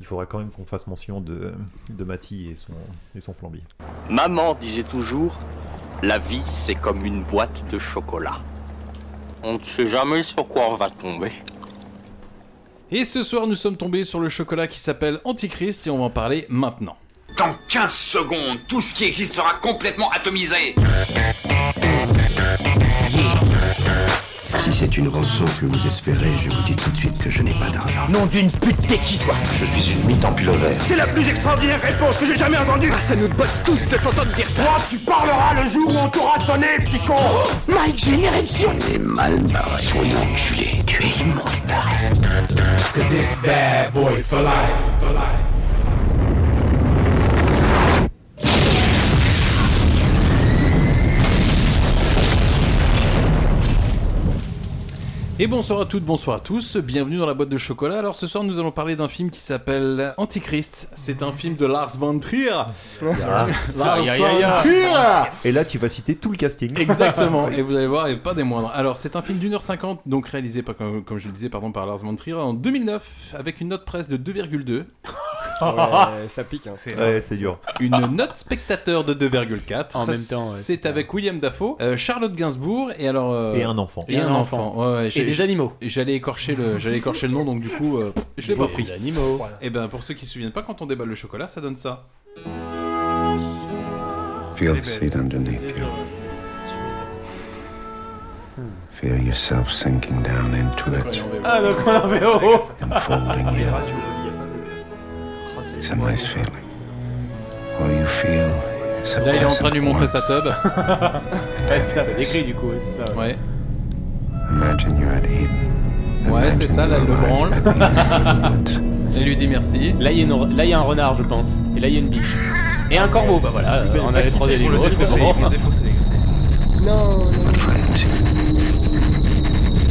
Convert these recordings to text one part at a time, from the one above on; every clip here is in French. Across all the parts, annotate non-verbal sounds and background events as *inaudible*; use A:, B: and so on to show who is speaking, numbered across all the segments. A: il faudra quand même qu'on fasse mention de, de Mati et son, et son flambi.
B: Maman disait toujours, la vie c'est comme une boîte de chocolat. On ne sait jamais sur quoi on va tomber.
C: Et ce soir, nous sommes tombés sur le chocolat qui s'appelle Antichrist et on va en parler maintenant.
D: Dans 15 secondes, tout ce qui existe sera complètement atomisé.
E: Si c'est une rançon que vous espérez, je vous dis tout de suite que je n'ai pas d'argent.
F: Nom d'une pute, t'es qui toi
G: Je suis une mythe en pullover.
F: C'est la plus extraordinaire réponse que j'ai jamais entendue
H: Ah, ça nous botte tous de t'entendre dire ça
F: Toi, tu parleras le jour où on t'aura sonné, petit con oh,
H: My Generation
G: On est mal barré.
H: Soyons enculé, tu es immonde barré.
I: Cause it's bad boy for life, for life.
C: Et bonsoir à toutes, bonsoir à tous, bienvenue dans la boîte de chocolat. Alors ce soir nous allons parler d'un film qui s'appelle Antichrist. C'est un film de Lars von Trier. *laughs*
A: Ah.
C: Lars
A: ya,
C: von Trier
A: Et là, tu vas citer tout le casting. *laughs*
C: Exactement, et vous allez voir, et pas des moindres. Alors c'est un film d'une heure cinquante, donc réalisé par, comme, comme je le disais pardon, par Lars von Trier en 2009, avec une note presse de 2,2, Oh.
J: *laughs*
K: Ouais, ça pique. Hein.
A: Ouais, c'est dur.
C: une note spectateur de 2,4.
K: En même temps, ouais,
C: c'est avec William Dafoe, euh, Charlotte Gainsbourg, et alors... euh,
A: Et un enfant.
C: et un enfant. Ouais, ouais, j'ai-
K: Et des animaux.
C: J'allais écorcher le, j'allais écorcher le nom, donc du coup, euh, je l'ai pas pris.
K: Des animaux.
C: Et ben pour ceux qui se souviennent pas, quand on déballe le chocolat, ça donne ça.
E: Feel the seat underneath you. Feel yourself sinking down into it,
K: Ah, donc on en fait oh, oh.
E: enfolding you. It's a nice feeling. All you feel is a
C: Là, il est en train de lui
E: pleasant
C: montrer
E: warmth.
C: sa tub.
K: *laughs* Ouais, c'est ça, bah, décrit du coup, ouais, c'est ça. ouais.
C: Ouais.
E: Imagine you're at Eden.
C: Ouais,
E: Imagine
C: c'est ça, là,
E: you're
C: le branle.
E: alive at
K: *laughs*
E: Eden Woods.
C: Elle lui dit merci.
K: Là, il y, a une- là, il y a un renard, je pense. Et là, il y a une biche. Et un corbeau, bah voilà, euh, on a les trois animaux, c'est bon.
E: Friends,
K: Et là,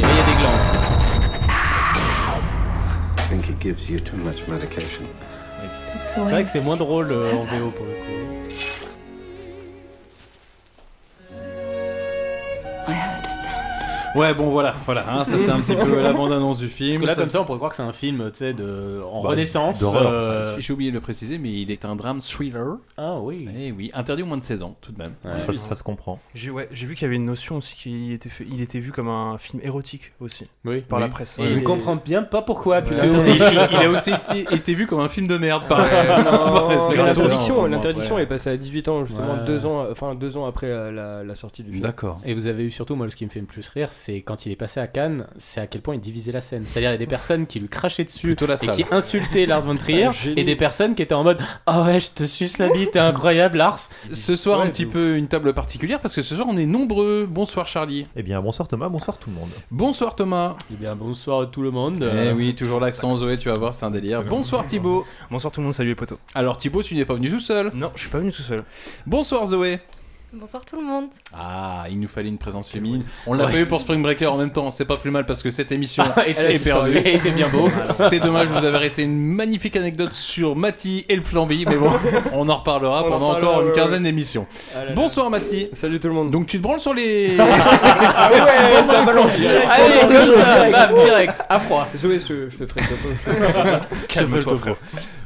K: il y a des glandes.
E: I think he gives you too much medication.
K: C'est vrai que c'est moins drôle euh, en VO pour le coup.
C: Ouais, bon voilà, voilà. hein, ça c'est un petit peu la bande annonce du film.
K: Parce que là, comme ça, on pourrait croire que c'est un film, tu sais, de... en
A: Bah,
K: renaissance.
A: d'horreur.
K: euh,
C: J'ai oublié de le préciser, mais il est un drame thriller.
K: Ah oui.
C: Eh oui, interdit au moins de 16 ans, tout de même.
A: Ça, ça se comprend.
L: J'ai ouais, j'ai vu qu'il y avait une notion aussi qu'il était, fait- il était vu comme un film érotique aussi
K: Oui.
L: par la
C: Oui.
L: presse.
K: Je
L: Il
K: ne
L: est-
K: comprends bien pas pourquoi,
C: Et
K: putain.
C: il, il a aussi été, été vu comme un film de merde par *laughs* par les spectateurs.
J: L'interdiction,
C: Bon,
J: l'interdiction
C: après.
J: est passée à 18 ans, justement,
K: Ouais.
J: deux ans, enfin deux ans après euh, la, la sortie du film.
C: D'accord.
K: Et vous avez eu surtout, moi, ce qui me fait le plus rire, c'est quand il est passé à Cannes, c'est à quel point il divisait la scène. C'est-à-dire, il y a des personnes qui lui crachaient dessus
C: Plutôt la
K: et
C: salle.
K: qui
J: *laughs*
K: insultaient Lars von Trier,
J: un génie.
K: et des personnes qui étaient en mode Ah ouais, je te suce la bite, t'es incroyable, Lars.
C: Ce soir,
J: Ouais,
C: un petit
J: de
C: peu une table particulière parce que ce soir, on est nombreux. Bonsoir Charlie.
A: Eh bien, bonsoir Thomas, bonsoir tout le monde.
C: Bonsoir Thomas.
K: Eh bien, bonsoir à tout le monde.
C: Eh oui, toujours l'accent Zoé, tu vas voir, c'est un délire. Bonsoir Thibaut.
L: Bonsoir tout le monde, salut les potos.
C: Alors Thibaut, tu n'es pas venu tout seul.
L: Non, je suis pas venu tout seul.
C: Bonsoir Zoé.
M: Bonsoir tout le monde.
C: Ah, il nous fallait une présence féminine. On l'a pas eu pour Spring Breaker en même temps, c'est pas plus mal parce que cette *laughs* émission
K: Elle
C: est perdue.
K: était bien beau.
C: *laughs* C'est dommage, vous avez arrêté une magnifique anecdote sur Mati et le flambi, mais *laughs* bon, on en reparlera
J: On en
C: pendant
J: reparlera,
C: encore une
J: ouais,
C: quinzaine d'émissions.
J: Ah là là.
C: Bonsoir Mati.
J: Salut tout le monde.
C: Donc tu te branles sur les.
J: ah ouais, ça balance.
K: Allez,
J: Sans tour de
K: comme
J: jeu,
K: ça,
J: direct.
K: bam, direct, à froid.
J: Zoé, je, je te ferai ça. *laughs*
A: *laughs*
C: Calme-toi, frère.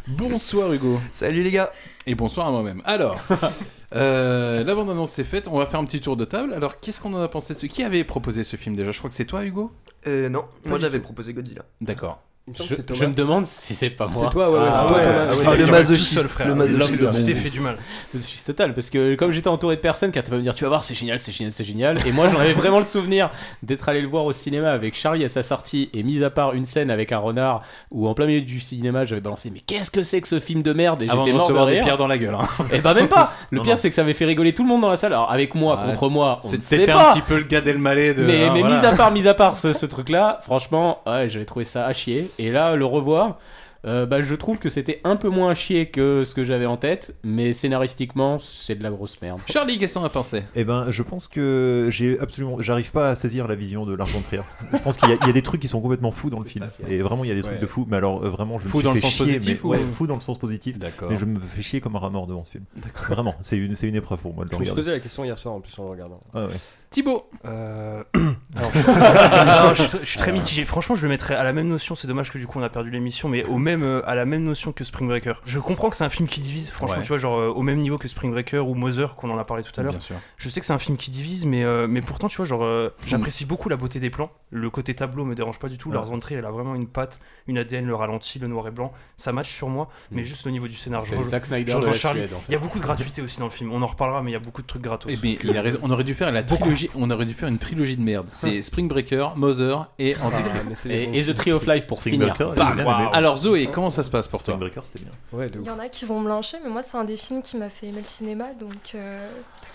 C: Bonsoir Hugo.
L: Salut les gars.
C: Et bonsoir à moi-même. Alors,
H: *laughs*
C: euh, la bande-annonce c'est faite, on va faire un petit tour de table. Alors, qu'est-ce qu'on en a pensé de ce Qui avait proposé ce film déjà Je crois que c'est toi, Hugo
H: Euh, non, moi j'avais proposé Godzilla.
C: D'accord.
K: Je, je me demande si c'est pas moi.
J: C'est toi, ouais, ouais,
A: Ah
J: c'est toi,
A: ouais,
J: Thomas.
A: ah ouais.
L: Ah,
H: le
L: tu l'aurais
H: masochiste,
L: tout seul, frère.
H: le masochiste.
L: Tu t'es fait du mal.
K: Je suis total parce que comme j'étais entouré de personnes qui n'arrêtaient pas de me dire tu vas voir c'est génial c'est génial c'est génial et moi j'en avais vraiment le souvenir d'être allé le voir au cinéma avec Charlie à sa sortie et mis à part une scène avec un renard où en plein milieu du cinéma j'avais balancé mais qu'est-ce que c'est que ce film de merde et
C: Avant de
K: j'étais mort de
C: recevoir des
K: rire.
C: pierres dans la gueule. hein.
K: et bah même
C: *laughs*
K: pas le
A: Non,
K: pire
A: non.
K: c'est que ça avait fait rigoler tout le monde dans la salle alors avec moi
C: Ah,
K: contre moi on ne sait
C: C'était
K: pas
C: un petit peu le gars d'Elmaleh de.
K: mais,
L: Ah,
C: hein,
K: mais
C: voilà.
K: mis à part mis à
L: *laughs*
K: part ce, ce truc là franchement ouais, j'avais trouvé ça à chier et là le revoir euh, bah, je trouve que c'était un peu moins à chier que ce que j'avais en tête, mais scénaristiquement, c'est de la grosse merde.
C: Charlie, qu'est-ce qu'on a pensé
A: *laughs* Eh ben, je pense que j'ai absolument, j'arrive pas à saisir la vision de l'argent de Trier. Je pense qu'il y, a- il y a des trucs qui sont complètement fous dans le film. Et vraiment, il y a des trucs
K: Ouais.
A: de fous. Mais alors, euh, vraiment, je
C: Fous
A: me suis
C: dans le
A: fait
C: sens
A: chier,
C: positif
A: mais-
C: ou-
A: ouais, fous dans le sens positif.
C: D'accord.
A: Mais je me fais chier comme un rat mort devant ce film. Vraiment, c'est une, c'est une épreuve pour moi de le
J: Je me suis
A: regarder.
J: posé la question hier soir en plus en le regardant.
A: Ah ouais.
C: Thibaut
J: *clears throat*
L: Euh,
N: *laughs*
J: *laughs*
L: Alors, je suis très, Non, je suis très- je suis très mitigé. Franchement, je le mettrais à la même notion. C'est dommage que du coup on a perdu l'émission, mais au même
N: même, euh, à la même notion que Spring Breaker. Je comprends que c'est un film qui divise, franchement,
C: Ouais.
N: tu vois, genre euh, au même niveau que Spring Breaker ou Mother, qu'on en a parlé tout à l'heure.
C: Bien sûr.
N: Je sais que c'est un film qui divise, mais, euh, mais pourtant, tu vois, genre, euh,
K: Hmm.
N: j'apprécie beaucoup la beauté des plans. Le côté tableau me dérange pas du tout.
C: Ouais.
N: Lars von Trier, elle a vraiment une patte, une ADN, le ralenti, le noir et blanc. Ça match sur moi, mais juste au niveau du scénario.
K: Hmm. C'est Zack Snyder
N: j'entends
K: de la
N: Charlie.
K: Suède, en fait.
N: Il y a beaucoup de gratuité aussi dans le film. On en reparlera, mais il y a beaucoup de trucs
C: *laughs*
N: gratos.
C: Eh bien, il a raison. On aurait dû faire la trilogie. On aurait dû faire une trilogie de merde. C'est Spring Breaker, Mother et
K: Hein. Ah, mais
C: Antichrist.
K: c'est des Et- bons et films. The Tree of Life pour
C: Spring
K: finir.
C: Breaker,
K: Bam.
C: elle est bien aimée.
K: Wow.
C: Alors Zoé, comment ça se passe pour toi
A: Spring Breaker, c'était bien.
L: Ouais, de
M: Il y en a qui vont me lyncher, mais moi, c'est un des films qui m'a fait aimer le cinéma, donc. euh,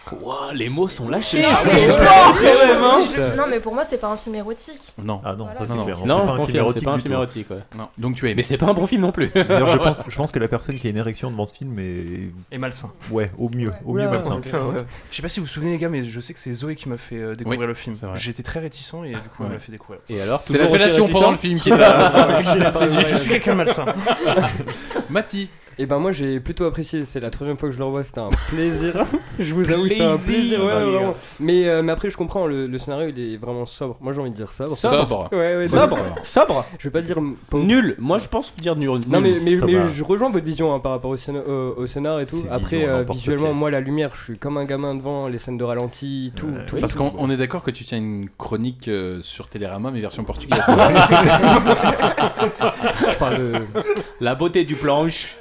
K: Quoi Les mots sont
C: Ah,
K: lâchés.
M: Non,
K: c'est
M: mais-
K: fort,
M: non, mais-
K: quand même, hein.
M: je- Non, mais pour moi, c'est pas un film érotique.
C: Non.
A: Ah non, ça c'est
K: Non,
A: clair.
K: non,
A: c'est
K: on
A: pas un film
K: confirme,
A: érotique.
K: c'est pas un
A: du
K: film
A: tout.
K: érotique, ouais. Non.
C: Donc tu es.
K: Mais c'est pas un bon film non plus. *laughs*
A: D'ailleurs, je pense, je pense que la personne qui a une érection devant ce film est.
N: Est malsain.
A: Ouais, au mieux. Au
N: Oula,
A: mieux malsain.
N: ok, ouais.
L: *laughs*
N: Je sais pas si vous vous souvenez les gars, mais je sais que c'est Zoé qui m'a fait euh, découvrir le film. J'étais très réticent et du coup elle
K: Ouais.
N: m'a fait découvrir.
K: Et alors,
C: C'est la
K: toujours aussi
C: fellation
K: réticent
C: pendant le film qui
L: *laughs*
K: *laughs*
C: t'a- qui
N: *laughs*
C: t'a séduit.
N: Je suis quelqu'un de malsain.
C: *laughs* Mati
L: Eh ben moi j'ai plutôt apprécié, c'est la troisième fois que je le revois, c'était un
C: *laughs*
L: plaisir. je vous avoue, c'était un
C: Plaisir.
L: plaisir. ouais,
C: Ah, les
L: vraiment.
C: gars.
L: Mais, euh, mais après je comprends, le, le scénario il est vraiment sobre. Moi j'ai envie de dire sobre.
K: Sobre.
L: Ouais, ouais,
K: Sobre.
L: Sobre. Je vais pas dire
K: Nul. Moi, je pense dire nul.
L: Non mais,
K: Nul.
L: mais,
K: Ça
L: mais
K: va.
L: je rejoins votre vision hein, par rapport au, scénar, euh, au scénar et tout.
K: C'est
L: Après
K: vision à
L: euh,
K: n'importe
L: visuellement
K: quelle.
L: moi la lumière je suis comme un gamin devant les scènes de ralenti, tout. tout
C: Parce
L: tout.
C: qu'on on est d'accord que tu tiens une chronique euh, sur Télérama mais version portugaise.
L: Je parle de-
K: La beauté du planche.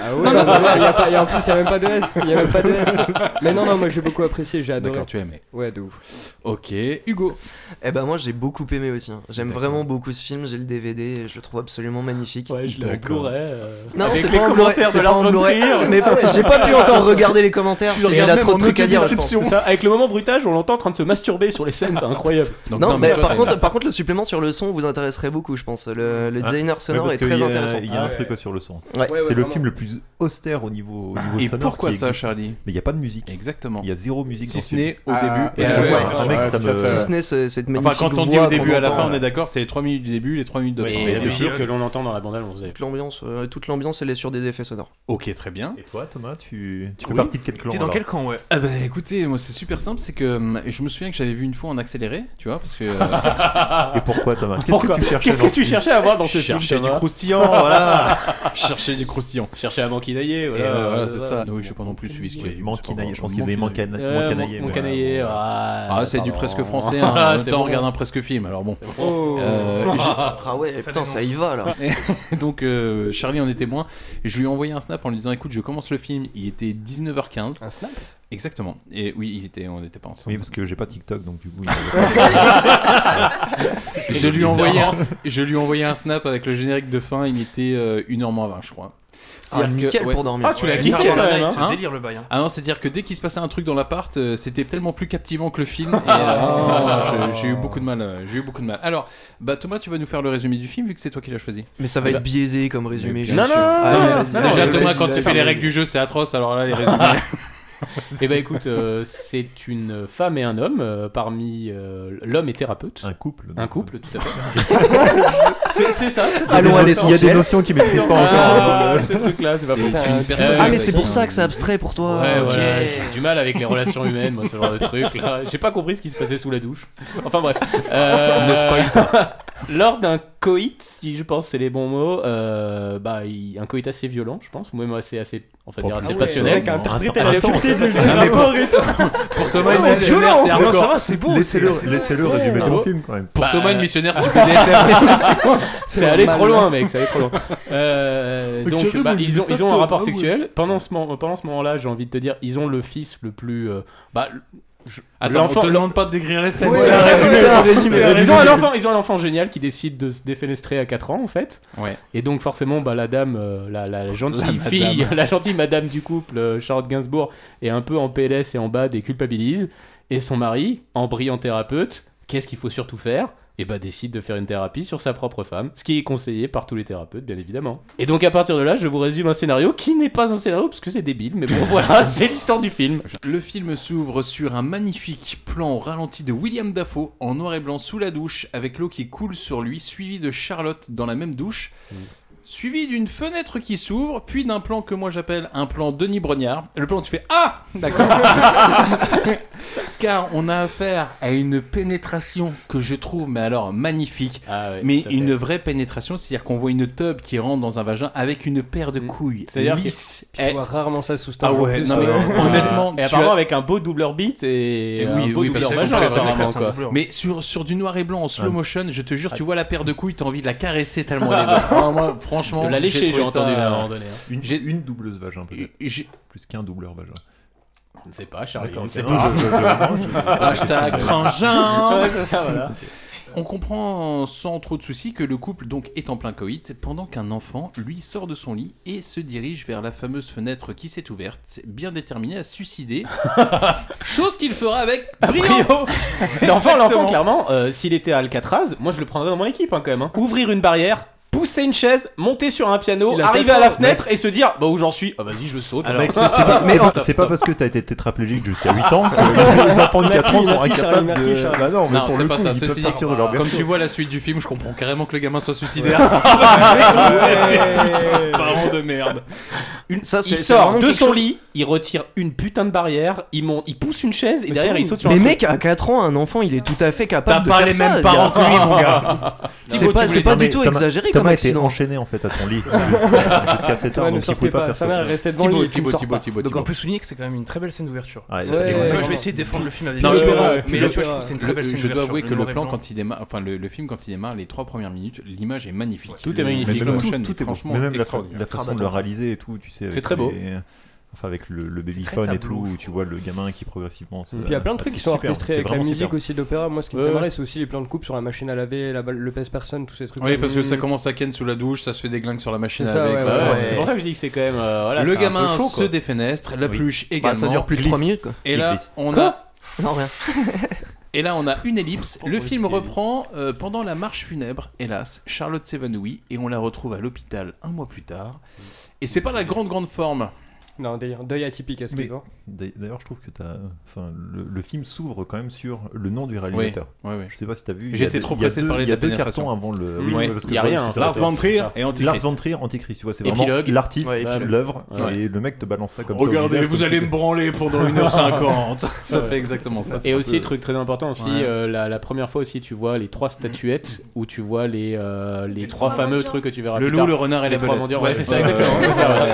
L: Ah ouais, non, c'est vrai, il y a pas- il y a- en plus, il y a même pas de S, il y a même pas de S. *laughs* Mais non, non, moi, j'ai beaucoup apprécié, j'ai adoré.
C: D'accord, tu as aimé.
L: Ouais, de ouf.
C: Ok, Hugo.
H: Eh ben moi j'ai beaucoup aimé aussi. hein. J'aime vraiment beaucoup ce film. J'ai le DVD, et je le trouve absolument magnifique. Ouais,
K: je l'ai en D'accord. Blu-ray, euh,
H: Non,
K: avec
H: c'est
K: les
H: pas en Blu-ray,
K: commentaires
H: c'est
K: de
H: pas
K: Lars
H: en
K: von
H: Blu-ray.
K: Trier.
H: Mais pas- j'ai
K: *laughs*
H: pas pu encore regarder les commentaires.
K: Tu
H: c'est- Il
K: regardes
H: a
K: même
H: trop
K: en
H: de trucs à dire. je pense.
K: autodescription. C'est ça, avec le moment bruitage, on l'entend en train de se masturber sur les scènes, c'est incroyable.
H: non, mais, par, contre, par contre, le supplément sur le son vous intéresserait beaucoup, je pense. Le, le
A: Ah,
H: designer
A: ouais,
H: sonore
A: parce
H: est
A: que il
H: très
A: y a-
H: intéressant.
A: Il y a un truc euh, sur le son.
H: Ouais.
A: c'est le film le plus austère au niveau, au niveau
C: Et
A: sonore
C: pourquoi
A: qui
C: ça,
A: existe.
C: Charlie
A: Mais il n'y a pas de musique.
C: Exactement.
A: Il y a zéro musique.
C: Si
A: dans
C: ce
A: film.
C: n'est au début et à la
A: Ouais,
C: fin.
A: un mec, ça me-
H: Si ce n'est ce- cette
C: Enfin,
H: magnifique
C: quand on dit
H: voix
C: au début
H: qu'on
C: à la
H: entend,
C: fin, on
H: euh,
C: est d'accord, c'est les 3 minutes du début, les 3 minutes de fin.
H: Et c'est sûr que
K: l'on entend dans la bande-annonce.
H: toute l'ambiance, euh, toute l'ambiance, elle est sur des effets sonores.
C: Ok, très bien.
A: Et toi, Thomas, tu, tu fais
C: Oui.
A: partie de quel clan alors
N: camp, ouais
C: Ah bah écoutez, moi c'est super simple, c'est que hum, je me souviens que j'avais vu une fois en accéléré, tu vois, parce que. euh,
A: Et
C: *laughs*
A: pourquoi, Thomas Qu'est-ce que Pourquoi tu cherchais
K: Qu'est-ce que dans tu ce cherchais film à voir dans ce
C: *laughs*
K: film,
C: Chercher du
K: Thomas *laughs*
C: croustillant, voilà Chercher du croustillant.
K: Chercher à manquinailler,
C: Et,
K: voilà.
C: euh, voilà,
K: euh,
C: c'est ça. Oui, je sais pas non plus suivi ce qu'il a dit.
A: Manquinailler, je pense qu'il devait manquina-
K: Euh,
A: manquinailler.
K: mon
A: mais-
K: canailler,
C: Ah, c'est du
K: pardon.
C: presque
H: *laughs*
C: français,
K: *laughs*
C: hein. en même
K: C'est
C: temps on
K: bon.
C: regarde un presque film, alors bon.
K: bon.
C: Euh,
K: Oh.
C: j'ai-
H: *laughs* Ah ouais, putain, ça y va là.
C: *laughs* Donc euh, Charlie en est témoin. Je lui ai envoyé un snap en lui disant écoute, je commence le film. Il était 19h15.
L: Un snap
C: Exactement. Et oui, il était, on n'était pas ensemble.
A: Oui, parce que j'ai pas TikTok, donc du
C: *laughs*
A: coup. il-
C: je, lui ai envoyé un,
A: Non.
C: je lui ai envoyé un snap avec le générique de fin. Il était 1h moins 20, je crois.
H: Ah,
C: C'est-à-dire
H: nickel pour dormir. Ah, tu l'as
C: Ouais,
H: kiffé,
C: nickel,
H: quand même,
C: hein.
H: hein. C'est
C: Hein
H: délire, le bail, hein.
C: Ah non, c'est-à-dire que dès qu'il se passait un truc dans l'appart, euh, c'était tellement plus captivant que le film.
K: *laughs*
C: Et, euh, je- j'ai eu beaucoup de mal. euh, J'ai eu beaucoup de mal. Alors, bah Thomas, tu vas nous faire le résumé du film vu que c'est toi qui l'as choisi.
H: Mais ça va
C: Eh
H: être
C: ben,
H: biaisé comme résumé.
C: mais
H: je
C: bien
H: suis
C: sûr.
H: sûr. Ah, mais vas-y, vas-y,
C: Déjà,
H: vas-y,
C: Thomas,
H: vas-y,
C: quand il
H: vas-y,
C: fait les
H: vas-y.
C: règles du jeu, c'est atroce. Alors là, les
H: *laughs*
C: résumés.
K: Eh ben écoute, euh, c'est une femme et un homme. euh, parmi euh, l'homme est thérapeute. Un
A: couple.
K: Un couple, tout à
H: *laughs*
K: fait. c'est, c'est ça. c'est-
H: Allons à l'essentiel.
K: Ah, ce truc-là, c'est pas
H: C'est
K: possible.
H: une personne. Ah, mais c'est pour ça que c'est abstrait pour toi.
K: Ouais,
H: ok.
K: voilà, j'ai du mal avec les relations humaines, moi, ce genre de truc. là. J'ai pas compris ce qui se passait sous la douche. Enfin bref. Euh,
C: Ne spoil pas.
K: Lors d'un coït, si je pense que c'est les bons mots, euh, bah, il- un coït assez violent, je pense, ou même assez, assez, on va dire
C: Propre.
K: assez
C: Ah ouais,
K: passionnel.
C: le mec a interprété
K: Assez
C: la dureté
K: passionnel.
C: du- du
K: Non, mais pour-
C: rapport et tout. Pour Thomas, il est violent. Non, ça va, c'est beau,
A: Laissez-le
C: c'est-
A: laissez-le
C: Ouais.
A: résumer
C: C'est
A: son
C: beau.
A: film quand même.
C: Pour Thomas, une missionnaire *laughs* du BDSM.
K: Bah, C'est allé trop loin, mec, c'est allé trop loin. Euh,
C: Ok,
K: donc,
C: mais
K: bah,
C: mais
K: ils, ont,
C: ça
K: ils ont un
C: tombe,
K: rapport
C: ah ouais.
K: sexuel. Pendant ce, moment- euh, pendant ce moment-là, j'ai envie de te dire, ils ont le fils le plus. euh, bah, le- je-
C: Attends, on
K: l'enfant-
C: te demande pas de décrire les scènes.
K: Ouais,
C: Voilà,
K: ouais,
C: résumé,
K: ouais, ouais.
C: résumé,
K: Ils
C: résumé.
K: ont un enfant, ils ont un enfant génial qui décide de se défenestrer à 4 ans en fait.
C: Ouais.
K: Et donc forcément, bah, la dame, euh, la, la- la gentille
C: La
K: fille, *laughs*
C: madame.
K: la gentille madame du couple, euh, Charlotte Gainsbourg, est un peu en PLS et en bas, des culpabilise. Et son mari, en brillant thérapeute, qu'est-ce qu'il faut surtout faire et bah décide de faire une thérapie sur sa propre femme, ce qui est conseillé par tous les thérapeutes, bien évidemment. Et donc à partir de là, je vous résume un scénario qui n'est pas un scénario parce que c'est débile, mais bon *laughs* voilà, c'est l'histoire du film.
C: Le film s'ouvre sur un magnifique plan au ralenti de William Dafoe en noir et blanc sous la douche, avec l'eau qui coule sur lui, suivi de Charlotte dans la même douche. suivi d'une fenêtre qui s'ouvre, puis d'un plan que moi j'appelle un plan Denis Brognard. Le plan où tu fais Ah
K: *laughs*
C: D'accord. Car on a affaire à une pénétration que je trouve, mais alors magnifique, mais
K: Ah tout à fait.
C: une vraie pénétration, c'est-à-dire qu'on voit une tube qui rentre dans un vagin avec une paire de couilles
K: C'est-à-dire
C: lisses.
K: que-
C: Eh,
K: tu vois
J: rarement ça sous
C: Ah ouais, non mais *laughs* honnêtement,
K: euh, Et
C: tu
K: apparemment
C: as-
K: avec un beau doubleur beat et,
C: et
K: un beau doubleur
C: parce que
K: vagin,
C: c'est un doubleur.
K: apparemment,
C: C'est un
K: quoi.
C: doubleur. Mais sur, sur du noir et blanc en slow
K: Ouais.
C: motion, je te jure, tu
K: Ouais.
C: vois la paire de couilles, t'as envie de la caresser tellement elle est belle. Ah, moi, franchement,
K: De la lécher, j'ai
C: trouvé
K: entendu,
C: ça-
K: là, à un moment donné,
A: Une, une doubleuse vagin, peut-être. Plus qu'un doubleur vagin.
K: Je ne sais pas, Charlie,
A: D'accord,
K: on ne
A: ok.
K: sait
A: Non,
K: pas.
A: Ah, *laughs* je- je- je-
C: Hashtag transgenre.
K: Ouais, c'est ça, voilà.
C: On comprend sans trop de soucis que le couple donc est en plein coït pendant qu'un enfant lui sort de son lit et se dirige vers la fameuse fenêtre qui s'est ouverte, bien déterminé à se
K: *laughs*
C: suicider. Chose qu'il fera avec brio.
K: L'enfant, l'enfant,
C: Exactement.
K: clairement, euh, s'il était à Alcatraz, moi je le prendrais dans mon équipe hein, quand même. hein. Ouvrir une barrière, pousser une chaise, monter sur un piano,
C: Il a
K: arriver
C: quatre
K: à la
C: ans,
K: fenêtre et se dire bah où j'en suis, ah vas-y je saute.
A: Mec, c'est c'est
K: *laughs*
A: pas, c'est pas- c'est
C: *laughs*
A: pas parce que t'as été tétraplégique jusqu'à 8 ans que les enfants de 4 ans sont incapables de. Bah non, mais pour
C: c'est
A: le coup,
C: pas ça.
A: ils peuvent
C: Ceci dit,
A: sortir de leur
C: comme
A: berceau.
C: tu vois la suite du film, je comprends carrément que le gamin soit suicidaire. bah, *laughs*
K: Ouais.
C: Parents de merde.
K: Une-
C: Ça, c'est-
K: il
C: c'est
K: sort
C: vraiment
K: de
C: quelque
K: son
C: chose.
K: lit, il retire une putain de barrière, il monte, il pousse une chaise et derrière il saute sur
H: Mais
K: un
H: mec, à 4 ans, un enfant, il est tout à fait
K: T'as
H: capable de
K: pas
H: faire
K: les
H: ça,
K: mêmes
H: il y a-
K: parents que lui,
H: *laughs*
K: mon gars.
H: C'est pas, c'est pas du tout exagéré comme
A: Thomas était
H: accident.
A: enchaîné en fait à son lit jusqu'à 7
J: Thomas
A: ans,
J: ne
A: donc il
J: sortait
A: pouvait
J: pas.
A: pas faire
J: Sa mère
A: sortir.
J: restait devant lui et tu ne sors pas.
L: Donc on peut souligner que c'est quand même une très belle scène d'ouverture.
A: Ouais,
L: Ça,
A: c'est
L: tu
A: vrai.
L: vois,
A: Ouais.
L: je vais essayer de défendre le film avec
C: Non,
L: des
C: mais
L: arguments,
C: ouais, ouais,
L: mais
C: le-
L: là tu vois, je trouve que c'est une très
C: le-
L: belle scène
C: Je dois
L: d'ouverture,
C: avouer que le
L: noir et
C: plan
L: blanc.
C: quand il démarre, enfin le, le film quand il démarre, les trois premières minutes, l'image est magnifique.
K: Tout est
C: Le-
K: magnifique.
C: le
A: Mais
C: slow
A: même
C: motion est
A: tout est beau.
C: franchement
A: Mais même la, fa-
C: extraordinaire.
A: la façon de le réaliser et tout, tu sais. avec
K: C'est très beau.
A: les- Enfin, avec le, le
K: très
A: babyphone et tout,
K: tableau, je
A: où tu vois le gamin qui progressivement se.
J: Et puis il y a plein de
A: Ah,
J: trucs qui
A: c'est
J: sont
A: super,
J: orchestrés
A: c'est
J: avec la
A: vraiment
J: musique
A: super.
J: aussi de l'opéra. Moi, ce qui me
C: Ouais,
J: fait
C: ouais.
J: marrer, c'est aussi les plans de coupe sur la machine à laver, la balle- le pèse-personne, tous ces trucs.
C: Oui, parce que ça commence à ken sous la douche, ça se fait des glingues sur la machine
J: C'est ça,
C: avec.
J: ouais,
C: ça-
J: ouais, ouais.
K: C'est pour ça que je dis que c'est quand même. euh, voilà,
C: le
K: c'est un
C: gamin
K: peu chaud,
C: se
K: quoi.
C: défenestre, la
K: Oui.
C: pluche
K: Bah,
C: également.
K: ça dure plus de
C: glisse.
K: trois minutes, quoi.
C: Et
K: Il
C: là,
K: glisse.
C: on
K: Quoi Oh,
C: a.
H: Non, rien.
C: *laughs* Et là, on a une ellipse. Le film reprend euh, pendant la marche funèbre. Hélas, Charlotte s'évanouit et on la retrouve à l'hôpital un mois plus tard. Et c'est pas la grande, grande forme.
J: Non, d'ailleurs, deuil atypique à ce
A: Mais-
J: niveau.
A: D'a- D'ailleurs, je trouve que t'as- enfin, le, le film s'ouvre quand même sur le nom du réalisateur.
C: Oui, oui, oui.
A: Je sais pas si t'as vu. il y a
C: J'étais
A: deux-
C: trop
A: il y a
C: pressé de
A: deux-
C: parler
A: Il y a
C: de
A: deux
C: la
A: cartons
C: dernière
A: avant le.
C: façon. Mm.
A: oui,
C: Ouais.
A: parce que
C: Il y a
A: je vois
C: rien.
A: ce que
C: Lars
A: c'est.
K: hein.
C: von Trier et Antichrist.
A: Lars von Trier, Antichrist. Tu vois, c'est
C: Et
A: vraiment
C: Pilogue.
A: l'artiste,
C: Ouais, et Pilogue.
A: l'œuvre,
C: Ouais.
A: et le mec te balance ça comme ça. au
C: Regardez,
A: visage,
C: vous
A: comme
C: allez
A: si
C: me branler pendant
A: *laughs*
C: 1h50. ça fait exactement ça.
K: Et aussi, truc très important aussi,
C: Ouais.
K: euh, la, la première fois aussi, tu vois les trois statuettes où tu vois les, euh, les, trois,
C: trois
K: fameux
C: mendiants.
K: trucs que tu verras
C: Le
K: plus
C: loup,
K: tard.
C: le renard et la
K: trois
C: belette.
K: mendiants,
C: Ouais,
K: ouais, c'est ça,
C: ouais,
K: exactement.
C: ouais.
K: *laughs* c'est ça,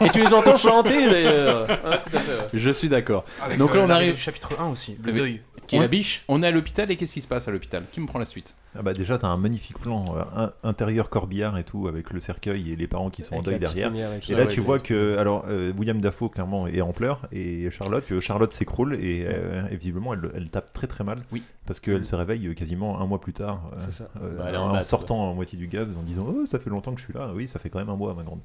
K: ouais. *laughs* Et tu les entends chanter *laughs* d'ailleurs. Ouais,
C: Hein,
K: tout à fait, ouais.
C: Je suis d'accord.
L: Avec,
C: Donc
L: euh,
C: là, on
L: l'arrivée
C: arrive.
L: du chapitre 1 aussi, le
C: Oui.
L: deuil.
K: Qui est
C: On-
K: la biche.
C: On est à l'hôpital et qu'est-ce qui se passe à l'hôpital Qui me prend la suite
A: Ah bah déjà, t'as un magnifique plan euh, un- intérieur corbillard et tout, avec le cercueil et les parents qui sont en
J: Avec
A: deuil
J: la petite
A: derrière.
J: lumière et tout.
A: Et
J: Ah
A: là,
J: ouais,
A: tu
J: bien
A: vois
J: sûr.
A: que alors euh, William Dafoe clairement est en pleurs et Charlotte, que Charlotte s'écroule et,
J: Mm.
A: euh, et visiblement elle, elle tape très très mal.
C: Oui.
A: Parce qu'elle se réveille euh, quasiment un mois plus tard, euh,
J: C'est ça.
A: euh,
K: Bah, elle est en
A: en,
K: bas,
A: sortant en moitié du gaz, en disant oh ça fait longtemps que je suis là. Oui, ça fait quand même un mois, ma grande.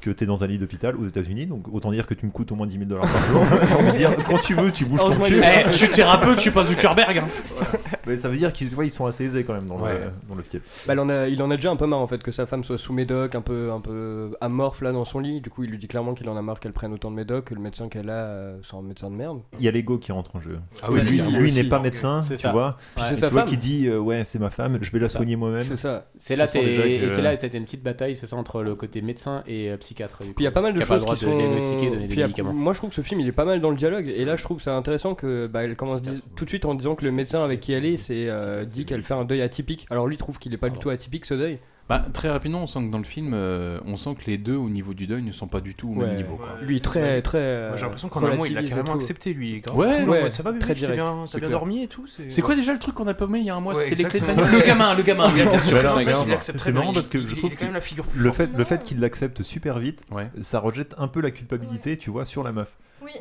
A: Que t'es dans un lit d'hôpital aux États-Unis, donc autant dire que tu me coûtes au moins 10 000 dollars par
J: *laughs*
A: jour. *laughs* J'ai envie de dire quand tu veux, tu bouges ton
J: Heureusement,
A: cul.
J: il est là. Eh, je suis
C: thérapeute, je suis pas Zuckerberg, hein.
A: *laughs* Mais ça veut dire qu'ils tu vois, ils sont assez aisés quand même dans
J: Ouais.
A: le dans le skate.
J: Bah, il, en a, il en a déjà un peu marre en fait que sa femme soit sous médoc, un peu, un peu amorphe là dans son lit. Du coup, il lui dit clairement qu'il en a marre qu'elle prenne autant de médoc, que le médecin qu'elle a euh, soit un médecin de merde.
A: il y a l'ego qui rentre en jeu.
J: Ah oui,
A: Parce que
J: c'est
A: lui,
J: clair.
A: lui n'est
J: Aussi.
A: pas médecin,
J: C'est
A: tu
J: ça.
A: vois.
J: Puis c'est
A: Et
J: sa
A: tu vois
J: femme.
A: qui dit euh, ouais c'est ma femme, je vais la soigner moi-même.
J: C'est ça.
K: C'est là,
A: Ce sont
K: t'es-
A: des blagues,
K: et
A: euh,
K: c'est là, t'as une petite bataille, c'est ça, entre le côté médecin et euh, psychiatre. Puis
J: Puis il y a pas mal de
K: pas le
J: choses
K: droit
J: qui
K: de
J: sont.
K: diagnostiquer, donner des
J: Puis, y a-
K: médicaments.
J: Moi, je trouve que ce film, il est pas mal dans le dialogue. Et là, je trouve que c'est intéressant que bah, elle commence di- tout de suite en disant que le médecin avec qui elle est, c'est euh, dit qu'elle fait un deuil atypique. Alors lui il trouve qu'il est pas
L: Ah.
J: du tout atypique ce deuil.
C: Bah, très rapidement, on sent que dans le film, euh, on sent que les deux au niveau du deuil ne sont pas du tout au
J: Ouais.
C: même niveau. Quoi.
J: Lui très très.
L: Moi, j'ai l'impression
J: euh,
L: qu'en un mois, il l'a
J: relativise et
L: carrément
J: tout.
L: accepté, lui. Il est grave
C: Ouais,
L: cool, en
C: ouais,
L: mode, ça va, bébé,
J: très
L: je t'ai
J: direct.
L: bien- t'as
J: C'est
L: bien
J: clair.
L: dormi et tout.
C: C'est quoi déjà le truc qu'on a paumé il y a un mois
L: Ouais,
C: C'était les clés de
L: exactement.
C: Le gamin, le gamin, bien
L: Il accepte
C: sûr.
L: très bien,
A: Ouais,
L: il
A: grave.
L: accepte très
A: C'est marrant
L: bien,
A: parce que
L: il-
A: je
L: il
A: trouve
L: est quand même la figure plus
A: le
L: forte.
A: fait le fait qu'il l'accepte super vite, ça rejette un peu la culpabilité, tu vois, sur la meuf.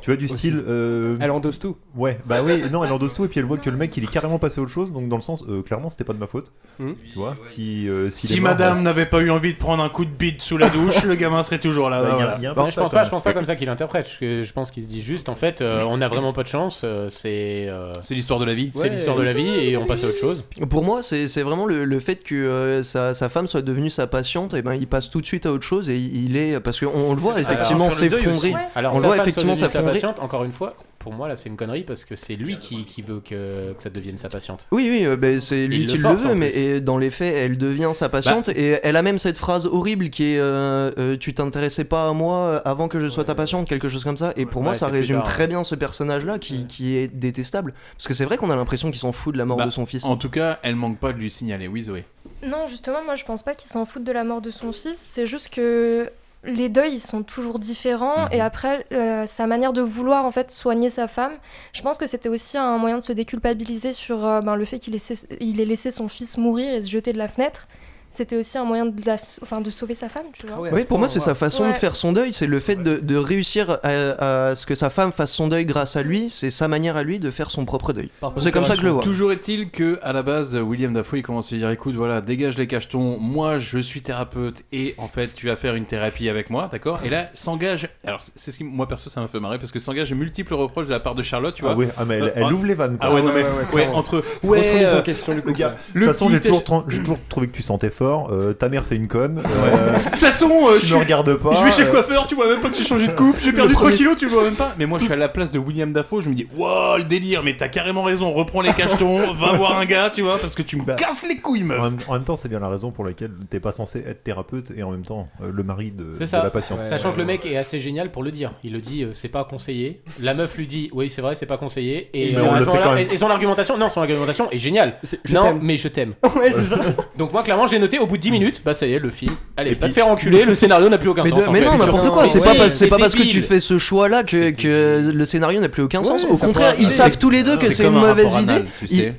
A: Tu vois du
J: Aussi.
A: style. euh,
J: Elle endosse tout.
A: Ouais, bah oui, non, elle endosse tout et puis elle voit que le mec il est carrément passé à autre chose, donc dans le sens, euh, clairement c'était pas de ma faute.
J: Mhm.
A: Tu vois, si, euh, s'il
C: Si
A: est mort,
C: madame n'avait pas eu envie de prendre un coup de bite sous la
A: *laughs*
C: douche, le gamin serait toujours
J: Ah
C: là.
A: Bah,
C: bah,
A: il y a-
C: voilà.
A: il y a un peu
K: Bon,
A: de
K: je
A: ça,
K: pense
A: quand
K: pas,
A: même.
K: je pense pas comme ça qu'il interprète. Je, je pense qu'il se dit juste, en fait, euh, on a vraiment pas de chance. euh, c'est euh,
C: C'est l'histoire de la vie.
K: C'est l'histoire de la vie et on passe à autre chose.
H: *laughs* Pour moi, c'est c'est vraiment le, le fait que euh, sa, sa femme soit devenue sa patiente, et ben il passe tout de suite à autre chose et il est parce qu'on on le voit
K: Alors,
H: Ah, effectivement
K: sur le deuil
H: s'effondrer.
K: aussi. Alors,
H: on
K: sa
H: le voit
K: femme
H: effectivement
K: soit devenue sa
H: s'effondrer.
K: patiente, encore une fois, pour moi, là, c'est une connerie parce que c'est lui qui, qui veut que, que ça devienne sa patiente.
H: Oui, oui, euh, ben, c'est lui
K: il
H: qui
K: le
H: le,
K: force, en
H: veut, mais
K: plus.
H: et dans les faits, elle devient sa patiente
K: Bah.
H: et elle a même cette phrase horrible qui est euh, euh, Tu t'intéressais pas à moi euh, avant que je sois ta patiente, quelque chose comme ça. Et pour moi,
K: Ouais,
H: ça
K: c'est plus
H: résume
K: tard,
H: très bien ce personnage-là qui, qui est détestable. Parce que c'est vrai qu'on a l'impression qu'il s'en fout de la mort
C: Bah,
H: de son fils.
C: En tout cas, elle manque pas de lui signaler, oui Zoé.
M: Non, justement, moi je pense pas qu'il s'en fout de la mort de son fils, c'est juste que les deuils ils sont toujours
H: Mhm.
M: différents et après euh, sa manière de vouloir en fait soigner sa femme, je pense que c'était aussi un moyen de se déculpabiliser sur euh, ben, le fait qu'il ait, cess- il ait laissé son fils mourir et se jeter de la fenêtre. C'était aussi un moyen de, la sau- enfin, de sauver sa femme, tu vois.
H: Oui, pour moi, c'est sa façon
M: Ouais.
H: de faire son deuil, c'est le fait de, de réussir à, à ce que sa femme fasse son deuil grâce à lui, c'est sa manière à lui de faire son propre deuil. C'est comme ça que je le vois.
C: Toujours est-il que à la base, William Dafoe il commence à dire écoute, voilà, dégage les cachetons. Moi, je suis thérapeute et en fait, tu vas faire une thérapie avec moi, d'accord Et là, s'engage. Alors, c'est c'est ce qui moi perso, ça m'a fait marrer parce que s'engage multiples reproches de la part de Charlotte, tu
A: Ah
C: vois.
A: ouais, ah, mais elle- elle
C: en-
A: ouvre les vannes, quoi.
C: Ah ouais,
A: Ah
C: non, mais
A: ouais, ouais, ouais,
C: ouais,
A: clairement.
C: entre
A: Retrouvons
C: ouais,
A: ton
C: euh,
A: question,
C: le gars.
A: bah, De toute façon, j'ai
C: petit
A: toujours,
C: tach-
A: tran- j'ai toujours trouvé que tu sentais fort. euh, ta mère, c'est une conne. euh,
C: De toute façon, euh,
A: tu
C: je
A: me
C: suis-
A: regardes pas.
C: Je vais chez le
A: euh,
C: coiffeur, tu vois même pas que j'ai changé de coupe, j'ai
A: Le
C: perdu 3
A: premier-
C: kilos, tu le vois même pas. Mais moi, je suis à la place de William Dafoe, je me dis, wow, le délire, mais t'as carrément raison, reprends les
A: *laughs*
C: cachetons, va voir un gars, tu vois, parce que tu me casses les couilles, meuf.
A: Bah, En même, en même temps, c'est bien la raison pour laquelle t'es pas censé être thérapeute et en même temps euh, le mari de,
K: C'est
A: de
K: ça.
A: la patiente.
K: Sachant que le mec est assez génial pour le dire. Il le dit, euh, c'est pas conseillé. La meuf lui dit, oui, c'est vrai, c'est pas conseillé. Et,
A: Mais
K: euh,
A: on le
K: à ce
A: fait
K: moment-là-
A: quand même.
K: et- et son argumentation, non, son argumentation est géniale.
L: je
K: non,
L: t'aime.
K: mais
H: *laughs*
K: je t'aime.
L: Ouais, c'est ça.
K: *laughs* Donc moi, clairement, j'ai noté au bout de 10 minutes, bah ça y est, le film. Allez, pas te faire enculer, le scénario n'a plus aucun
H: mais
K: sens.
H: de-
K: en
H: mais
K: fait.
H: non, n'importe quoi. C'est pas,
K: si,
H: parce- c'est pas parce que tu
K: débile.
H: fais ce choix-là que, que le scénario n'a plus aucun sens. Au
K: ça
H: contraire,
K: pourrait-
H: ils
K: c'est-
H: savent tous les deux que
K: c'est
H: c'est
K: comme
H: une
K: un
H: mauvaise
K: rapport
H: idée.
K: anal, tu
H: Ils-
K: sais.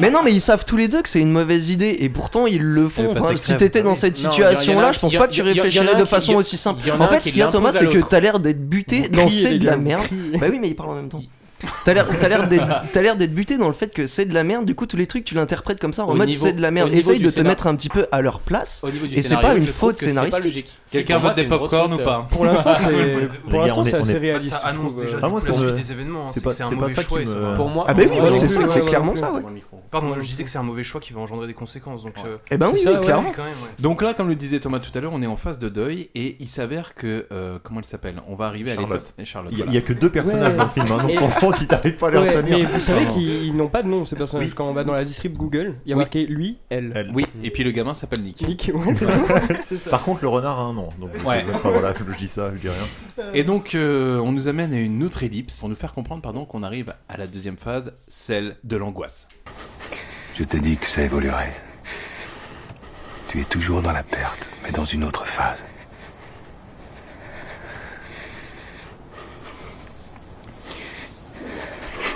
H: Mais non, mais ils savent tous les deux que c'est une mauvaise idée et pourtant ils le
K: Elle
H: font.
K: passe
H: Enfin,
K: à
H: si
K: crème.
H: t'étais dans
K: Oui.
H: cette
K: Non, il y en a un
H: situation-là,
K: qui-
H: je pense
K: il y en-
H: pas que tu
K: il y en a un
H: réfléchirais
K: qui-
H: de façon
K: il y en a
H: aussi simple.
K: qui- il y en a
H: En
K: un
H: fait,
K: qui
H: ce qu'il y a,
K: l'impose
H: Thomas,
K: à
H: c'est que
K: l'autre.
H: t'as l'air d'être buté dans
K: criez,
H: c'est
K: les
H: de
K: gars,
H: la
K: vous
H: merde. Bah oui, mais il parle en
J: *laughs*
H: même temps. T'as l'air, t'as l'air d'être, t'as l'air d'être buté dans le fait que c'est de la merde. Du coup, tous les trucs, tu l'interprètes comme ça en
K: Au
H: mode
K: niveau-
H: c'est de la
K: au
H: merde.
K: niveau
H: Essaye
K: du
H: de te
K: scénar-
H: mettre un petit peu à leur place.
K: niveau du
H: Et c'est
K: scénario,
H: pas une
K: je trouve
H: faute
K: que c'est pas
H: scénaristique.
K: logique. C'est Quelqu'un pour moi, vote des c'est une grosse pop-corn ou faute. euh. pas
L: Pour
K: *laughs*
L: l'instant,
O: *laughs*
L: c'est-
A: Les
L: pour
A: gars,
L: l'instant,
A: on est-
L: c'est
A: on
L: assez
A: est-
L: réaliste. je trouve, euh.
A: Ah, moi, ça
O: c'est
A: me-
O: que c'est un mauvais
A: ça qui
O: choix et ça va. Pour moi-
H: Ah, bah oui,
O: Ouais,
H: ouais,
O: ouais,
H: c'est ça,
O: ouais,
H: c'est
O: ouais,
H: clairement
O: ouais,
H: ça, ouais.
O: Pardon, je disais que c'est un mauvais choix qui va engendrer des conséquences. Donc, euh,
H: Eh ben oui,
O: c'est
H: oui,
O: ça, ouais,
H: clairement.
O: quand même, ouais.
C: Donc là, comme le disait Thomas tout à l'heure, on est en phase de deuil et il s'avère que euh, comment elle s'appelle On va arriver à
A: Charlotte.
C: l'étape et Charlotte.
A: Il y a-
C: voilà.
A: il y a que deux personnages dans le film, hein, donc
L: Et-
A: franchement, si t'arrives pas à les
L: Ouais,
A: retenir-
L: Mais vous savez
A: Non, non.
L: qu'ils ils n'ont pas de nom, ces personnages. Quand on va dans la distrib Google, il y a marqué lui, elle.
C: Oui. Et puis le gamin s'appelle Nick.
L: Nick, ouais, c'est ça.
C: *laughs*
L: C'est ça.
A: Par contre, le renard a un nom. Donc,
C: Ouais.
A: enfin, voilà, je dis ça, je dis rien.
C: Et donc, euh, on nous amène à une autre ellipse pour nous faire comprendre, pardon, qu'on arrive à la deuxième phase, celle de l'angoisse.
E: Je t'ai dit que ça évoluerait. Tu es toujours dans la perte, mais dans une autre phase.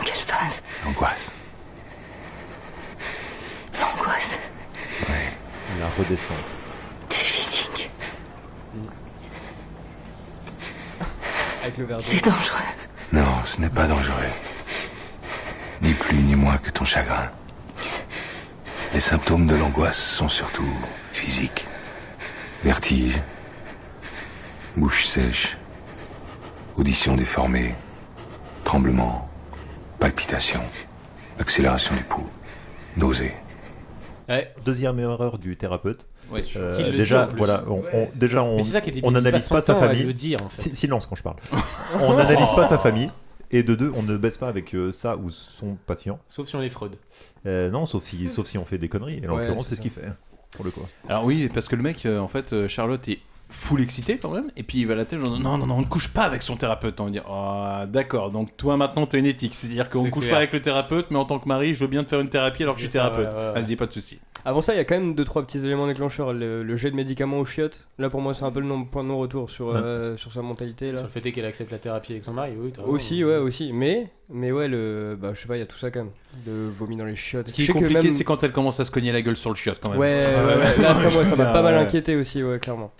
P: Quelle phase
E: L'angoisse.
P: L'angoisse.
A: La redescente.
P: C'est physique.
L: Avec le verre d'eau.
P: C'est dangereux.
E: Non, ce n'est pas dangereux. Ni plus ni moins que ton chagrin. Les symptômes de l'angoisse sont surtout physiques. Vertige, bouche sèche, audition déformée, tremblement, palpitations, accélération du pouls, nausée.
A: Deuxième erreur du thérapeute.
K: Ouais, je suis
A: Euh,
K: qu'il le
A: déjà,
K: dit en plus.
A: voilà, on, on- déjà on,
K: Mais c'est ça qui est débile,
A: on
K: il
A: analyse
K: passe son
A: pas sa
K: temps à
A: famille.
K: le dire, en fait.
A: Si- silence quand je
K: *laughs*
A: parle. on n'analyse pas sa famille. Et de deux, on ne baisse pas avec euh, ça ou son patient.
K: Sauf si on les fraude.
A: Euh, non, sauf si, sauf si on fait des conneries. Et en
K: Ouais,
A: l'occurrence,
K: c'est
A: c'est ce
K: ça.
A: qu'il fait. hein, Pour le coup.
C: Alors oui, parce que le mec, euh, en fait, euh, Charlotte est full excité quand même, et puis il va à la tête genre non non non on ne couche pas avec son thérapeute, on va dire oh, d'accord donc toi maintenant t'as une éthique, c'est-à-dire qu'on
L: C'est
C: ne couche
L: clair.
C: pas avec le thérapeute, mais en tant que mari je veux bien te faire une thérapie alors que je suis
L: C'est ça,
C: thérapeute,
L: ouais, ouais, ouais.
C: vas-y pas de souci.
L: Avant ça, il y a quand même deux trois petits éléments déclencheurs. Le, le jet de médicaments aux chiottes, là pour moi, c'est un peu le non- point de non-retour sur, euh, sur sa mentalité. Là.
K: Sur le fait est qu'elle accepte la thérapie avec son mari, oui, t'as raison.
L: Aussi, ouais, aussi. Mais, mais ouais, le, bah, je sais pas, il y a tout ça quand même. Le vomi dans les chiottes.
C: Ce qui
L: Je
C: est
L: sais que
C: compliqué
L: même-
C: c'est quand elle commence à se cogner la gueule sur le chiotte quand
L: Ouais,
C: même.
L: ouais, ouais. Là, ça, moi, ça m'a pas mal inquiété aussi, ouais, clairement.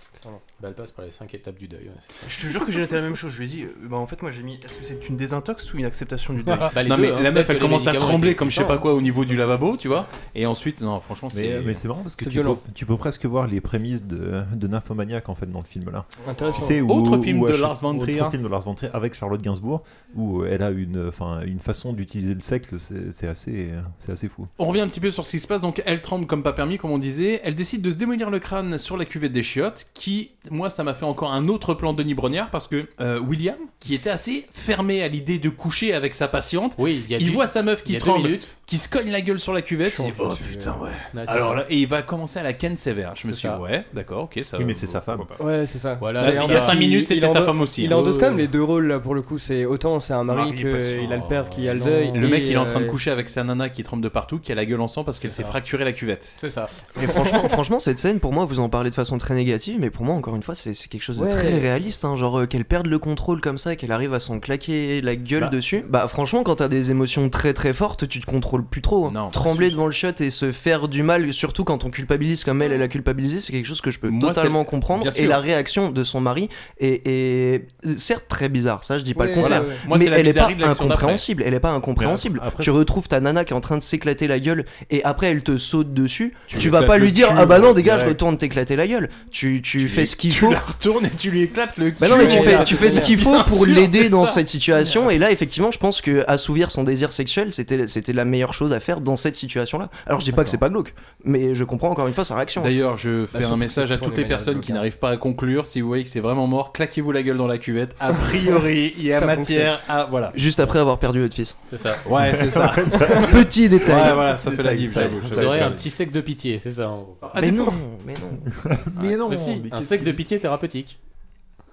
K: Bah, elle passe par les 5 étapes du deuil. ouais, c'est ça.
O: Je te jure que j'ai noté la même chose. Je lui ai dit, euh, bah en fait, moi j'ai mis, est-ce que c'est une désintox ou une acceptation du deuil
C: *laughs*
K: Bah, les
C: non
K: deux,
C: mais
K: hein,
C: la meuf
K: peut-être
C: elle
K: que
C: commence
K: les
C: à
K: médicaments
C: trembler
K: étaient
C: comme je sais
K: puissants.
C: pas quoi au niveau du lavabo tu vois, et ensuite non franchement c'est
K: euh,
A: Mais, mais c'est marrant parce que
C: C'est
A: tu peux, tu peux presque voir les prémices de, de Nymphomaniac en fait dans le film là.
L: Intéressant.
A: Tu sais, où-
C: Autre
A: où
C: film
A: à
C: de
A: chaque-
C: Lars von Trier.
A: Autre film de Lars von Trier avec Charlotte Gainsbourg où euh, elle a une, enfin, une façon d'utiliser le sexe, c'est c'est assez, c'est assez fou.
C: On revient un petit peu sur ce qui se passe. Donc, elle tremble comme pas permis, comme on disait. Elle décide de se démolir le crâne sur la cuvette des chiottes, qui moi, ça m'a fait encore un autre plan de Denis Brognard parce que euh, William, qui était assez fermé à l'idée de coucher avec sa patiente,
K: oui,
C: il voit sa meuf qui tremble, qui se cogne la gueule sur la cuvette, il dit, oh putain,
L: euh,
C: ouais.
K: c'est
C: Alors
K: ça.
C: là, et il va commencer à la ken sévère. Je me suis dit, ouais, d'accord, ok, ça
A: Oui, mais c'est sa femme.
L: Ouais, c'est ça.
C: Voilà, il y a 5 minutes, c'était sa femme aussi.
L: Il
C: hein.
L: endosse quand même les deux rôles là pour le coup. C'est autant c'est un mari,
C: Mari
L: que
C: patient.
L: il a le père qui a le deuil.
C: Le mec,
L: et,
C: il est en train de
L: euh,
C: coucher avec sa nana qui trempe de partout, qui a la gueule en sang parce qu'elle s'est fracturée la cuvette.
K: C'est ça.
H: Mais franchement, *laughs* franchement, cette scène, pour moi, vous en parlez de façon très négative, mais pour moi, encore une fois, c'est c'est quelque chose de
L: Ouais.
H: très réaliste. hein, genre euh, qu'elle perde le contrôle comme ça, qu'elle arrive à s'en claquer la gueule dessus. Bah franchement, quand t'as des émotions très très fortes, tu te contrôles plus trop. hein. Trembler devant le shot et se faire du mal, surtout quand on culpabilise comme elle, elle a culpabilisé, c'est quelque chose que je peux
C: Moi,
H: totalement
C: c'est-
H: comprendre.
C: bien
H: Et
C: sûr.
H: la réaction de son mari est, est certes très bizarre, ça je dis pas
C: Ouais,
H: le contraire.
C: voilà, ouais. Moi,
H: mais
C: c'est la
H: elle est pas
C: bizarrerie de l'action d'après.
H: incompréhensible, elle est pas incompréhensible.
C: Mais après,
H: tu
C: c'est-
H: retrouves ta nana qui est en train de s'éclater la gueule et après elle te saute dessus. Tu,
C: lui
H: vas
C: éclates
H: pas
C: le
H: lui dire
C: cul,
H: ah bah non
C: ouais,
H: dégage
C: direct.
H: retourne t'éclater la gueule. Tu, tu, fais ce qu'il
C: tu
H: faut.
C: la retournes et tu lui éclates le cul.
H: Bah non mais tu
C: Et
H: fais,
C: là,
H: tu fais ce qu'il
C: bien
H: faut pour
C: sûr,
H: l'aider
C: c'est
H: dans
C: ça.
H: cette situation et là effectivement je pense que assouvir son désir sexuel c'était c'était la meilleure chose à faire dans cette situation là. Alors je dis pas que c'est pas glauque mais je comprends encore une fois sa réaction. hein.
C: D'ailleurs, je fais un
H: surtout
C: message
H: que
C: à
H: tout
C: toutes les
H: les manières de
C: personnes qui
L: hein.
C: n'arrivent pas à conclure. Si vous voyez que c'est vraiment mort, claquez-vous la gueule dans la cuvette. A
L: *laughs*
C: priori, *laughs* il y a
H: Ça
C: matière
H: fonctionne.
C: à. Voilà.
H: Juste après avoir perdu votre fils.
C: C'est ça. *laughs* Ouais, c'est ça.
H: *laughs* Petit détail.
C: Ouais, voilà, ça fait la diff, j'avoue.
K: Vous aurez un petit sexe de pitié, c'est ça en gros.
H: Ah, Mais non,
C: *laughs*
H: mais non. Ah,
K: Mais non, un sexe de pitié thérapeutique.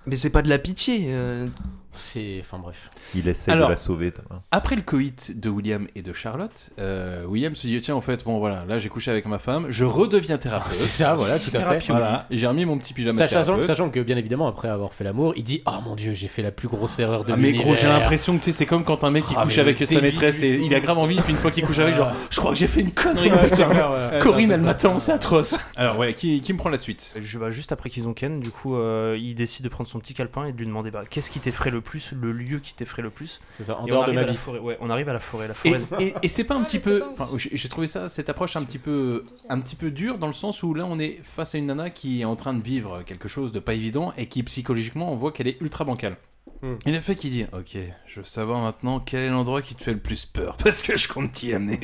H: Mais c'est pas de la pitié. euh,
K: C'est. Enfin bref.
A: Il essaie
C: Alors,
A: de la sauver. Thomas.
C: Après le coït de William et de Charlotte, euh, William se dit tiens en fait bon voilà là j'ai couché avec ma femme, je redeviens thérapeute.
K: Ah, C'est ça, voilà,
C: Je
K: tout
C: suis
K: à fait.
C: thérapeute. Voilà, j'ai remis mon petit pyjama. de
K: Sachant,
C: thérapeute.
K: sachant que bien évidemment après avoir fait l'amour, il dit oh mon dieu j'ai fait la plus grosse erreur de
C: Ah,
K: ma
C: mais
K: vie.
C: gros, j'ai l'impression que tu sais, c'est comme quand un mec il
K: Ah,
C: couche
K: mais
C: avec
K: le
C: sa
K: débile
C: maîtresse
K: du
C: et
K: film.
C: il a grave envie, puis une fois qu'il couche avec, genre, je crois que j'ai fait une connerie,
K: Ouais,
C: putain.
K: ouais, ouais.
C: Corinne,
K: Ouais,
C: elle
K: c'est
C: m'attend, c'est atroce. Alors, ouais, qui, qui me prend la suite
N: Je, bah, Juste après qu'ils ont Ken, du coup, euh, il décide de prendre son petit calepin et de lui demander bah, qu'est-ce qui t'effraie le plus, le lieu qui t'effraie le plus.
K: C'est ça, en
N: Et
K: dehors de
N: on arrive
K: ma
N: à la
K: bite.
N: forêt, ouais, on arrive à la forêt. La
C: Et,
N: forêt
C: et- et c'est pas un petit peu. enfin, j'ai- J'ai trouvé ça, cette approche un petit peu, un petit peu dure dans le sens où là on est face à une nana qui est en train de vivre quelque chose de pas évident et qui psychologiquement on voit qu'elle est ultra bancale.
L: Hmm.
C: Et le fait qu'il dit Ok, je veux savoir maintenant quel est l'endroit qui te fait le plus peur *laughs* parce que je compte t'y amener.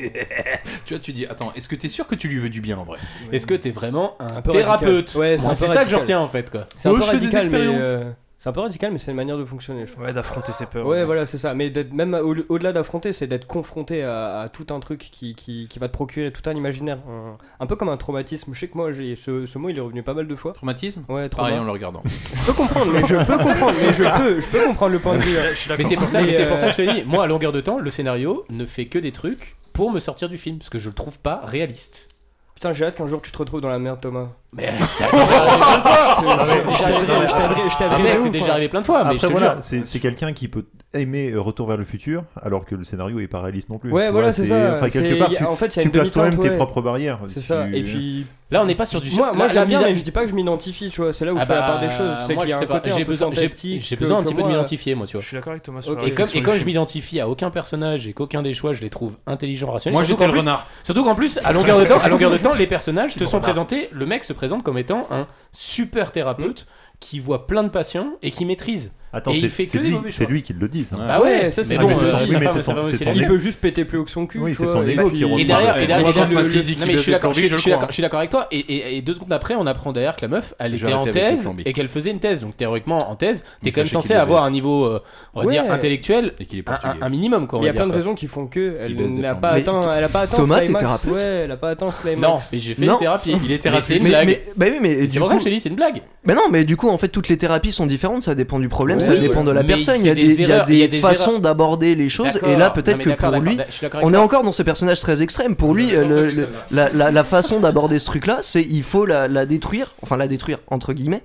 C: tu vois, tu dis Attends, est-ce que t'es sûr que tu lui veux du bien en vrai
K: Est-ce que t'es vraiment un,
L: peu
K: thérapeute
L: radical. Ouais,
K: Moi,
L: un
K: c'est
L: peu
K: ça que
L: radical.
K: j'en retiens en fait quoi.
L: C'est un
K: Oh,
L: peu
K: je fais des
L: radical, mais
K: expériences.
L: euh, c'est un peu radical, mais c'est une manière de fonctionner. je trouve.
N: Ouais, d'affronter ses peurs.
L: Ouais, voilà, c'est ça. Mais d'être même au- au-delà d'affronter, c'est d'être confronté à, à tout un truc qui, qui, qui va te procurer tout un imaginaire, un, un peu comme un traumatisme. Je sais que moi, j'ai ce, ce mot, il est revenu pas mal de fois.
C: Traumatisme.
L: Ouais, trauma.
C: Pareil en le regardant.
L: Je peux comprendre, mais je peux comprendre, mais
K: *laughs*
L: je peux, je peux comprendre le point de vue. hein.
K: Mais c'est pour ça,
L: Mais,
K: c'est pour
L: euh,
K: ça que je te dis, moi à longueur de temps, le scénario ne fait que des trucs pour me sortir du film parce que je le trouve pas réaliste.
L: Putain, j'ai hâte qu'un jour tu te retrouves dans la merde, Thomas.
K: Mais
F: euh,
L: ça
K: Ah, mec, c'est
L: hein.
K: déjà arrivé plein de fois, mais
A: Après,
K: je te
A: voilà,
K: jure.
A: c'est c'est quelqu'un qui peut aimer euh, Retour vers le futur, alors que le scénario est pas réaliste non plus.
L: Ouais,
A: Tu
L: voilà,
A: vois,
L: c'est ça.
A: Enfin, quelque
L: C'est-
A: part,
L: y a-
A: tu,
L: en fait, il y a
A: tu
L: une
A: places toi-même
L: demi-teinte,
A: tes
L: ouais.
A: propres barrières.
L: C'est ça.
A: Tu-
L: Et puis
K: Là, on n'est pas sur du-
L: Moi, moi
K: la-
L: j'aime
K: la
L: bien,
K: mise à-
L: mais je dis pas que je m'identifie. Tu vois, c'est là où
K: Ah
L: je fais la part
K: bah,
L: des choses. C'est
K: moi,
L: qu'il y a
K: je
L: un
K: sais pas,
L: côté un
K: j'ai
L: peu
K: besoin- j'ai-
L: fantastique
K: J'ai
L: que-
K: besoin un
L: que
K: petit peu de
L: moi-
K: m'identifier, moi, tu vois.
N: Je suis d'accord avec Thomas sur la
K: Et comme,
N: réflexion
K: et comme
N: du
K: je
N: film.
K: m'identifie à aucun personnage et qu'aucun des choix, je les trouve intelligents, rationnels.
C: Moi,
K: surtout
C: j'étais
K: qu'en
C: le
K: plus-
C: renard.
K: Surtout qu'en plus,
A: *laughs*
K: à longueur de temps, à longueur de temps, les personnages
C: C'est
K: te
C: le
K: sont
C: renard.
K: présentés. Le mec se présente comme étant un super thérapeute qui voit plein de patients et qui maîtrise.
A: Mm. Attends,
K: Et il
A: c'est
K: fait que
A: c'est
K: des
A: lui,
K: mauvais
A: c'est
K: choix.
A: lui qui le dit. ça.
K: Bah ouais, ça, c'est
A: Ah,
K: bon,
A: mais
K: euh,
A: son-
K: sa
A: oui, mais
K: femme,
A: c'est
K: sa femme
A: son-
K: aussi,
A: c'est
K: elle
A: son
K: dit.
L: Il peut juste péter plus haut que son cul.
A: Oui,
L: tu
A: c'est
L: vois,
A: son
L: et
A: ego
L: puis-
A: qui remonte.
K: Et derrière,
A: Ouais,
K: et derrière,
A: moi,
K: et derrière-
A: quand
K: non,
A: Mathieu
K: mais
A: dit
K: je
A: qu'il
K: suis
A: veut
K: d'accord,
A: faire
K: je suis- je
A: lui,
K: suis
A: je
K: d'accord, je suis d'accord avec toi. Et, et- et deux secondes après, on apprend derrière que la meuf, elle
C: J'ai
K: était en
C: arrêté avec les
K: thèse
C: zombies.
K: et qu'elle faisait une thèse. Donc théoriquement, en thèse, t'es
C: Mais
K: quand même
C: sachez qu'il
K: censé
C: est
K: avoir
C: obèse.
K: un niveau, euh, on va
L: Ouais.
K: dire, intellectuel,
C: Et qu'il est
K: un- un,
C: portugais.
K: un minimum, quoi. on
L: Il y
K: va
L: a plein
K: dire,
L: de
K: quoi.
L: raisons qui font que
K: Il
L: elle
K: baisse des
L: n'a
K: flammes.
L: pas
K: Mais
L: atteint, elle a pas atteint
K: Thomas,
L: Slaymax,
K: t'es thérapeute
L: Ouais, elle a pas atteint Slaymax.
K: Non, mais j'ai fait
H: Non.
K: une thérapie. Il est
H: Mais-
K: thérapeute. C'est une
H: mais-
K: blague.
H: mais- bah oui, mais
K: C'est
H: du
K: pour ça que
H: coup-
K: je te dis, c'est une blague.
H: Mais non, mais du coup, en fait, toutes les thérapies sont différentes, ça dépend du problème,
K: Oui,
H: ça dépend de la
K: mais
H: personne.
K: c'est
H: Il y a
K: des
H: des, il y a
K: erreurs-
H: des
K: il y a des
H: façons
K: erreurs.
H: d'aborder les choses,
K: D'accord.
H: et là,
K: Non,
H: peut-être
K: mais
H: que
K: d'accord,
H: pour lui,
K: d'accord, je suis d'accord avec
H: on est
K: toi.
H: encore dans ce personnage très extrême. Pour lui, le- le- la, la- la façon d'aborder ce truc-là, c'est il faut la, la détruire, enfin la détruire, entre guillemets,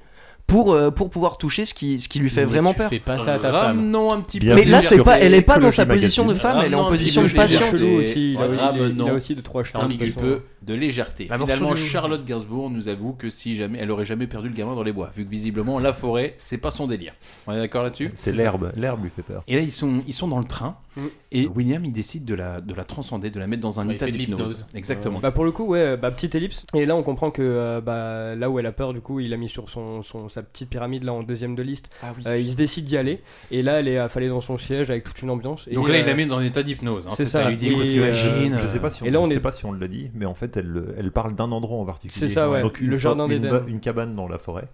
H: pour, euh, pour pouvoir toucher ce qui, ce qui lui fait
K: Mais
H: vraiment
K: tu
H: peur.
K: fais pas ça à ta femme. Ah
C: Ramenons un petit peu.
H: Mais là, c'est pas, elle est pas dans sa
C: Psychologie
H: position de
C: magazine.
H: femme, elle est en
C: Ramenons un
H: position de
C: petit peu
H: patiente.
C: légèreté.
L: Nous aussi, il a aussi-
C: Ramenons
L: il a aussi deux, trois jetons
C: un
L: qui
C: petit
L: sont-
C: peu de légèreté.
L: Bah,
C: Finalement,
L: morceau de-
C: Charlotte Gainsbourg nous avoue que si jamais elle aurait jamais perdu le gamin dans les bois, vu que visiblement la forêt, c'est pas son délire. On est d'accord là-dessus
A: C'est l'herbe, l'herbe lui fait peur.
C: Et là, ils sont, ils sont dans le train.
L: Mm.
C: Et William, il décide de la, de la transcender, de la mettre dans un
K: Ouais, il
C: état
K: fait de
C: d'hypnose.
K: l'hypnose.
C: Exactement.
L: Bah pour le coup, ouais, bah petite ellipse. Et là, on comprend que euh, bah, là où elle a peur, du coup, il a mis sur son, son- sa petite pyramide là en deuxième de liste.
K: Ah
L: Euh, il se décide d'y aller. Et là, elle est affalée dans son siège avec toute une ambiance. Et,
C: Donc là,
L: euh,
C: il la met dans un état d'hypnose. hein,
L: c'est
C: c'est ça,
L: ça.
C: lui dit
L: Et,
C: parce que
L: euh,
C: imagine,
A: Je sais pas si on,
L: et là, on
A: je sais
L: est-
A: pas si on l'a dit, mais en fait, fait, elle, elle parle d'un endroit en particulier.
L: C'est ça, ouais,
A: Donc, une
L: le
A: fois-
L: jardin
A: une
L: d'Éden.
A: ba- Une cabane dans la forêt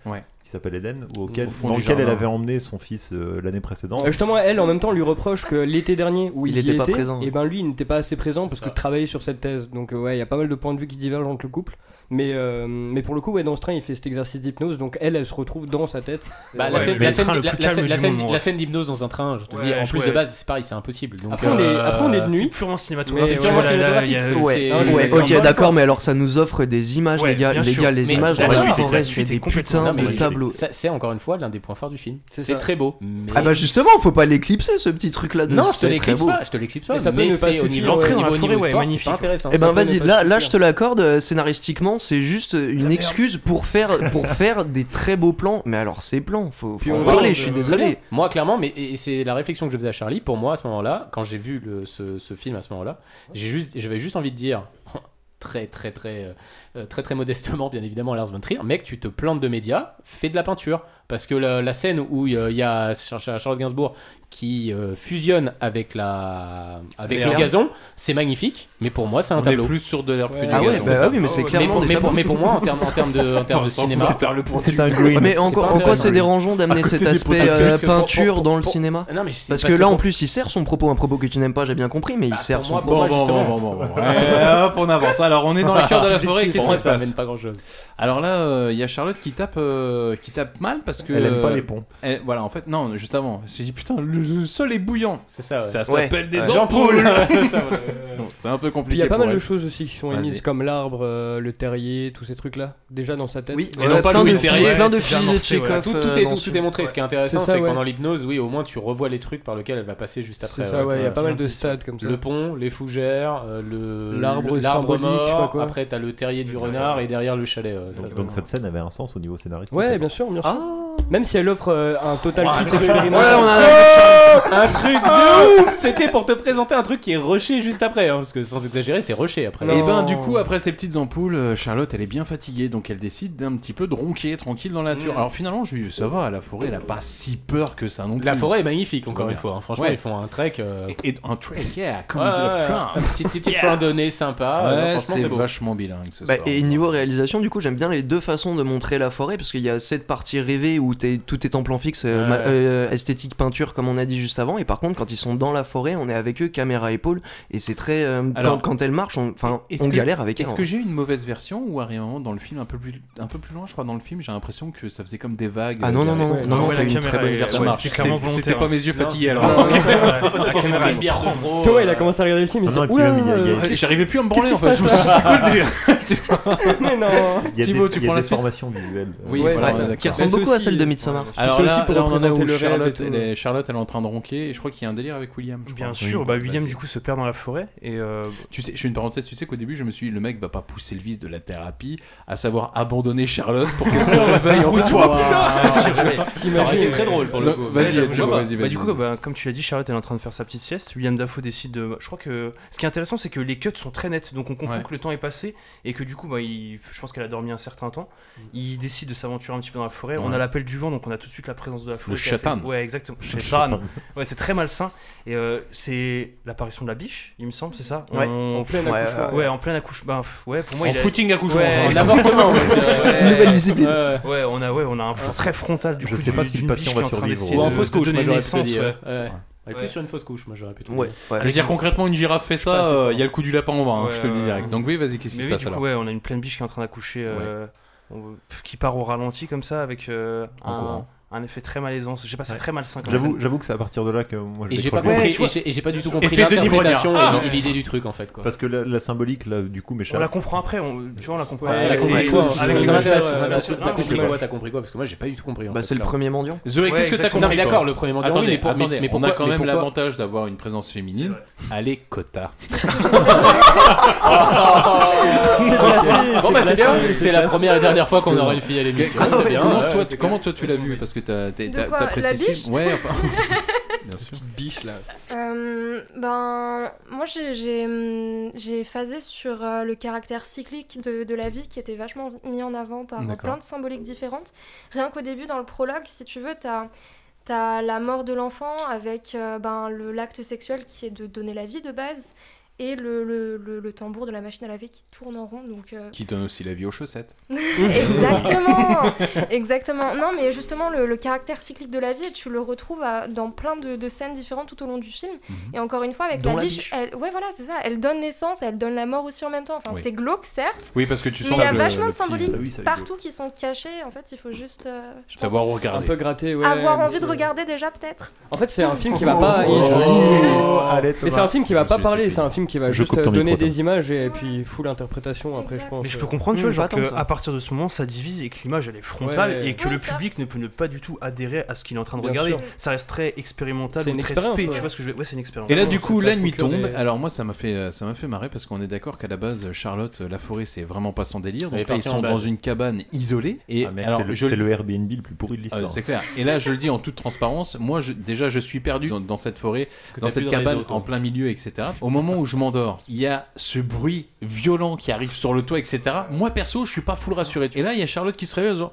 A: qui s'appelle Eden, ou auquel,
L: Au fond
A: dans
L: du
A: lequel elle
L: jardin.
A: avait emmené son fils euh, l'année précédente.
L: Euh, Justement, elle en même temps lui reproche que l'été dernier où il,
H: Il
L: y
H: était pas
L: était,
H: présent.
L: Et ben lui, il n'était pas assez présent parce que travaillait sur cette thèse. Donc euh, ouais, il y a pas mal de points de vue qui divergent entre le couple. Mais, euh, mais pour le coup, ouais, dans ce train, il fait cet exercice d'hypnose, donc elle, elle se retrouve dans sa tête.
K: Bah, la scène, la scène- la- la scène- la scène- la scène d'hypnose dans un train, je te le dis,
L: Ouais,
K: en plus
L: ouais.
K: de base, c'est pareil, c'est impossible. Donc,
L: Après, on est-
K: euh,
L: après, on est de nuit.
K: c'est
N: purement
L: Mais
N: cinématographique.
L: ouais,
N: tu vois, là, là,
L: cinématographique,
N: il y a-
L: c'est-
N: c'est-
H: Ouais, Ah
N: je suis
H: ouais, ok,
N: d'accord.
H: d'accord, mais alors ça nous offre des images,
N: Ouais,
H: les gars,
N: bien
H: les,
N: sûr.
H: gars, les
N: Mais
H: images,
N: la
H: on
N: suite,
H: reste- on
N: la
H: reste
N: suite
H: des
N: est
H: putains
K: Non, mais
H: de
K: je-
H: tableaux.
K: ça- C'est encore une fois l'un des points forts du film.
L: C'est
K: C'est
L: ça.
K: très beau. mais-
H: Ah bah justement, faut pas l'éclipser ce petit truc là de
K: Non, je te
H: c'est très
K: l'éclipse
H: beau.
K: pas, je te l'éclipse pas,
H: Et ça peut
K: mais
H: ne pas
K: c'est au
H: suffire,
K: niveau-
H: ouais.
K: l'entrée dans la
H: Niveau-
K: forêt,
H: niveau
K: ouais,
H: histoire,
K: magnifique.
H: c'est pas
K: intéressant.
H: Eh
K: Ça
H: ben
K: peut ne
H: vas-y,
K: pas
H: là, là
K: suffire.
H: je te l'accorde, euh, scénaristiquement, c'est juste euh, une excuse pour faire, pour faire des très beaux plans. Mais alors ces plans, faut, faut en parler, je suis désolé.
K: Moi, clairement, mais et- et c'est la réflexion que je faisais à Charlie. Pour moi, à ce moment-là, quand j'ai vu le- ce, ce film à ce moment-là, j'ai juste, j'avais juste envie de dire. *laughs* Très très très euh, très très modestement bien évidemment à Lars von Trier mec tu te plantes de médias fais de la peinture parce que la, la scène où euh, il y a- il y a Char- Char- Charlotte Gainsbourg qui euh, fusionne avec la avec
C: L'herbe.
K: le gazon c'est magnifique mais pour moi c'est un
C: On est
K: tableau
C: plus sur de l'herbe que
K: Ouais.
C: du gazon.
K: bah
C: Ah ouais.
K: mais pour, mais pour- mais pour moi en termes en termes de en termes de
C: Enfin,
K: cinéma
C: c'est faire le pour-
H: C'est un green. Mais en quoi- en quoi c'est dérangeant d'amener cet aspect
K: Parce que-
H: euh,
K: parce que pour-
H: peinture
K: pour-
H: dans le
K: pour- Ah
H: cinéma
K: Non, mais c'est-
H: Parce
K: parce
H: que
K: que
H: là en
K: pour-
H: plus il sert son propos, un propos que tu n'aimes pas, j'ai bien compris, mais il sert son
K: moi,
H: propos.
K: pour moi, Bon, bon, justement. bon, bon, bon, bon.
C: Ah,
K: Ouais, hop, on avance. Alors, on est dans la cœur de *laughs* la forêt, qu'est-ce qui se passe Alors là, euh, il y a Charlotte qui tape, euh, qui tape mal parce que.
A: Elle aime pas
K: les
A: pompes.
C: elle- voilà, en fait, non, juste avant. J'ai dit putain, le, le sol est bouillant.
K: C'est ça, ouais.
C: Ça
K: Ouais.
C: s'appelle des *laughs*
K: Ouais.
C: ampoules.
K: C'est ça, ouais.
C: Non, C'est un peu
L: Puis il
C: compliqué.
L: y a pas
C: pour
L: mal de
C: elle.
L: choses aussi qui sont
C: Vas-y.
L: émises, comme l'arbre, euh, le terrier, tous ces trucs-là, déjà dans sa tête.
K: Oui,
L: Ouais, plein de filles- plein de filles de Tchekhov,
K: Tout, tout
L: euh,
K: est,
L: dans
K: tout,
L: ce-
K: tout est montré. Ce qui est intéressant,
L: C'est ça,
K: c'est que
L: ouais.
K: pendant l'hypnose, oui, au moins tu revois les trucs par lesquels elle va passer juste après.
L: C'est ça, ouais, il y a
K: t'as-
L: pas mal de stades comme ça.
K: Le pont, les fougères, euh, le
L: L'arbre
K: l'arbre
L: symbolique, je sais pas
K: mort.
L: quoi.
K: Après, t'as le terrier du renard et derrière le chalet. euh, ça,
A: Donc,
K: ça,
A: donc
K: *laughs* ouais.
A: cette scène avait un sens au niveau scénaristique.
L: Ouais, bien sûr,
N: Ah.
L: bien sûr. Même si elle offre euh, un total
K: Ouais,
L: kit
K: un truc- Ah.
L: expérimental.
K: Ouais, on a un
L: Oh
K: truc- un truc
L: Ah.
K: de ouf C'était pour te présenter un truc qui est rushé juste après, hein, parce que sans exagérer, c'est rushé après.
C: Et ben du coup après ces petites ampoules, euh, Charlotte elle est bien fatiguée donc elle décide d'un petit peu de ronquer tranquille dans la nature.
K: Mm.
C: Alors finalement je lui dis ça va, la forêt elle a pas si peur que ça non plus.
K: La forêt est magnifique encore
C: Ouais.
K: une fois, hein. franchement
C: Ouais.
K: ils font un trek. euh,
C: Et un trek, yeah, comme
K: Ouais,
C: on dit
K: ouais,
C: la
K: ouais.
C: France.
K: Petite,
H: *laughs*
K: *laughs* petite
C: Yeah.
K: randonnée sympa,
C: Ouais,
K: euh, franchement
C: c'est
K: c'est beau.
C: vachement bilingue ce
H: Bah,
C: soir.
H: et niveau réalisation, du coup, j'aime bien les deux façons de montrer la forêt parce qu'il y a cette partie rêvée où t'es- tout est en plan fixe, euh,
K: Ouais.
H: ma- euh, esthétique peinture comme on a dit juste avant, et par contre, quand ils sont dans la forêt, on est avec eux caméra épaule et c'est très euh, quand-
C: Alors,
H: quand, elles marchent, on, enfin,
C: Est-ce
H: on
C: que-
H: galère avec elles.
C: Est-ce
H: en
C: que
H: vrai.
C: j'ai une mauvaise version ou à un moment dans le film un peu plus un peu plus loin je crois dans le film j'ai l'impression que ça faisait comme des vagues.
H: Ah non,
C: euh,
H: non,
C: derrière.
H: non, non, non, t'as eu une très bonne version.
C: Ça marche.
H: C'était clairement
C: C'est- C'était
H: volontaire.
C: pas mes yeux
H: Non,
C: fatigués
H: c'est
C: alors.
H: ça.
C: Ok.
L: La caméra, elle
C: Bière
L: montre
C: de
K: Oh,
L: trop.
C: trop,
L: Toi, il a
C: euh,
L: commencé à regarder le film, il
C: Ah non,
L: s'est
C: et
L: dit
C: puis même, il y a- il y a-
L: Oula, euh,
C: J'arrivais plus à me branler en
L: qu'est-ce
C: fait.
L: qui
C: Je me
L: se
C: suis dit,
L: passe,
C: c'est quoi le
L: là
C: délire
H: *laughs*
L: Mais non
A: Il y a
C: Thibaut,
A: des,
C: tu
A: il y a
C: prends la
A: des
C: suite
A: formations visuelles. euh,
C: Oui,
A: voilà.
C: voilà,
A: Ouais,
C: d'accord.
H: Qui ressemble beaucoup à celle de Midsommar.
C: Alors
H: C'est
C: là,
H: aussi pour
C: là, on en est
H: représenter
C: où
H: le rêve
C: Charlotte,
H: et tout.
C: elle est, Charlotte, elle est en train de ronquer. Et je crois qu'il y a un délire avec William. je
N: Bien
C: crois.
N: sûr,
C: Oui,
N: bah
C: vas-y.
N: William du coup se perd dans la forêt et euh,
C: Tu sais, je fais une parenthèse. Tu sais qu'au début, je me suis dit, le mec va pas pousser le vice de la thérapie, à savoir abandonner Charlotte pour
N: *laughs*
C: qu'elle se réveille en
N: Oui,
C: mode,
N: toi,
C: Waouh, euh,
N: putain
C: Ça aurait été très drôle pour le
N: Ah, Non,
C: coup.
N: Vas-y,
C: Vas-y,
N: Thibaut,
C: Thibaut,
N: bah,
C: vas-y,
N: bah,
C: vas-y.
N: du coup, bah, comme tu l'as dit, Charlotte elle est en train de faire sa petite sieste. William Dafoe décide de. Je crois que ce qui est intéressant, c'est que les cuts sont très nets, donc on comprend
C: Ouais.
N: que le temps est passé et que du coup, bah, il- je pense qu'elle a dormi un certain temps. Il décide de s'aventurer un petit peu dans la forêt. On
C: Ouais.
N: a l'appel du vent, donc on a tout de suite la présence de la forêt.
C: Le
N: qui est assez-
C: shaitan.
N: Ouais, exactement.
C: Le
N: Shaitan.
C: shaitan.
N: Ouais, c'est très malsain. Et euh, c'est l'apparition de la biche, il me semble, c'est ça
H: Ouais.
N: On-
H: En plein
N: Ouais,
H: accouchement.
N: ouais, en plein accouchement. Bah, pff, ouais, pour moi,
C: En
N: il a-
C: footing accouchement,
N: Ouais,
C: genre.
N: l'avortement. Ouais.
C: Nouvelle discipline.
N: Ouais, ouais, on a, ouais, on a un plan très frontal du
A: Je
N: coup.
A: sais
N: du-
A: pas si le
N: d'une
A: patient
N: biche
A: va
N: qui est en train
A: survivre
N: d'essayer
A: au-
N: de-
A: Ou un fausse
N: de
K: couche,
N: donner
K: moi, j'aurais
N: naissance,
K: plutôt dit,
N: ouais.
K: ouais. Ouais. Ouais,
N: Ouais.
K: plus sur une fausse couche, moi j'aurais plutôt
N: Ouais.
K: dit.
N: Ouais.
C: Je veux dire, concrètement, une girafe fait ça, euh, il y a le coup du lapin en bas, hein,
N: Ouais,
C: je te le dis
N: ouais.
C: direct. Donc, oui, vas-y, qu'est-ce qui
N: Mais
C: se
N: oui,
C: passe
N: du coup,
C: alors
N: ouais, on a une pleine biche qui est en train d'accoucher, euh, on- pff, qui part au ralenti comme ça avec euh,
C: En
N: un,
C: courant.
N: un effet très malaisant. Je sais pas, c'est
A: Ouais.
N: très malsain. comme
A: J'avoue,
N: scène.
A: j'avoue que c'est à partir de là que moi je
K: Et j'ai pas
A: décroche.
K: compris, et j'ai- et j'ai pas du tout compris
N: Effet de
K: l'interprétation
L: hein.
N: Denis Brogniart.
K: et- et l'idée du truc en fait. Quoi.
A: Parce que la, la symbolique là, du coup,
N: On
A: m'échappe.
N: la comprend après, on- tu vois, on la comprend
K: Ouais,
N: après.
K: t'as compris
N: Avec-
K: quoi
N: avec-
K: Ça m'intéresse, ça
N: avec-
K: m'intéresse. T'as
N: avec-
K: compris quoi T'as compris quoi Parce que moi j'ai pas du tout compris. en
H: Bah,
K: fait,
H: c'est le
K: clairement.
H: premier mendian.
C: Zoé,
K: Ouais,
C: qu'est-ce que t'as
K: exactement.
C: compris
K: Non, mais d'accord, le premier mendiant,
C: Attendez,
K: oui, mais pour-
C: attendez,
K: mais
C: on a
K: pourquoi-
C: quand
K: mais
C: même
K: pourquoi-
C: l'avantage d'avoir une présence féminine. Allez, *laughs* quota.
K: Bon bah c'est bien, c'est la première et dernière fois qu'on aura une fille à l'émission.
C: Comment,
K: c'est bien,
C: comment
K: ouais,
C: toi,
K: c'est
C: comment toi tu l'as vu Parce que t'as t'as-
M: De
C: t'as-
M: quoi,
C: t'as
M: la
C: apprécié ce
M: biche
C: film. Ouais,
M: *laughs*
C: enfin, bien sûr.
L: biche là.
M: Euh, ben, moi j'ai- j'ai hum, j'ai phasé sur euh, le caractère cyclique de, de la vie qui était vachement mis en avant par euh,
P: D'accord.
M: plein de symboliques différentes. Rien qu'au début, dans le prologue, si tu veux, t'as as la mort de l'enfant avec euh, ben, le- l'acte sexuel qui est de donner la vie de base. et le, le- le- le tambour de la machine à laver qui tourne en rond. Donc, euh,
C: Qui donne aussi la vie aux
L: *laughs*
C: chaussettes. *laughs*
M: Exactement, exactement. Non, mais justement, le, le caractère cyclique de la vie, tu le retrouves à- dans plein de, de scènes différentes tout au long du film. Et encore une fois, avec
C: Dont Mhm.
M: la
C: la
M: biche, elle, ouais, voilà, c'est ça. Elle donne naissance, elle donne la mort aussi en même temps. Enfin,
C: Oui.
M: c'est glauque, certes.
C: Oui, parce que tu
M: mais
C: sens
M: il y a
C: le-
M: vachement
C: le
M: de
C: petit-
M: symboliques
C: Ah oui, ça,
M: partout qui sont cachés. En fait, il faut juste euh, je pense,
C: Savoir regarder.
L: Un peu gratter, ouais.
M: avoir
L: mais
M: envie de
L: c'est-
M: regarder déjà peut-être.
L: En fait, c'est un film qui va pas.
C: Oh,
L: et-
C: oh, allez,
L: et
C: Thomas.
L: c'est un film
C: Je
L: qui va
C: me
L: pas
C: suis
L: parler,
C: essayé.
L: c'est un film qui
C: Je
L: va juste
C: coupe ton
L: donner
C: micro,
L: des images et puis full interprétation après, je pense.
N: Mais je
L: euh.
N: peux comprendre, tu vois,
L: Hmm,
N: genre
L: pas
N: que
L: tant ça.
N: à partir de ce moment, ça divise et que l'image elle est frontale
L: Ouais.
N: et que
L: Oui,
N: le
L: ça.
N: public ne peut ne pas du tout adhérer à ce qu'il est en train de
L: Bien
N: regarder.
L: sûr.
N: Ça reste très expérimental
L: C'est
N: ou
L: une
N: très
L: expérience,
N: spé,
L: ouais.
N: tu vois ce que je veux Ouais, c'est une expérience.
C: Et là, du coup, la nuit tombe. Alors, moi, ça m'a fait, euh, ça m'a fait marrer parce qu'on est d'accord qu'à la base, Charlotte, euh, la forêt, c'est vraiment pas son délire.
A: Elle est
C: Donc là, ils
A: partie en
C: sont
A: balade.
C: dans une cabane isolée. Et
A: Ah, mec,
C: alors,
A: c'est le-
C: je
A: c'est
C: dis-
A: le Airbnb le plus pourri de l'histoire.
C: Ah, c'est clair. Et là, je le dis en toute transparence. Moi, je- déjà, je suis perdu dans, dans cette forêt,
K: que
C: dans
K: t'as
C: cette
K: plus de
C: cabane
K: réseau, toi.
C: en plein milieu, etc. Au moment où je m'endors, il y a ce bruit violent qui arrive sur le toit, etc. Moi, perso, je suis pas full rassuré. Et là, il y a Charlotte qui se réveille en disant.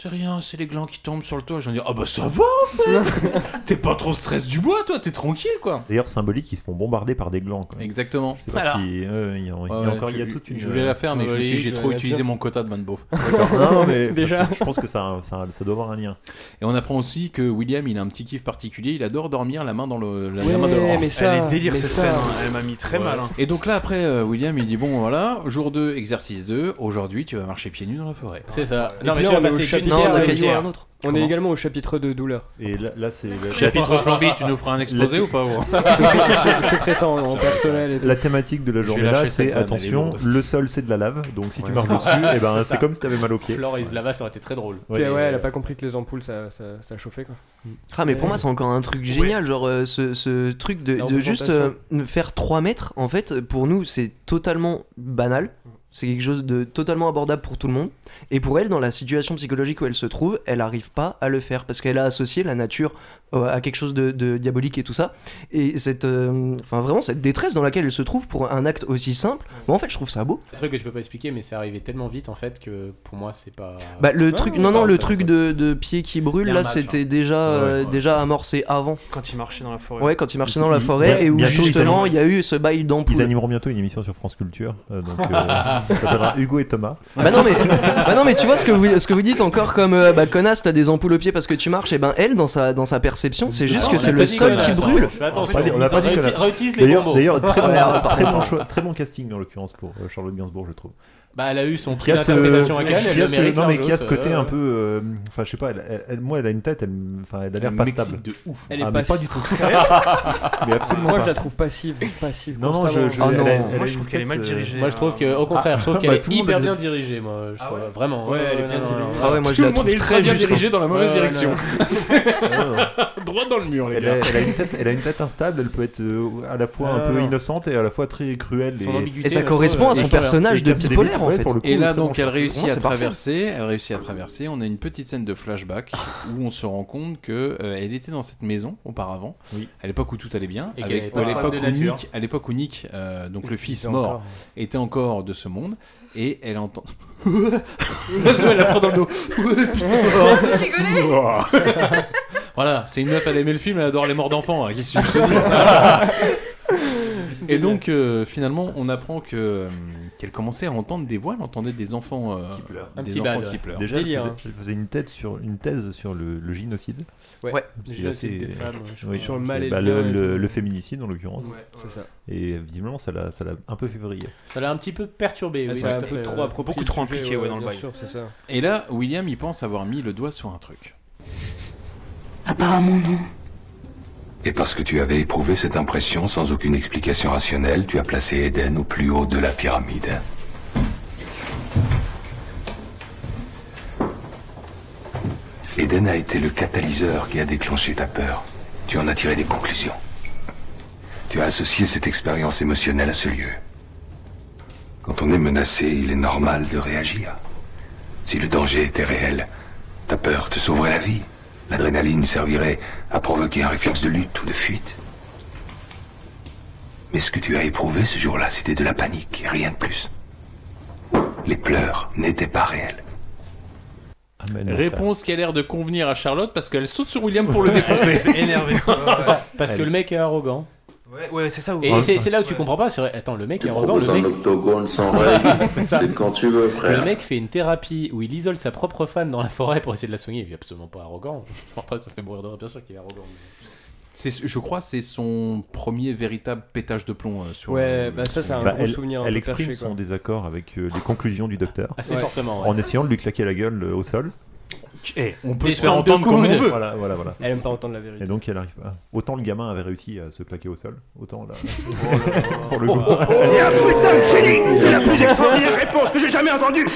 C: C'est rien, c'est les glands qui tombent sur le toit. J'en dis, ah bah ça va en fait *laughs* T'es pas trop stress du bois, toi, t'es tranquille quoi
A: D'ailleurs, symbolique, ils se font bombarder par des glands. quoi.
C: Exactement.
A: Je sais pas
C: Alors.
A: si, euh, il y a, il y a
C: Ouais,
A: encore,
C: je-
A: il y a toute une. euh,
C: Je voulais la faire, mais je me suis dit, j'ai
A: symbolique,
C: trop
A: ouais,
C: utilisé
A: bien.
C: mon quota de man beauf.
A: *laughs* D'accord. Non, non,
C: *laughs*
A: mais
C: Déjà.
A: parce que je pense que ça, a un- ça, a- ça doit avoir un lien.
C: Et on apprend aussi que William, il a un petit kiff particulier, il adore dormir la main dans le. La, la
N: Ouais,
C: main dehors.
N: mais ça, Elle est délire, mais cette ça. scène, hein. Elle m'a mis très mal, hein.
C: Et donc là, après, euh, William, il dit Bon, voilà, jour 2, exercice 2, aujourd'hui, tu vas marcher pieds nus dans la forêt.
K: C'est ça.
L: Et puis là, on est au chapitre-
K: pierre à une
L: on est
K: pierre.
L: On est
C: Comment
L: également au chapitre de douleur.
A: Et là, là,
K: *laughs*
A: c'est. la-
C: Chapitre
A: la-
C: flambi, tu nous feras un exposé
A: la-
C: ou pas
L: *laughs*
C: gros
L: Je te ferai ça en, en personnel et tout.
A: La thématique de la journée
C: lâcher
A: là,
C: cette
A: c'est
C: vanne, elle est
A: attention,
C: lourde.
A: le sol c'est de la lave, donc si tu
C: *laughs*
A: marches
K: *laughs*
A: dessus, eh ben, c'est comme si t'avais mal au pied.
K: Flore et Slava, ça aurait été très drôle.
L: Puis, ouais, elle a pas compris que les ampoules ça, ça, ça chauffait quoi.
H: Ah mais pour moi c'est encore un truc génial genre euh, ce, ce truc de,
L: La
H: de juste euh,
L: représentation.
H: faire 3 mètres en fait pour nous c'est totalement banal c'est quelque chose de totalement abordable pour tout le monde et pour elle dans la situation psychologique où elle se trouve elle arrive pas à le faire parce qu'elle a associé la nature euh, à quelque chose de, de diabolique et tout ça et cette euh, enfin vraiment cette détresse dans laquelle elle se trouve pour un acte aussi simple moi en fait je trouve ça beau
K: Un truc que tu peux pas expliquer, mais c'est arrivé tellement vite en fait que pour moi c'est pas.
H: bah le truc non non
K: pas-
H: le
K: ça-
H: truc de, de pied qui brûle
K: Il y a
H: là
K: un match,
H: c'était
K: hein.
H: déjà euh,
K: Ouais, ouais.
H: déjà amorcé avant
N: Quand il marchait dans la forêt.
H: Ouais, quand il marchait dans la forêt et où justement il y a eu ce bail d'ampoule.
A: Ils animeront bientôt une émission sur France Culture, euh, donc
H: *laughs*
A: euh, ça s'appellera Hugo et Thomas.
H: Bah non mais, bah non mais tu vois ce que vous ce que vous dites encore comme euh, bah connasse t'as des ampoules au pied parce que tu marches et ben elle dans sa dans sa perception c'est juste
A: Ah,
H: que
A: on
H: c'est
A: a
H: le
A: pas dit
H: sol
A: connasse,
H: qui
A: en
H: brûle.
A: fait. On a pas dit- on a pas dit
K: Réutilise-
A: connasse.
K: réutilise les
A: D'ailleurs-
K: bons mots.
A: D'ailleurs, très, bon,
K: Merde,
A: très, bon
K: pardon.
A: choix- très bon casting en l'occurrence pour euh, Charlotte Gainsbourg, je trouve.
K: Bah, elle a eu son prix
A: Qui a ce-
K: d'interprétation à Cannes, elle
A: qui a
K: le
A: ce-
K: mérite
A: Non mais qui a
K: largement,
A: ce côté
K: ça.
A: un peu, euh, enfin je sais pas, elle- elle- elle- moi elle a une tête, elle, enfin, elle a l'air
C: Elle
A: pas
C: m'excite
A: stable.
C: de ouf.
L: Elle est
A: Ah, mais
L: passive.
A: pas
L: *laughs*
A: du tout.
L: Sérieux
A: mais absolument
L: Moi
A: pas.
L: je la trouve passive, passive.
A: Non, non, je-
L: constamment. Ah
A: je- Oh, elle non. a- elle a Moi, je une trouve qu'elle est tête, mal euh, dirigée.
K: Moi je trouve que, au contraire, je trouve
A: Ah,
K: qu'elle
A: bah,
K: est
A: tout le monde
K: hyper
A: a des-
K: bien dirigée, moi. je trouve, Vraiment.
L: Ouais, elle est bien dirigée. Ah ouais, moi, je
K: Tout
L: la
K: le monde
L: trouve
K: est
L: très
K: très bien
L: juste,
K: dirigé
L: hein.
K: dans la mauvaise
L: Ouais, ouais,
K: direction.
A: non, non.
K: Droit dans le mur, les
A: Oh Elle a,
K: gars.
A: elle a une tête, elle a une tête instable, elle peut être euh, à la fois un
K: Ah,
A: peu
K: non.
A: innocente et à la fois très cruelle.
K: Son ambiguïté, euh,
H: Et ça correspond à son
K: hein.
H: personnage de bipolaire en fait.
C: et là donc elle réussit à traverser, elle réussit à traverser. On a une petite scène de flashback où on se rend compte que euh, elle était dans cette maison auparavant,
A: Oui.
C: à l'époque où tout allait bien,
K: Et
C: avec-
K: qu'elle était
C: à
K: pas
C: l'époque
K: femme de
C: où
K: nature.
C: Nick, à l'époque où Nick, euh, donc le fils
K: était
C: mort,
K: encore-
C: était encore de ce monde, et elle
K: *laughs*
C: entend. *laughs* elle la prend dans le dos.
K: *laughs*
F: Rigolez.
C: voilà, c'est une meuf, elle aimait le film, elle adore les morts d'enfants. hein, qu'est-ce que je te dis *laughs* Et donc, euh, finalement, on apprend que euh, qu'elle commençait à entendre des voix, elle entendait des enfants, euh,
K: Un
C: des
K: petit
C: enfants
K: bad,
C: qui
K: ouais.
C: pleurent.
A: Déjà,
K: Délire,
A: elle
K: hein.
A: faisait, elle faisait une, tête sur, une thèse sur le, le génocide.
K: Ouais. Ouais.
A: C'est
K: Le génocide des femmes, je crois. Sur le
A: c'est-
K: mal et
A: bah,
K: le
A: le,
K: bien et
A: le-
K: tout.
A: le féminicide en l'occurrence.
K: Ouais, ouais. C'est ça.
A: Et euh, visiblement, ça l'a ça l'a un peu fait briller.
K: Ça l'a un petit peu perturbé.
L: Elle
K: oui,
L: s'est
K: tout
L: un
K: à
L: peu
K: fait,
L: trop
K: ouais.
L: approprié
K: Beaucoup trop
L: le sujet,
K: impliqué
L: ouais,
K: ouais, dans le
L: bien
K: bail.
L: sûr, c'est ça.
C: Et là, William, il pense avoir mis le doigt sur un truc.
G: Apparemment non.
E: Et parce que tu avais éprouvé cette impression sans aucune explication rationnelle, tu as placé Eden au plus haut de la pyramide. Eden a été le catalyseur qui a déclenché ta peur. Tu en as tiré des conclusions. Tu as associé cette expérience émotionnelle à ce lieu. Quand on est menacé, il est normal de réagir. Si le danger était réel, ta peur te sauverait la vie. L'adrénaline servirait à provoquer un réflexe de lutte ou de fuite. Mais ce que tu as éprouvé ce jour-là, c'était de la panique et rien de plus. Les pleurs n'étaient pas réels.
C: Réponse qui a l'air de *laughs* convenir à Charlotte parce qu'elle saute sur William pour le défoncer.
K: C'est énervé. Parce que le mec est arrogant. Ouais, ouais, c'est ça.
Q: où-
K: Et
Q: Ouais.
K: c'est c'est là où tu comprends pas. c'est vrai, Attends, le mec
Q: Tu
K: est arrogant. Le
Q: proposes un
K: mec...
Q: octogone sans règles.
K: C'est ça.
Q: C'est quand tu veux, frère.
K: Le mec fait une thérapie où il isole sa propre fan dans la forêt pour essayer de la soigner. Il est absolument pas arrogant. Enfin, pas, ça fait mourir de rire. Bien sûr qu'il est arrogant.
C: C'est- Je crois c'est son premier véritable pétage de plomb euh, sur.
L: Ouais,
C: euh,
L: bah ça, c'est un
C: Bah,
L: gros
C: elle-
L: souvenir. un
A: Elle
L: peu
A: exprime
L: perché, quoi.
A: son désaccord avec euh, les conclusions du docteur.
K: Assez Ouais. fortement, ouais.
A: En essayant de lui claquer la gueule euh, au sol.
K: Eh,
L: on peut se faire entendre
A: coude.
L: comme on veut.
A: Voilà, voilà, voilà.
L: Elle aime pas entendre la vérité.
A: Et donc elle arrive pas. Autant le gamin avait réussi à se claquer au sol, autant
H: *laughs*
A: là. pour le coup.
H: Oh,
A: *laughs*
F: C'est un putain de génie C'est la plus extraordinaire réponse que j'ai jamais *laughs* entendue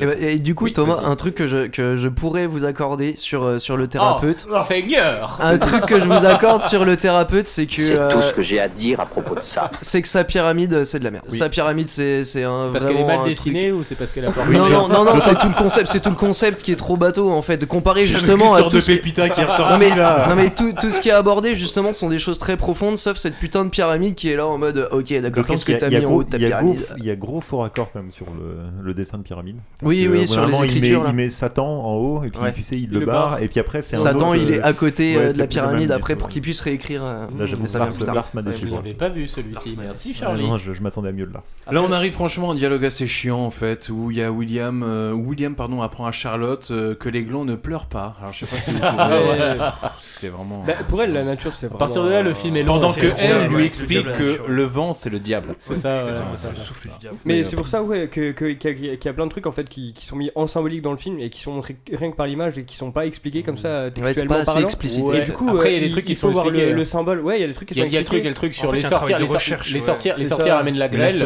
H: Et, bah, et du coup, Thomas, un truc que je, que je pourrais vous accorder sur, euh, sur le thérapeute.
K: Oh, Seigneur
H: Un truc que
F: *laughs*
H: je vous accorde sur le thérapeute, c'est que.
B: C'est
H: euh,
B: tout ce que j'ai à dire à propos de ça.
H: c'est que sa pyramide, euh, c'est de la merde.
B: Oui.
H: Sa pyramide, c'est c'est un.
K: C'est parce qu'elle est
H: vraiment
K: mal
H: un
K: dessinée ou c'est parce qu'elle a peur
H: truc- Non, non, non, non, c'est tout le concept, c'est tout le concept qui est trop bateau en fait. Comparé
K: J'avais
H: justement à
K: l'histoire
H: tout
K: de
H: ce qui-
K: Pépita qui est
H: non,
K: ressortie,
H: mais,
K: là.
H: non, mais tout, tout ce qui est abordé justement sont des choses très profondes, sauf cette putain de pyramide qui est là en mode, euh, ok, d'accord,
A: D'autant
H: qu'est-ce que
A: qu'il y a-
H: t'as
A: il y a
H: mis en
A: gros-
H: haut de ta
A: il y a
H: pyramide
A: gros- Il y a gros faux raccord quand même sur le, le dessin de pyramide.
H: Oui,
A: que,
H: oui,
A: au bout
H: sur
A: d'un
H: les
A: moment, il
H: écritures,
A: met,
H: là.
A: il met Satan en haut et puis
H: Ouais.
A: tu sais, il,
H: Il
A: le
H: le
A: barre
H: barre.
A: et puis après c'est un
H: Satan,
A: autre,
H: il est
A: euh,
H: à côté,
A: ouais,
H: euh, de
A: c'est
H: la
A: plus le même
H: pyramide
A: du
H: après
A: tout.
H: pour qu'il puisse réécrire, euh,
A: Là, j'avoue,
H: mais ça vient
A: Lars-
H: plus tard.
A: Lars m'a
H: Ça
A: déçu,
H: vient
A: moi.
H: plus
K: J'ai pas vu celui-ci. Merci Charlie.
A: Ouais, Ah, non, je je m'attendais à mieux de Lars.
C: Là, on arrive franchement à un dialogue assez chiant en fait, où il y a William, euh, où William pardon, apprend à Charlotte euh, que les glands ne pleurent pas. Alors je sais pas si vous vous souvenez.
L: Ouais.
C: C'était vraiment.
L: Bah, pour elle, la nature, c'est.
C: À
K: partir de là, le film est long.
C: Pendant
K: C'est
C: que
K: le
C: elle
K: diable,
C: lui
K: ouais, c'est le
C: explique
K: diable, la
C: que
K: nature.
C: le vent c'est le diable.
K: C'est ça, ouais,
L: exactement,
K: c'est
L: c'est
K: ça. euh,
L: ça.
K: souffle du diable.
L: Mais c'est pour ça ouais, que- que- qu'il y, a- qu'il y a plein de trucs en fait qui, qui sont mis en symbolique dans le film et qui sont montrés rien que par l'image et qui sont pas expliqués comme ça
H: c'est
L: textuellement
H: pas assez
L: parlant.
H: explicite.
L: Et
K: Ouais.
L: du coup,
K: Après,
L: euh,
K: il y a des
L: il-
K: trucs qui
L: il
K: sont
L: faut voir
K: expliqués,
L: le,
K: ouais.
L: le symbole. Ouais, il y a des trucs qui
K: Il y a,
L: sont
K: il y a le truc, il y a le truc sur les sorcières, les, sorcières- les sorcières, les sorcières amènent la grêle.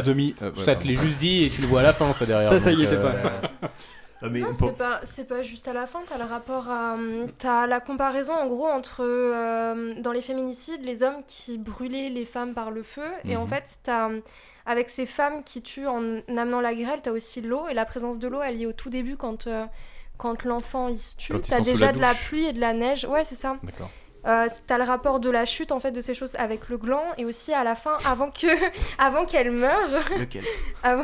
K: ça te l'est juste dit et tu le vois à la fin, ça derrière.
L: euh, Ça, ça y
K: donc,
L: était
K: euh,
L: pas.
A: Ah,
M: Non, c'est pas, c'est pas juste à la fin, t'as le rapport à. hum, T'as la comparaison en gros entre euh, dans les féminicides, les hommes qui brûlaient les femmes par le feu, et en
R: Mhm.
M: fait, t'as. hum, Avec ces femmes qui tuent en amenant la grêle, t'as aussi l'eau, et la présence de l'eau, elle y est au tout début quand, euh, quand l'enfant il se tue.
R: Quand ils
M: T'as
R: sont sous
M: déjà
R: la
M: de la
R: douche.
M: pluie et de la neige, ouais, c'est ça.
R: D'accord.
M: Euh, c'est- t'as le rapport de la chute en fait de ces choses avec le gland et aussi à la fin avant que *laughs* avant qu'elle meure
O: Lequel
M: *laughs* avant,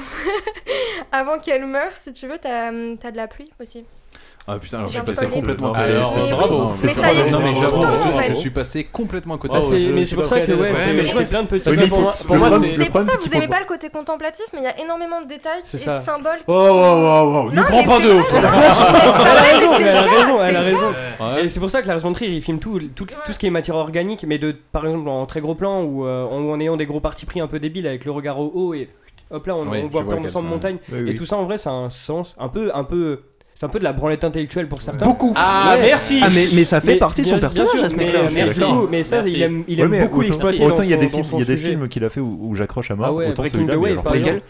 M: avant qu'elle meure si tu veux t'as hum, t'as de la pluie aussi
C: Ah putain, alors je suis
M: Jean-Paul
C: passé
M: Lé.
C: complètement à
K: Ah,
C: côté.
K: alors,
C: Non,
K: bravo.
C: mais-
K: Mais ça y est,
C: Non, mais
K: tout le
C: j'avoue,
K: temps, en fait.
C: je suis passé complètement à côté.
K: Ah, c'est-
C: Je-
K: mais
C: je
K: c'est
C: suis
K: pour
C: pas
K: ça
C: prêt à
K: que,
C: aller
K: ouais,
C: dans ce
K: c'est-
C: film.
K: je vois plein de petits-
C: Oui, mais
K: Pour moi- pour moi,
C: problème,
K: c'est-
M: c'est pour ça que
A: qu'il
M: vous aimez pas le côté contemplatif mais il y a énormément de détails
C: C'est
M: et
C: ça.
M: de symboles qui-
C: Oh, oh, oh, oh, ne
M: Non,
C: prends
M: mais
C: pas
M: c'est
C: de haut,
M: vrai,
C: toi.
M: non,
L: Ah,
M: mais c'est
L: elle
M: vrai,
L: a
M: mais
L: raison,
M: c'est
L: elle a
M: vrai,
L: raison, elle a
M: c'est
L: raison.
M: vrai.
L: Et c'est pour ça que la raison de rire, il filme tout, tout, tout ce qui est matière organique, mais de, par exemple en très gros plan ou euh, en, en ayant des gros partis pris un peu débiles avec le regard au haut et hop là, on,
C: Oui,
L: on
C: je
L: voit
C: vois
L: plein de
C: lequel,
L: sang de
C: ça,
L: montagne.
C: oui. Oui,
L: Et
C: oui.
L: tout ça en vrai, ça a un sens un peu, un peu. C'est un peu de la branlette intellectuelle pour certains.
H: Beaucoup. Ah, merci. Ah, mais- mais ça fait partie de son
L: bien- bien
H: personnage,
L: sûr,
H: à ce
L: mais-
H: mec-là, je suis
L: Mais, du
H: d'accord.
L: coup, mais ça,
H: Merci.
L: il aime, il
A: Ouais,
L: aime
A: mais
L: beaucoup
A: autant,
L: l'exploiter.
A: autant
L: dans
A: il y a
L: son-
A: des
L: dans
A: films,
L: son
A: il y a des
L: sujet.
A: films qu'il a fait où, où j'accroche à mort.
L: Ah ouais,
A: autant
L: Breaking
A: celui-là,
L: the
A: mais
L: Wave,
A: alors,
L: par
A: lequel
L: exemple.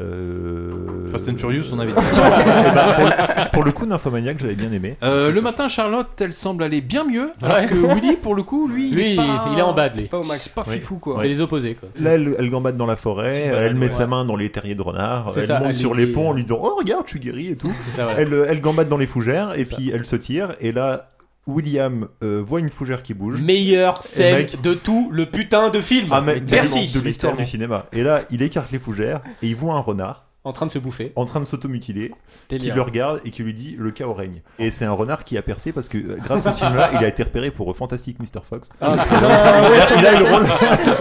A: Euh, *laughs*
C: Fast and Furious, on avait dit.
A: Eh ben, pour, le- pour le coup, Nymphomaniac, j'avais bien aimé.
C: Euh, le matin, Charlotte, elle semble aller bien mieux. Alors
A: Ouais.
K: *laughs*
C: que Woody, pour le coup, lui, il
K: Lui,
C: est, pas...
K: il est en bas, lui.
C: Pas au max. C'est pas fifou, quoi.
K: Ah, C'est les opposés, quoi.
A: Là, elle, elle gambade dans la forêt,
K: Ouais,
A: elle met
K: ouais.
A: sa main dans les terriers de renards,
K: C'est
A: elle
K: ça,
A: monte
K: elle
A: sur
K: lui
A: les
K: dit, euh,
A: ponts en lui disant Oh, regarde, je suis guéri et
K: *laughs*
A: tout.
K: C'est ça, voilà.
A: elle, elle gambade dans les fougères et puis elle se tire. Et là, William euh, voit une fougère qui bouge.
K: Meilleure scène
A: de
K: tout le putain de film. Merci.
A: Ah, De l'histoire du cinéma. Et là, il écarte les fougères et il voit un renard.
K: En train de se bouffer.
A: En train de s'automutiler. Qui
K: Délire.
A: le regarde et qui lui dit Le chaos règne. Et c'est un renard qui a percé parce que euh, grâce
K: *laughs*
A: à ce film-là, il a été repéré pour euh, Fantastic Mr. Fox.
K: Ah, putain,
A: il, a, il a eu le rôle.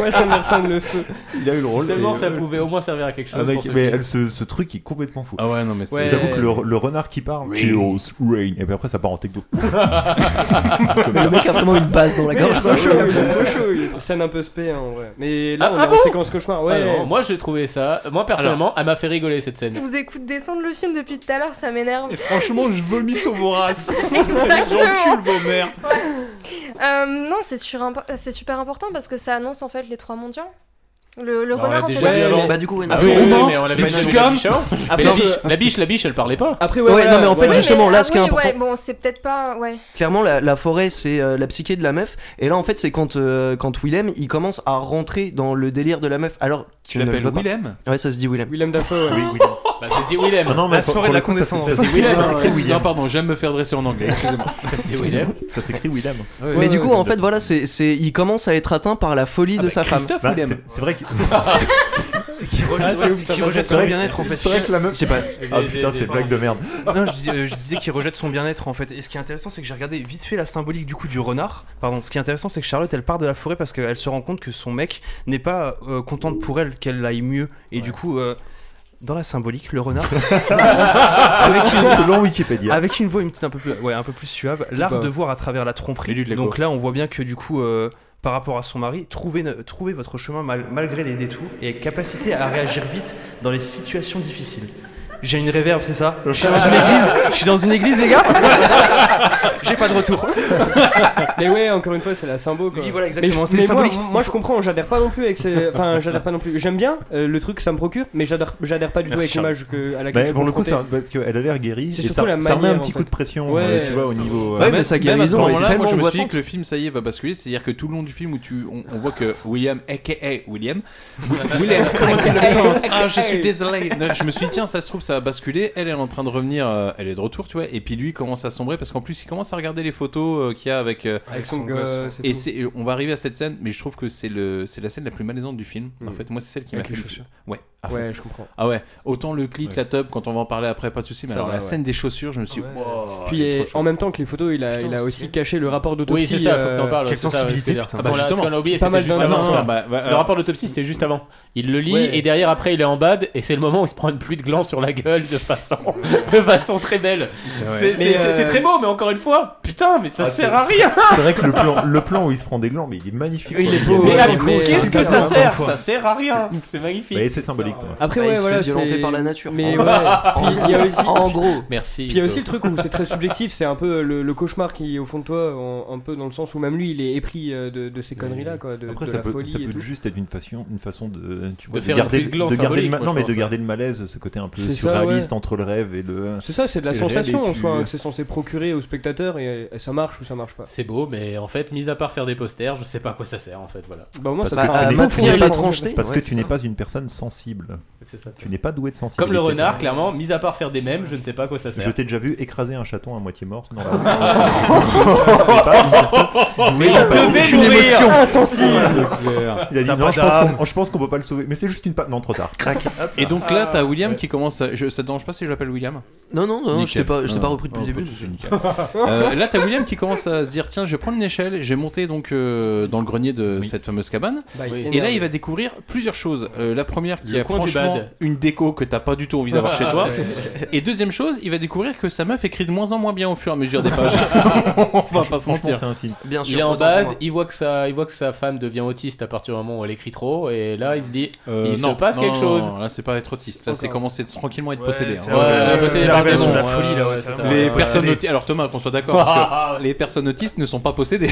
K: Wes Anderson le feu.
A: Il a eu le
K: Si
A: rôle.
K: seulement
A: et- euh,
K: ça pouvait au moins servir à quelque chose
A: Avec-
K: pour ce
A: mais
K: film.
A: elle, ce, ce truc est complètement fou.
C: Ah ouais, non, mais c'est-
A: J'avoue que le, le renard qui parle.
C: Rain.
A: Chaos, rain. Et puis après, ça part
C: *laughs*
A: en techno. Comme ça.
H: Le mec a vraiment une base dans la
L: Mais il est
H: gorge.
L: trop chaud, il est trop chaud, il est- Scène un peu spé hein, en vrai. Mais là,
K: Ah,
L: on
K: ah
L: est en
K: bon
L: séquence cauchemar. Ouais,
K: Ah non, moi j'ai trouvé ça. Moi personnellement, elle m'a fait rigoler cette
M: je
K: scène.
M: vous écoute descendre le film depuis tout à l'heure ça m'énerve *laughs*
K: Franchement, je vomis sur vos races.
M: Exactement.
K: J'encule vos mères.
M: Euh, non c'est sur impo- c'est super important parce que ça annonce en fait les trois mendiants le, le
K: Bah, on l'a
M: renard en
K: déjà
M: fait
K: dit
M: la-
K: avant.
H: Bah, du coup, ouais,
K: Ah
H: non.
K: oui, oui,
H: Roman,
K: mais hein. on
H: c'est
K: l'avait
H: pas
K: dit
H: une
K: avec
H: scam.
K: la biche avant.
H: Après,
K: Mais la
H: après-
K: biche- la biche, la biche, elle parlait pas.
L: Après,
H: ouais, Ouais, voilà, non, mais en fait, voilà. justement, là,
M: ah
H: ce qui est
M: oui,
H: important-
M: ouais, bon c'est peut-être pas ouais
H: Clairement, la, la forêt, c'est euh, la psyché de la meuf. Et là, en fait, c'est quand, euh, quand Willem, il commence à rentrer dans le délire de la meuf. Alors,
C: Tu
H: ne le
C: l'appelles
H: veux pas.
C: Willem
H: Ouais, ça se dit Willem.
L: Willem Dafoe, ouais.
K: Bah, ça se dit Willem.
A: Ah non, mais
K: La
A: pour-
K: soirée
A: pour
K: de la
A: le coup, ça, c'est-
K: connaissance.
A: ça, c'est Willem, Ah ça s'écrit Willem.
C: Non, pardon, j'aime me faire dresser en anglais, excusez-moi.
A: C'est Willem. Ça s'écrit Willem.
H: Mais du coup, en fait,
A: Ah
H: voilà, c'est, c'est- il commence à être atteint par la folie de sa femme.
A: *laughs* Bah, c'est- C'est vrai que.
N: *laughs* C'est qui rejette, ouais, c'est qui rejette son bien-être en fait.
A: C'est vrai que la meuf.
N: Je sais pas.
A: Ah putain, c'est blague de merde.
N: *laughs* Non, je, dis- euh, je disais qu'il rejette son bien-être en fait. Et ce qui est intéressant, c'est que j'ai regardé vite fait la symbolique du coup du renard. Pardon, ce qui est intéressant, c'est que Charlotte elle part de la forêt parce qu'elle se rend compte que son mec n'est pas euh, contente pour elle qu'elle aille mieux. Et du coup. euh, dans la symbolique,
A: *laughs*
N: le renard.
A: Selon Wikipédia.
N: Avec une voix une petite un peu plus, ouais, un peu plus suave. L'art de voir à travers la tromperie. Donc là, on voit bien que du coup, euh, par rapport à son mari, trouvez, ne- trouvez votre chemin mal- malgré les détours et capacité à réagir vite dans les situations difficiles. J'ai une réverb, c'est ça Je suis dans une église, je suis dans une église, les gars J'ai pas de retour.
L: *laughs* mais ouais, encore une fois, c'est la symbo. Quoi.
N: Oui, voilà,
L: Mais
N: exactement,
L: je-
N: c'est
L: mais moi-
N: symbolique.
L: Moi, je comprends, j'adhère pas non plus avec. ces-
N: *laughs*
L: Enfin, j'adhère pas non plus. J'aime bien euh, le truc, que ça me procure, mais j'adhère, j'adhère pas du tout
A: Merci,
L: avec
A: Charles.
L: l'image que, à laquelle
A: Bah,
L: je suis
A: pour le coup,
L: confronté.
A: ça, parce qu'elle a l'air guérie.
L: C'est
A: et ça,
L: surtout la
A: ça remet un
L: manière,
A: petit
L: en
A: coup de
L: fait.
A: pression,
L: Ouais,
A: euh, tu vois, au
L: ça-
A: niveau.
C: Même-
A: euh,
C: même à ce moment-là, moi je me suis dit que le film, ça y est, va basculer. C'est-à-dire que tout le long du film où tu, on, on voit que William, aka William,
L: *laughs*
C: Wi- William, comment tu le prononces Ah, je suis désolé. Non, Je me suis dit, tiens, ça se trouve, ça va basculer. Elle elle est en train de revenir, euh, elle est de retour, tu vois. Et puis lui commence à sombrer parce qu'en plus, il commence à regarder les photos euh, qu'il y a avec, euh,
L: Avec son gosse et
C: Et
L: tout.
C: c'est- et on va arriver à cette scène, mais je trouve que c'est le, c'est la scène la plus malaisante du film. En fait, moi, c'est celle qui m'a
L: Mm. Avec
C: fait
L: les
C: le-
L: chaussures.
C: Ouais. à
L: Ouais,
C: fond.
L: je comprends.
C: Ah ouais. Autant le clic,
L: Ouais.
C: la top, quand on va en parler après, pas de souci. Mais
L: Ça
C: alors
L: va,
C: la
L: ouais.
C: scène des chaussures, je me
N: Ah
C: suis. dit, wow,
L: Puis
C: elle est
L: eh,
C: trop chaude.
L: en même temps que les photos, il a, il a aussi caché le rapport d'autopsie.
K: Oui, c'est ça, faut
L: euh,
K: que t'en parles. c'est ça, c'est ça. Ah bah justement, on a oublié,
L: Pas
K: c'était
L: mal
K: juste
L: d'infos.
K: avant. ça.
C: bah, bah,
K: le
C: alors-
K: rapport d'autopsie, c'était juste avant. Il le lit
L: Ouais.
K: et derrière, après, il est en bad et c'est le moment où il se prend une pluie de gland sur la gueule de façon, *laughs* de façon très belle.
A: vrai.
K: C'est-
A: Mais,
K: C'est c'est- c'est
A: euh,
K: très beau, mais encore une fois, putain, mais ça
A: Ah, c'est-
K: sert à rien.
A: C'est vrai que le plan, le plan où il se prend des glands, mais il est magnifique.
K: Il
A: quoi.
K: est
A: bien
K: beau, mais
A: fait.
K: à-
C: euh,
K: mais qu'est-ce que ça sert Ça sert à rien. Ah, C'est magnifique.
A: Mais c'est symbolique, toi.
L: Après,
H: Bah, il
L: ouais,
H: se
L: voilà.
H: fait violenter
L: c'est-
H: par la nature.
K: Ah,
L: Mais
H: En-
L: ouais. Puis il y a aussi.
H: En gros.
K: Merci.
L: Puis il y a aussi le truc où c'est très subjectif, c'est un peu le, le cauchemar qui est au fond de toi, en- un peu dans le sens où même lui il est épris euh, de, de ces conneries-là, quoi, de,
A: Après,
L: de
A: ça
L: la
A: peut,
L: folie.
A: ça
L: et
A: peut
L: tout.
A: juste être une façon, une façon de, euh, tu
K: De
A: vois,
K: faire une
A: garder,
K: clé de gland
A: de garder le,
K: symbolique,
A: ma-
K: moi,
A: non,
K: je
A: mais
K: pense,
A: de garder le malaise, ce côté un peu
L: C'est ça,
A: surréaliste
L: ouais.
A: entre le rêve et le.
L: C'est ça, c'est de la
A: et le réel,
L: sensation
A: et
L: en
A: tu- euh,
L: soi, hein, que c'est censé procurer au spectateur et, et ça marche ou ça marche pas.
K: C'est beau, mais en fait, mis à part faire des posters, je sais pas à quoi ça sert en fait. Voilà.
L: Bah, au moins,
A: Parce
L: ça
A: que
L: fait un
A: tu n'es-
L: beau
A: tu n'es
L: film.
A: pas-
L: tranché.
A: parce que
L: Ouais,
A: tu
L: c'est
A: n'es
L: ça.
A: pas une personne sensible.
K: C'est ça.
A: Tu n'es pas doué de sensibilité.
K: Comme le renard, clairement, mis à part faire des mèmes, je ne sais pas à quoi ça sert.
A: Je t'ai déjà vu écraser un chaton à moitié mort.
K: *laughs*
A: dans la rue.
K: Mais il
A: a pas
K: devait
A: aucune
K: mourir.
A: émotion.
K: Insensible.
A: C'est clair. Il a dit
K: T'as
A: non,
K: pas
A: je pense,
K: d'âme.
A: qu'on, je pense qu'on peut pas le sauver. Mais c'est juste une patte. Non, trop tard. Crac. Hop.
C: Et donc
K: Ah,
C: là, t'as William qui commence. À... Je... Ça te dérange pas si je l'appelle William
H: Non, non, non, je
C: Nickel.
H: t'ai pas, je t'ai
C: Ah,
H: pas repris depuis
C: ah,
H: le
C: pas
H: début.
C: de souci, nickel. Euh, là, t'as William qui commence à se dire tiens, je vais prendre une échelle, je vais monter donc euh, dans le grenier de cette fameuse cabane.
K: Bah, il est
C: et
K: énervé.
C: là, il va découvrir plusieurs choses. Euh, la première qui
K: Le
C: est
K: coin du
C: franchement
K: bad.
C: une déco que t'as pas du tout envie d'avoir chez toi.
K: *laughs* Ouais.
C: Et deuxième chose, il va découvrir que sa meuf écrit de moins en moins bien au fur et à
K: *laughs*
C: mesure des *laughs* pages. On va pas se
A: Franchement,
C: mentir.
A: c'est un signe.
K: il est en bad, il voit, que sa, il voit que sa femme devient autiste à partir du moment où elle écrit trop, et là il se dit
C: Euh,
K: il
C: non,
K: se passe
C: non,
K: quelque
C: non,
K: chose.
C: non, là c'est pas être autiste, là c'est
K: Encore.
C: commencer tranquillement à être
K: Ouais,
C: possédé.
K: c'est
C: hein.
K: la révélation- c'est la
C: par des
K: révélation de
C: démons,
K: la folie, là, ouais, c'est ça.
C: Les
K: Ouais,
C: personnes
K: ouais.
C: autistes, alors Thomas, qu'on soit d'accord, parce
K: *laughs*
C: que les personnes autistes ne sont pas possédées.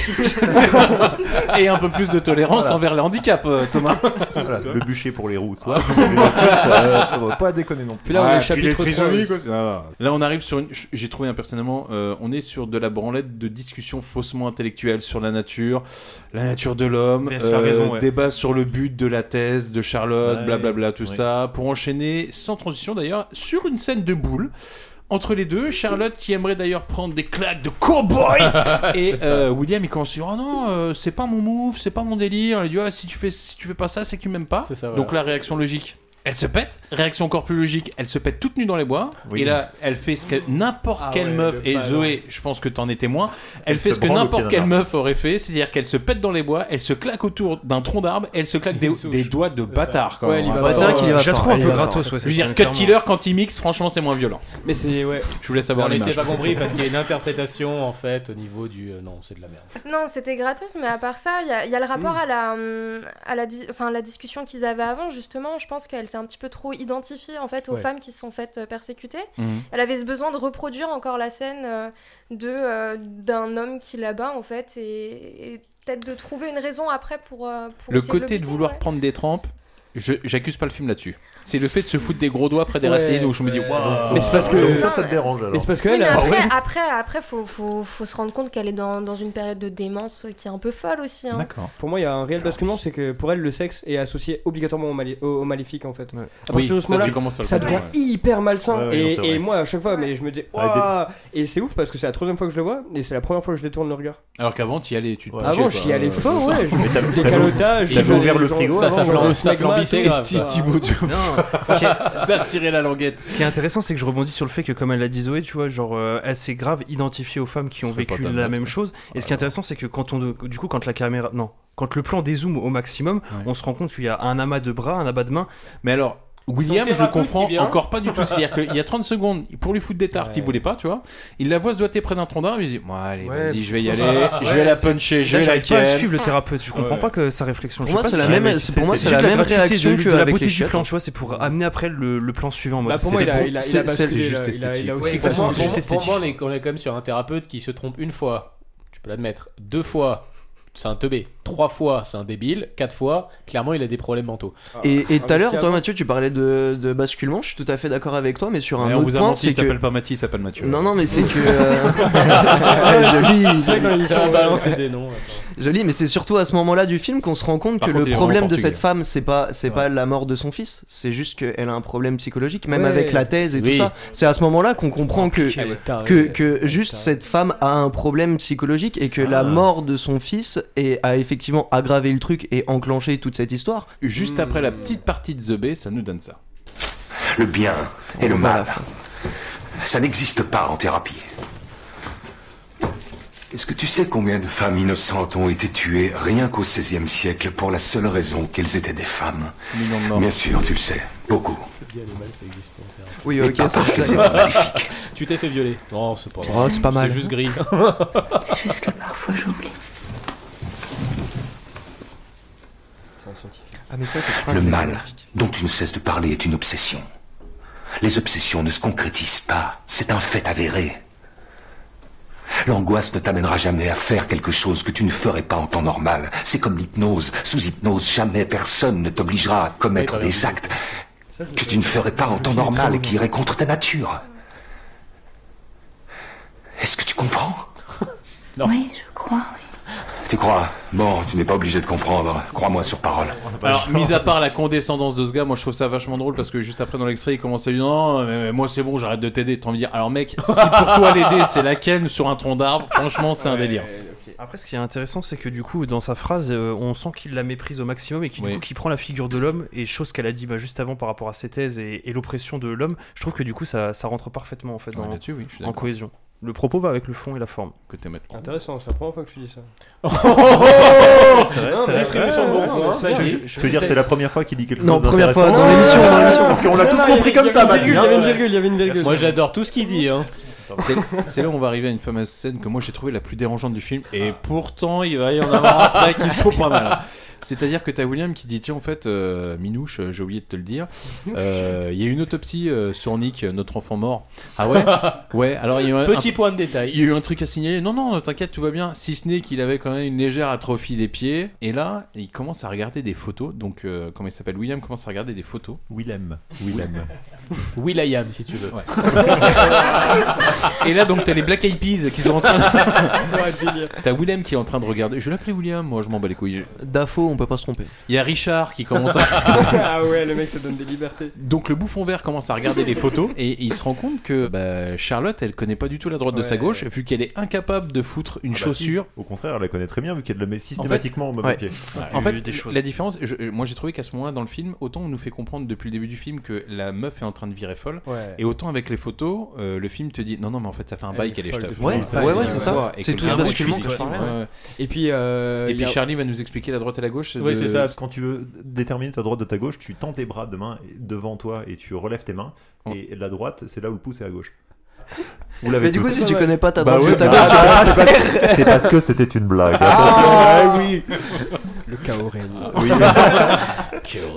C: Et un peu plus de tolérance
A: Voilà.
C: envers les handicaps, euh, *laughs* Thomas.
A: Voilà, le bûcher pour les roues.
K: *laughs*
A: Soit pour les autistes, euh, on va pas déconner non plus.
C: Là, on arrive sur une. J'ai trouvé un personnellement. euh, on est sur de la branlette de discussion faussement intellectuelle sur la nature, la nature de l'homme, euh,
N: Yes, la raison, ouais.
C: débat sur le but de la thèse de Charlotte,
N: Ouais,
C: blablabla, tout ça, pour enchaîner sans transition d'ailleurs sur une scène de boules. Entre les deux, Charlotte qui aimerait d'ailleurs prendre des claques de
N: *laughs*
C: cowboy et euh, William il commence à dire oh non euh, c'est pas mon move c'est pas mon délire il dit Ah, si tu fais si tu fais pas ça c'est que tu m'aimes pas donc la réaction logique elle se pète réaction encore plus logique elle se pète toute nue dans les bois
A: Oui.
C: et là elle fait ce que n'importe
K: Ah
C: quelle
K: ouais,
C: meuf
K: le
C: et
K: pas,
C: Zoé je pense que t'en es témoin elle,
A: Elle
C: fait
A: se
C: ce que
A: branle au
C: n'importe
A: pied
C: quelle
A: d'un arbre.
C: meuf aurait fait c'est-à-dire qu'elle se pète dans les bois elle se claque autour d'un tronc d'arbre elle se claque des, des doigts de bâtard quoi.
L: Ouais, il y va
C: Ouais,
L: fort, euh,
C: fort,
L: je la trouve
C: elle y
L: un peu
C: va fort.
L: gratos, ouais,
C: je
L: c'est
C: veux
L: ça,
C: dire Cut
L: clairement.
C: Killer quand il mixe franchement c'est moins violent
L: Mais c'est ouais.
C: je voulais savoir
K: Non, mais
C: l'image.
K: t'as pas compris parce qu'il y a une interprétation en fait au niveau du. euh, non, c'est de la merde.
M: Non, c'était gratos, mais à part ça, il y, a-
H: Hmm.
M: il y a le rapport à, la, hum, à la, di- enfin, la discussion qu'ils avaient avant, justement. Je pense qu'elle s'est un petit peu trop identifiée en fait aux
R: Ouais.
M: femmes qui se sont faites euh, persécuter.
H: Hmm.
R: Mhm.
M: Elle avait ce besoin de reproduire encore la scène euh, de euh, d'un homme qui la bat en fait, et, et peut-être de trouver une raison après pour. euh, pour
C: le
M: essayer
C: côté de
M: le buter,
C: vouloir
M: ouais.
C: prendre des trempes, je- j'accuse pas le film là-dessus. C'est le fait de se foutre des gros doigts près des
L: Ouais,
C: racines où je me dis waouh.
L: Mais c'est parce que-
A: Donc ça, ça te dérange alors.
L: Mais c'est parce
M: Oui,
L: qu'elle
M: mais
L: a-
M: après, après, après, faut, faut, faut se rendre compte qu'elle est dans, dans une période de démence qui est un peu folle aussi. hein.
L: Pour moi, il y a un réel basculement, c'est que pour elle, le sexe est associé obligatoirement au, mali- au- au maléfique en fait. À partir
C: Oui,
L: de
C: ça,
L: ce moment-là,
C: tu commences à le
L: ça devient
C: comprendre, ouais.
L: hyper malsain.
C: Ouais, ouais, non,
L: et,
C: c'est vrai.
L: et moi, à chaque fois, mais je me dis, Ouah
A: Ah,
L: Et c'est ouf parce que c'est la troisième fois que je le vois et c'est la première fois que je détourne le regard.
C: Alors qu'avant, tu y allais, tu te
L: Avant, j'y allais fort, ouais.
C: Mais
L: Des calotages.
C: T'avais
L: j'avais
C: ouvert le
L: genre-
C: frigo
L: Ça, ça
C: avant,
L: flambe-
C: ouais.
L: ça flambait
K: c'est grave. ça.
N: *laughs*
L: *laughs*
N: ce qui est-
C: Ça a tiré la languette.
N: Ce qui est intéressant, c'est que je rebondis sur le fait que, comme elle l'a dit Zoé, tu vois, genre, euh, elle s'est grave identifiée aux femmes qui ont
C: serait pas
N: vécu
C: ta meuf,
N: la même chose. Et ce qui est intéressant, c'est que quand on, du coup, quand la caméra, non, quand le plan dézoome au maximum, on se rend compte qu'il y a un amas de bras, un amas de mains.
C: Mais alors, William, je le comprends encore pas du tout. C'est-à-dire qu'il y a 30 secondes, pour lui foutre des tartes, il voulait pas, tu vois. Il la voit se doiter près d'un tronc mais il dit Bon, allez,
N: Ouais,
C: vas-y, je vais y
N: c'est-
C: aller, je
N: Ouais,
C: vais la
N: c'est-
C: puncher, je
N: Là,
C: vais la
N: j'arrive pas à
C: ken.
N: suivre le thérapeute, je comprends
C: Ouais.
N: pas que sa réflexion. je
H: Pour moi,
N: sais pas
H: c'est
N: si
H: la
N: le mec-
H: même- c'est- pour moi, c'est
N: juste
H: la même
N: gratuité
H: réaction
N: de-
H: que
N: de la
H: avec
N: beauté
H: les
N: du
H: chiottes,
N: plan,
H: hein.
N: tu vois, c'est pour amener après le, le plan suivant. en mode,
K: Bah, pour moi,
N: c'est
K: il a-
N: beau.
K: il a- il a
N: C'est-
K: pas
N: c'est-
K: su-
N: c'est juste
K: il a- il a-
N: esthétique.
K: il a-
N: Ouais, exactement, c'est
K: Pour-
N: juste
K: Pour moi,
N: esthétique.
K: on est, on est quand même sur un thérapeute qui se trompe une fois, tu peux l'admettre. Deux fois, c'est un teubé. Trois fois, c'est un débile. Quatre fois, clairement, il a des problèmes mentaux.
H: Et
K: Ah,
H: et tout à l'heure, toi Mathieu, tu parlais de, de basculement, je suis tout à fait d'accord avec toi, mais sur un
C: Mais on
H: autre
C: vous a
H: point,
C: menti,
H: c'est
C: il
H: que...
C: s'appelle pas Mathieu, il s'appelle Mathieu.
H: Non, non, mais c'est que...
C: *laughs*
H: euh,
K: C'est vrai que dans l'émission, Ça
H: Joli.
K: va balancer des noms, attends.
H: Joli, mais c'est surtout à ce moment-là du film qu'on se rend compte
C: Par
H: que
C: contre, il
H: le
C: est
H: problème
C: vraiment
H: de cette
C: portugais.
H: femme, c'est pas, c'est pas la mort de son fils, c'est juste qu'elle a un problème psychologique, même
J: Ouais.
H: avec la thèse et
J: Oui.
H: tout ça. C'est à ce moment-là qu'on comprend que,
J: compliqué, ouais.
H: euh, que, que juste cette femme a un problème psychologique et que
C: Ah.
H: la mort de son fils est- a effectivement aggravé le truc et enclenché toute cette histoire.
C: Juste après la petite partie de The Bay, ça nous donne ça.
E: Le bien et le
H: On va à la
E: mal. Ça n'existe pas en thérapie. Est-ce que tu sais combien de femmes innocentes ont été tuées rien qu'au XVIe siècle pour la seule raison qu'elles étaient des femmes
C: Millions de morts.
E: Bien sûr, tu le sais. Beaucoup.
K: bien le mal, ça existe pas en terrain.
H: Oui,
E: Mais
H: ok,
E: pas
H: ça,
E: parce
H: c'est
E: que c'est
H: d'accord.
E: magnifique.
K: Tu t'es fait violer. Non, c'est pas
H: Oh, c'est pas mal.
K: C'est
E: *laughs*
K: juste gris.
P: C'est juste que parfois j'oublie.
H: Ah, mais ça, cette phrase,
E: Le
H: elle est
E: mal
H: magnifique.
E: dont tu ne cesses de parler est une obsession. Les obsessions ne se concrétisent pas, c'est un fait avéré. L'angoisse ne t'amènera jamais à faire quelque chose que tu ne ferais pas en temps normal. C'est comme l'hypnose. Sous hypnose, jamais personne ne t'obligera à commettre des actes que tu ne ferais pas en temps normal et qui iraient contre ta nature. Est-ce que tu comprends
P: Oui, je crois.
E: Tu crois Bon, tu n'es pas obligé de comprendre. Crois-moi sur parole.
C: Alors, mis à part la condescendance de ce gars, moi je trouve ça vachement drôle parce que juste après dans l'extrait, il commence à dire Non, mais moi c'est bon, j'arrête de t'aider. Tant dire, alors mec, si pour toi l'aider c'est la ken sur un tronc d'arbre, franchement c'est un
N: Ouais,
C: délire.
N: Après, ce qui est intéressant, c'est que du coup, dans sa phrase, euh, on sent qu'il la méprise au maximum et qu'il du
C: Oui.
N: coup, qu'il prend la figure de l'homme. Et chose qu'elle a dit bah, juste avant par rapport à ses thèses et, et l'oppression de l'homme, je trouve que du coup, ça, ça rentre parfaitement en fait
C: Ouais,
N: dans,
C: là-dessus, oui, je suis
N: en
C: d'accord.
N: cohésion. Le propos va avec le fond et la forme.
C: Côté maître.
L: Intéressant, c'est la première fois que tu dis ça.
N: *laughs* C'est vrai,
L: Non,
N: c'est vrai.
L: distribution de bons points,
A: Oh Je,
L: hein.
A: je- je peux dire, c'est la première fois qu'il dit quelque
H: Non,
A: chose.
H: première fois,
A: d'intéressant.
H: dans l'émission, dans l'émission.
A: Parce qu'on l'a
L: Non,
A: tous
L: non,
A: compris
L: il y avait-
A: comme ça hein.
L: il y
A: maintenant.
L: avait une virgule, il y avait une virgule.
K: Moi, j'adore tout ce qu'il dit. Hein.
C: C'est- C'est là où on va arriver à une fameuse scène que moi j'ai trouvé la plus dérangeante du film
K: Ah.
C: et pourtant il va y en avoir après qui sont pas mal. C'est-à-dire que t'as William qui dit tiens en fait euh, Minouche euh, j'ai oublié de te le dire euh, il y a eu une autopsie euh, sur Nick euh, notre enfant mort ah
K: *laughs*
C: ouais ouais alors il y a eu un
K: Petit
C: un-
K: point de détail.
C: il y a eu un truc à signaler non non t'inquiète tout va bien si ce n'est qu'il avait quand même une légère atrophie des pieds et là il commence à regarder des photos donc euh, comment il s'appelle William commence à regarder des photos
A: Willem Willem
K: *laughs* Will.i.am, si tu veux.
C: *laughs* et là, donc, t'as les Black Eyed Peas qui sont en train
K: *laughs*
L: de...
C: t'as Willem qui est en train de regarder. Je l'appelais William, moi, je m'en bats les couilles.
H: Dafo, on peut pas se tromper.
C: Il y a Richard qui
L: *laughs*
C: commence
K: *laughs*
C: à.
L: ah ouais, le mec se donne des libertés.
C: Donc le bouffon vert commence à regarder les photos et, et il se rend compte que bah, Charlotte elle connaît pas du tout la droite de sa
A: Ouais.
C: gauche vu qu'elle est incapable de foutre une
A: Ah bah si,
C: chaussure
A: Au contraire, elle la connaît très bien vu qu'elle la met systématiquement au mauvais pied.
C: En fait, la différence, je- je- moi j'ai trouvé qu'à ce moment-là dans le film, autant on nous fait comprendre depuis le début du film que la meuf est en train de virer folle,
A: Ouais.
C: et autant avec les photos, euh, le film te dit non, non, mais en fait ça fait un
L: Elle
C: bail
L: est
C: qu'elle est
L: folle
C: ch'teuf.
L: depuis Ouais, le début. ouais, ouais, c'est ça.
C: Et
L: C'est
C: que
L: tout
C: le
L: ce
C: lendemain,
L: basculement
C: tu
L: que je
C: suis-
L: parlais,
C: ouais.
L: ouais. Et puis, euh,
C: et
L: il
C: puis
L: y a-
C: Charlie va nous expliquer la droite et la gauche.
L: Oui,
C: de-
L: c'est ça.
A: Quand tu veux déterminer ta droite de ta gauche, tu tends tes bras de main devant toi et tu relèves tes mains. Et la droite, c'est là où le pouce est à gauche. Vous l'avez
H: *laughs* Mais du
A: tous.
H: coup, si tu
A: Ouais.
H: connais pas ta
A: Bah
H: droite
A: ouais,
H: de ta
A: bah,
H: gauche, tu
A: bah,
H: peux pas
A: c'est
H: faire.
A: parce- C'est parce que c'était une blague.
L: Ah.
A: attention. oui.
L: Le chaos règne.
C: *laughs*
A: Oui.
H: *laughs*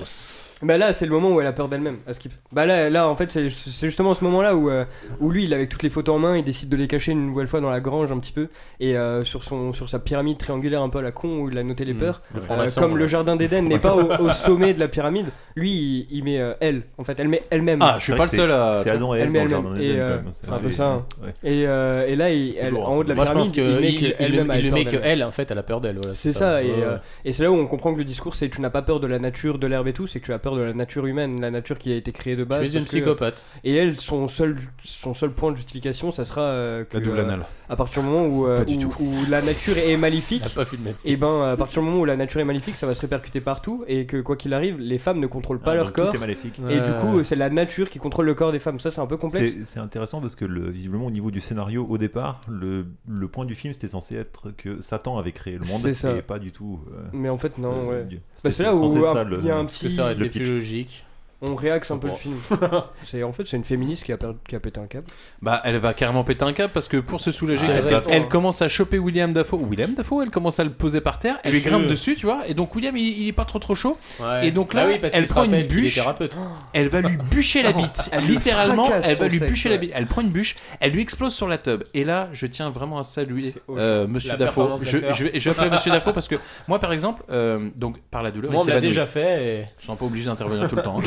L: Bah là, c'est le moment où elle a peur d'elle-même, à Skip. Bah là, là en fait, c'est c'est justement ce moment-là où, euh, où lui, il est avec toutes les photos en main, il décide de les cacher une nouvelle fois dans la grange un petit peu, et euh, sur, son, sur sa pyramide triangulaire un peu à la con où il a noté
C: Mm.
L: les peurs,
J: Le
L: euh,
J: franc-maçon,
L: comme
J: ouais.
L: le jardin d'Éden
J: Le
L: n'est pas au,
J: franc-maçon.
L: au sommet de la pyramide, lui, il, il met euh, elle, en fait, elle met elle-même.
C: Ah, je suis C'est pas vrai le que seul c'est- à-
A: c'est Adam et
L: elle.
A: Ève
L: met
A: dans le
L: elle-même.
A: jardin
L: Et,
A: d'Éden,
L: euh,
A: quand même.
L: C'est un
A: C'est-
L: peu ça. hein.
A: ouais.
L: Et, euh, et là, il- elle- en haut de la
K: Moi, je pense
L: pyramide,
K: qu'il il, il,
L: elle-même a
K: il le
L: peur
K: met que
L: d'elle-même.
K: elle, en fait, elle a peur d'elle. voilà,
L: C'est ça, et,
K: Ouais.
L: euh, et c'est là où on comprend que le discours c'est tu n'as pas peur de la nature, de l'herbe et tout, c'est que tu as peur de la nature humaine, la nature qui a été créée de base.
K: es une
L: parce que-
K: psychopathe.
L: et elle, son seul, son seul point de justification, ça sera euh, que.
C: La double
L: euh,
C: anale.
L: à partir du moment où, euh,
K: Pas du
L: où-
K: tout.
L: où la nature est
K: *laughs*
L: maléfique,
K: pas vu le même
L: et ben à partir du moment où la nature est maléfique, ça va se répercuter partout et que quoi qu'il arrive, les femmes ne contrôlent pas
A: Ah,
L: leur
A: donc tout
L: corps.
A: est maléfique.
L: Et
A: Ouais.
L: du coup, c'est la nature qui contrôle le corps des femmes. Ça, c'est un peu complexe.
A: C'est c'est intéressant parce que le- visiblement au niveau du scénario au départ, le, le point du film c'était censé être que Satan avait créé le monde
L: C'est ça.
A: et pas du tout. euh,
L: Mais en fait, non,
A: euh,
L: ouais.
A: Dieu.
L: Bah,
A: C'était
L: c'est là où
A: censé être
L: un-
A: ça, le-
L: il y a
A: *laughs*
L: un
A: le-
L: petit. Ça aurait été
A: le pitch.
L: plus
K: logique.
L: On réaxe un peu le
K: Bon.
L: film.
A: *laughs*
L: c'est en fait, c'est une féministe qui a, per- qui a pété un câble.
C: Bah, elle va carrément péter un câble parce que pour se soulager,
L: Ah,
C: elle-
L: c'est
C: elle,
L: vrai.
C: elle commence à choper William Dafoe. William Dafoe, elle commence à le poser par terre, elle
K: Est-ce
C: lui grimpe
K: que-
C: dessus, tu vois. Et donc, William, il, il est pas trop trop chaud.
K: Ouais.
C: Et donc là,
K: Bah oui, parce
C: elle
K: qu'il se
C: prend une
K: rappelle qu'il est
C: bûche.
K: thérapeute.
C: *gasps* Elle va lui bûcher la bite.
K: *laughs* Elle lui
C: Littéralement,
K: fracasse
C: elle va
K: son
C: lui
K: sexe,
C: bûcher la
K: ouais.
C: bite. Elle prend une bûche, elle lui explose sur la tube. Et là, je tiens vraiment à saluer euh, Monsieur
K: La
C: Dafoe.
K: performance
C: Je,
K: d'acteur.
C: je vais, je vais appeler Monsieur Dafoe parce que moi, par exemple, euh, donc par la douleur,
K: Moi,
C: il
K: on me l'a
C: s'évanouit.
K: déjà fait et-
C: Je suis pas obligé d'intervenir tout le
K: *laughs*
C: temps. hein.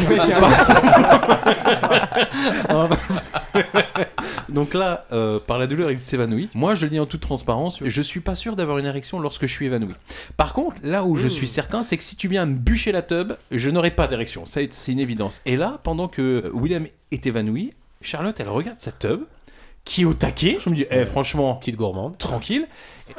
K: Mais
C: *laughs* *laughs* Donc là, euh, par la douleur, il s'évanouit. Moi, je le dis en toute transparence, je suis pas sûr d'avoir une érection lorsque je suis évanoui. Par contre, là où
K: Mmh.
C: je suis certain, c'est que si tu viens me bûcher la tube, je n'aurai pas d'érection. Ça, c'est une évidence. Et là, pendant que William est évanoui, Charlotte, elle regarde sa tube qui est au taquet. Je me dis, eh, franchement,
K: petite gourmande,
C: tranquille.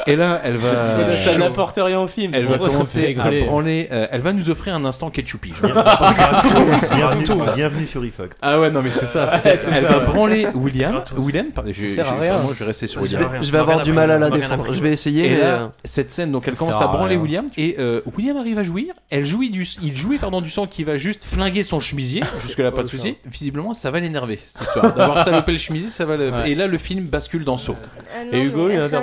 C: Et là, elle va.
K: *laughs* Ça n'apporte rien au film.
C: Elle
K: c'est
C: va
K: pour ça que ça me fait
C: commencer à
K: rigoler.
C: branler. euh, elle va nous offrir un instant
K: *laughs*
C: ketchupi.
A: Bienvenue- bienvenue sur eFact.
C: Ah ouais, non, mais c'est ça. c'est-
A: Ouais, c'est
C: elle
A: ça,
C: va
A: ouais.
C: branler William. William, pardon, je,
A: Ça sert à
C: je-
A: rien.
C: vraiment, je vais rester sur
H: Ça sert
C: William.
H: à rien. Je vais Ça avoir m'a du rien mal à appris, la ça m'a rien défendre. appris. Je vais essayer,
C: Et
H: mais,
C: là,
H: euh,
C: cette scène, donc elle
H: ça
C: commence
H: sert
C: à
H: à
C: branler
H: rien.
C: William. Et euh, William arrive à jouir. Elle jouit du, il jouit pardon, du sang qui va juste flinguer son
H: *laughs*
C: chemisier. Jusque-là, pas de souci. Visiblement, ça va l'énerver, cette histoire. D'avoir salopé le chemisier, ça va le-
K: Ouais.
C: Et là, le film bascule dans saut.
M: Euh, non, mais rien que-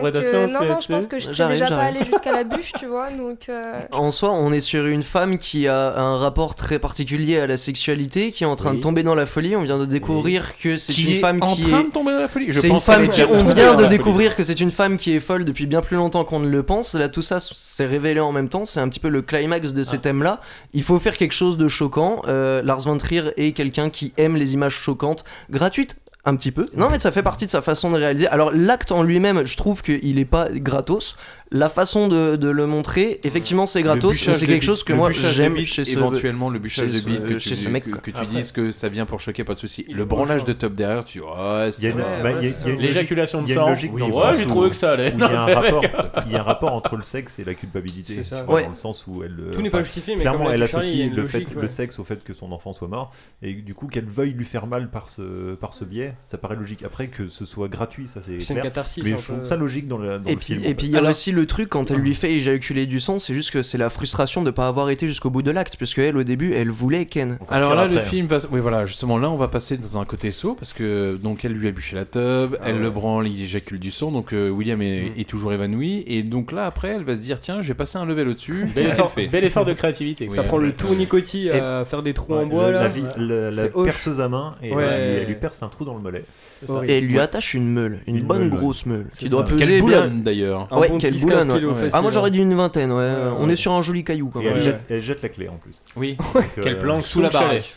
M: Non, non, je pense que je suis
H: J'arrive,
M: déjà pas
H: j'arrive.
M: allée jusqu'à la bûche, tu vois. Donc, euh,
H: En soi, on est sur une femme qui a un rapport très particulier à la sexualité, qui est en train de tomber dans la folie. On vient de découvrir que c'est
C: Qui
H: une
C: est
H: femme
C: en
H: qui
C: train de
H: est.
C: tomber dans la folie. Je
H: C'est une
C: pense qu'elle
H: femme
C: est
H: qui.
C: déjà
H: On
C: tombée dans
H: vient
C: la
H: de
C: folie.
H: découvrir que c'est une femme qui est folle depuis bien plus longtemps qu'on ne le pense. Là, tout ça s'est révélé en même temps. C'est un petit peu le climax de ces thèmes-là. Il faut faire quelque chose de choquant. Euh, Lars von Trier est quelqu'un qui aime les images choquantes, gratuites. Un petit peu. Non, mais ça fait partie de sa façon de réaliser. Alors, l'acte en lui-même, je trouve qu'il est pas gratos. La façon de, de le montrer, effectivement, c'est
C: Le
H: gratos, mais
C: bûchage
H: c'est
C: de
H: quelque
C: bite-
H: chose que
C: le
H: moi
C: bûchage de
H: j'aime
C: bite,
H: chez ce
C: éventuellement le bûchage
H: chez
C: de bite
H: ce- euh,
C: que tu,
H: chez ce mec.
C: que,
H: quoi. Ah,
C: que tu
H: Après.
C: dises que ça vient pour choquer, pas de souci. Le branlage de top derrière, tu vois,
A: Il y a une- bah, il y a- il y a une
K: L'éjaculation de
A: logique- il y a
K: sang.
A: une logique
K: Oui,
A: dans le
K: ouais,
A: sens
K: j'ai
A: où-
K: trouvé que ça allait.
A: où Il y, a
K: Non, *laughs*
A: un
K: c'est
A: rapport,
K: vrai.
A: il y a un rapport entre le sexe et la culpabilité.
K: C'est ça.
A: tu vois,
K: Ouais.
A: Dans le sens où elle. euh,
K: Tout n'est pas justifié, mais
A: clairement,
K: comme l'a
A: elle
K: dit Charlie, il y a
A: associe
K: une
A: le,
K: logique,
A: fait,
K: ouais.
A: le sexe au fait que son enfant soit mort. Et du coup, qu'elle veuille lui faire mal par ce, par ce biais, ça paraît logique. Après, que ce soit gratuit, ça c'est.
H: C'est une
A: clair.
H: catharsis, hein,
A: Mais
H: un
A: je trouve
C: euh,
H: peu.
A: ça logique dans, la, dans
H: et
A: le
H: puis,
A: film. en
H: et
A: fait. Ah.
H: puis il y a aussi le truc quand elle lui fait éjaculer du sang, c'est juste que c'est la frustration de pas avoir été jusqu'au bout de l'acte, puisque elle au début elle voulait Ken.
C: Alors là, le
A: hein.
C: film va. Oui, voilà, justement, là, on va passer dans un côté saut parce que donc elle lui a bûché la tube,
H: Ah
C: elle le branle, il éjacule du sang, donc euh, William est,
H: Mm.
C: est toujours évanoui, et donc là, après, elle va se dire tiens, je vais passer un level au-dessus.
K: Bel
C: Qu'est-ce
K: effort-
C: qu'elle fait
K: bel effort de créativité.
C: Oui,
L: ça prend
C: ouais.
L: le tour Nicotti euh, à faire des trous en bois
A: le-
L: là.
A: la vie- le- la
L: C'est hoche.
A: perceuse à main et
L: Ouais.
A: elle, lui- elle lui perce un trou dans le mollet.
L: C'est ça.
H: Et elle lui
A: Ouais.
H: attache une meule, une,
A: Une
H: bonne
A: meule, ouais.
H: grosse meule,
A: C'est
H: qui doit
A: ça.
H: peser
A: Quelle
H: bien.
A: boulonne, d'ailleurs. Un
H: Ouais,
A: bon
H: quelle
A: 10-15
H: boulonne. ouais.
A: kilos au
H: Ah,
A: facile,
H: moi j'aurais
A: hein.
H: dit une vingtaine, ouais. On
A: ouais.
H: est sur un joli caillou quand
A: Et
H: même.
A: elle, jette, elle jette la clé en plus.
C: Oui.
A: Donc, euh,
C: Quelle planque sous la baraque.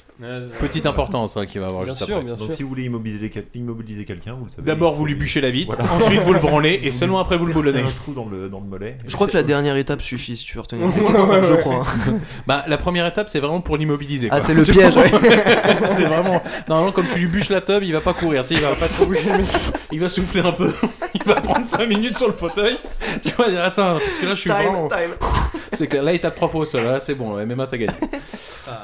C: Petite importance hein, qu'il va avoir
A: Bien
C: juste
A: sûr,
C: après.
A: bien
C: Donc,
A: sûr.
C: si
A: si vous voulez immobiliser, quel- immobiliser quelqu'un, vous le savez.
C: D'abord,
A: il
C: vous lui
A: faut-
C: bûchez la bite,
A: Voilà.
C: ensuite, vous le branlez, et
A: *laughs* Vous
C: seulement
A: lui
C: après, vous le
A: percez
C: boulonnez.
A: un trou dans le, dans le mollet.
H: Je crois que la dernière étape suffit si tu
C: *laughs*
H: veux retenir. je crois. hein.
C: Bah, la première étape, c'est vraiment pour l'immobiliser.
H: Ah,
C: quoi.
H: c'est
C: *laughs*
H: le
C: Tu
H: piège,
C: vois
H: ouais.
C: c'est vraiment. Normalement, comme tu lui bûches la tub, il va pas courir. tu sais, Il va pas trop
H: *laughs*
C: bouger, mais il va souffler un peu. *laughs* Il va prendre 5 minutes sur le fauteuil. Tu vas dire, attends, parce que là, je suis
H: Time,
C: vraiment. *laughs* C'est que là, il tape 3 fois au sol. Là, c'est bon, ouais, MMA, t'as gagné.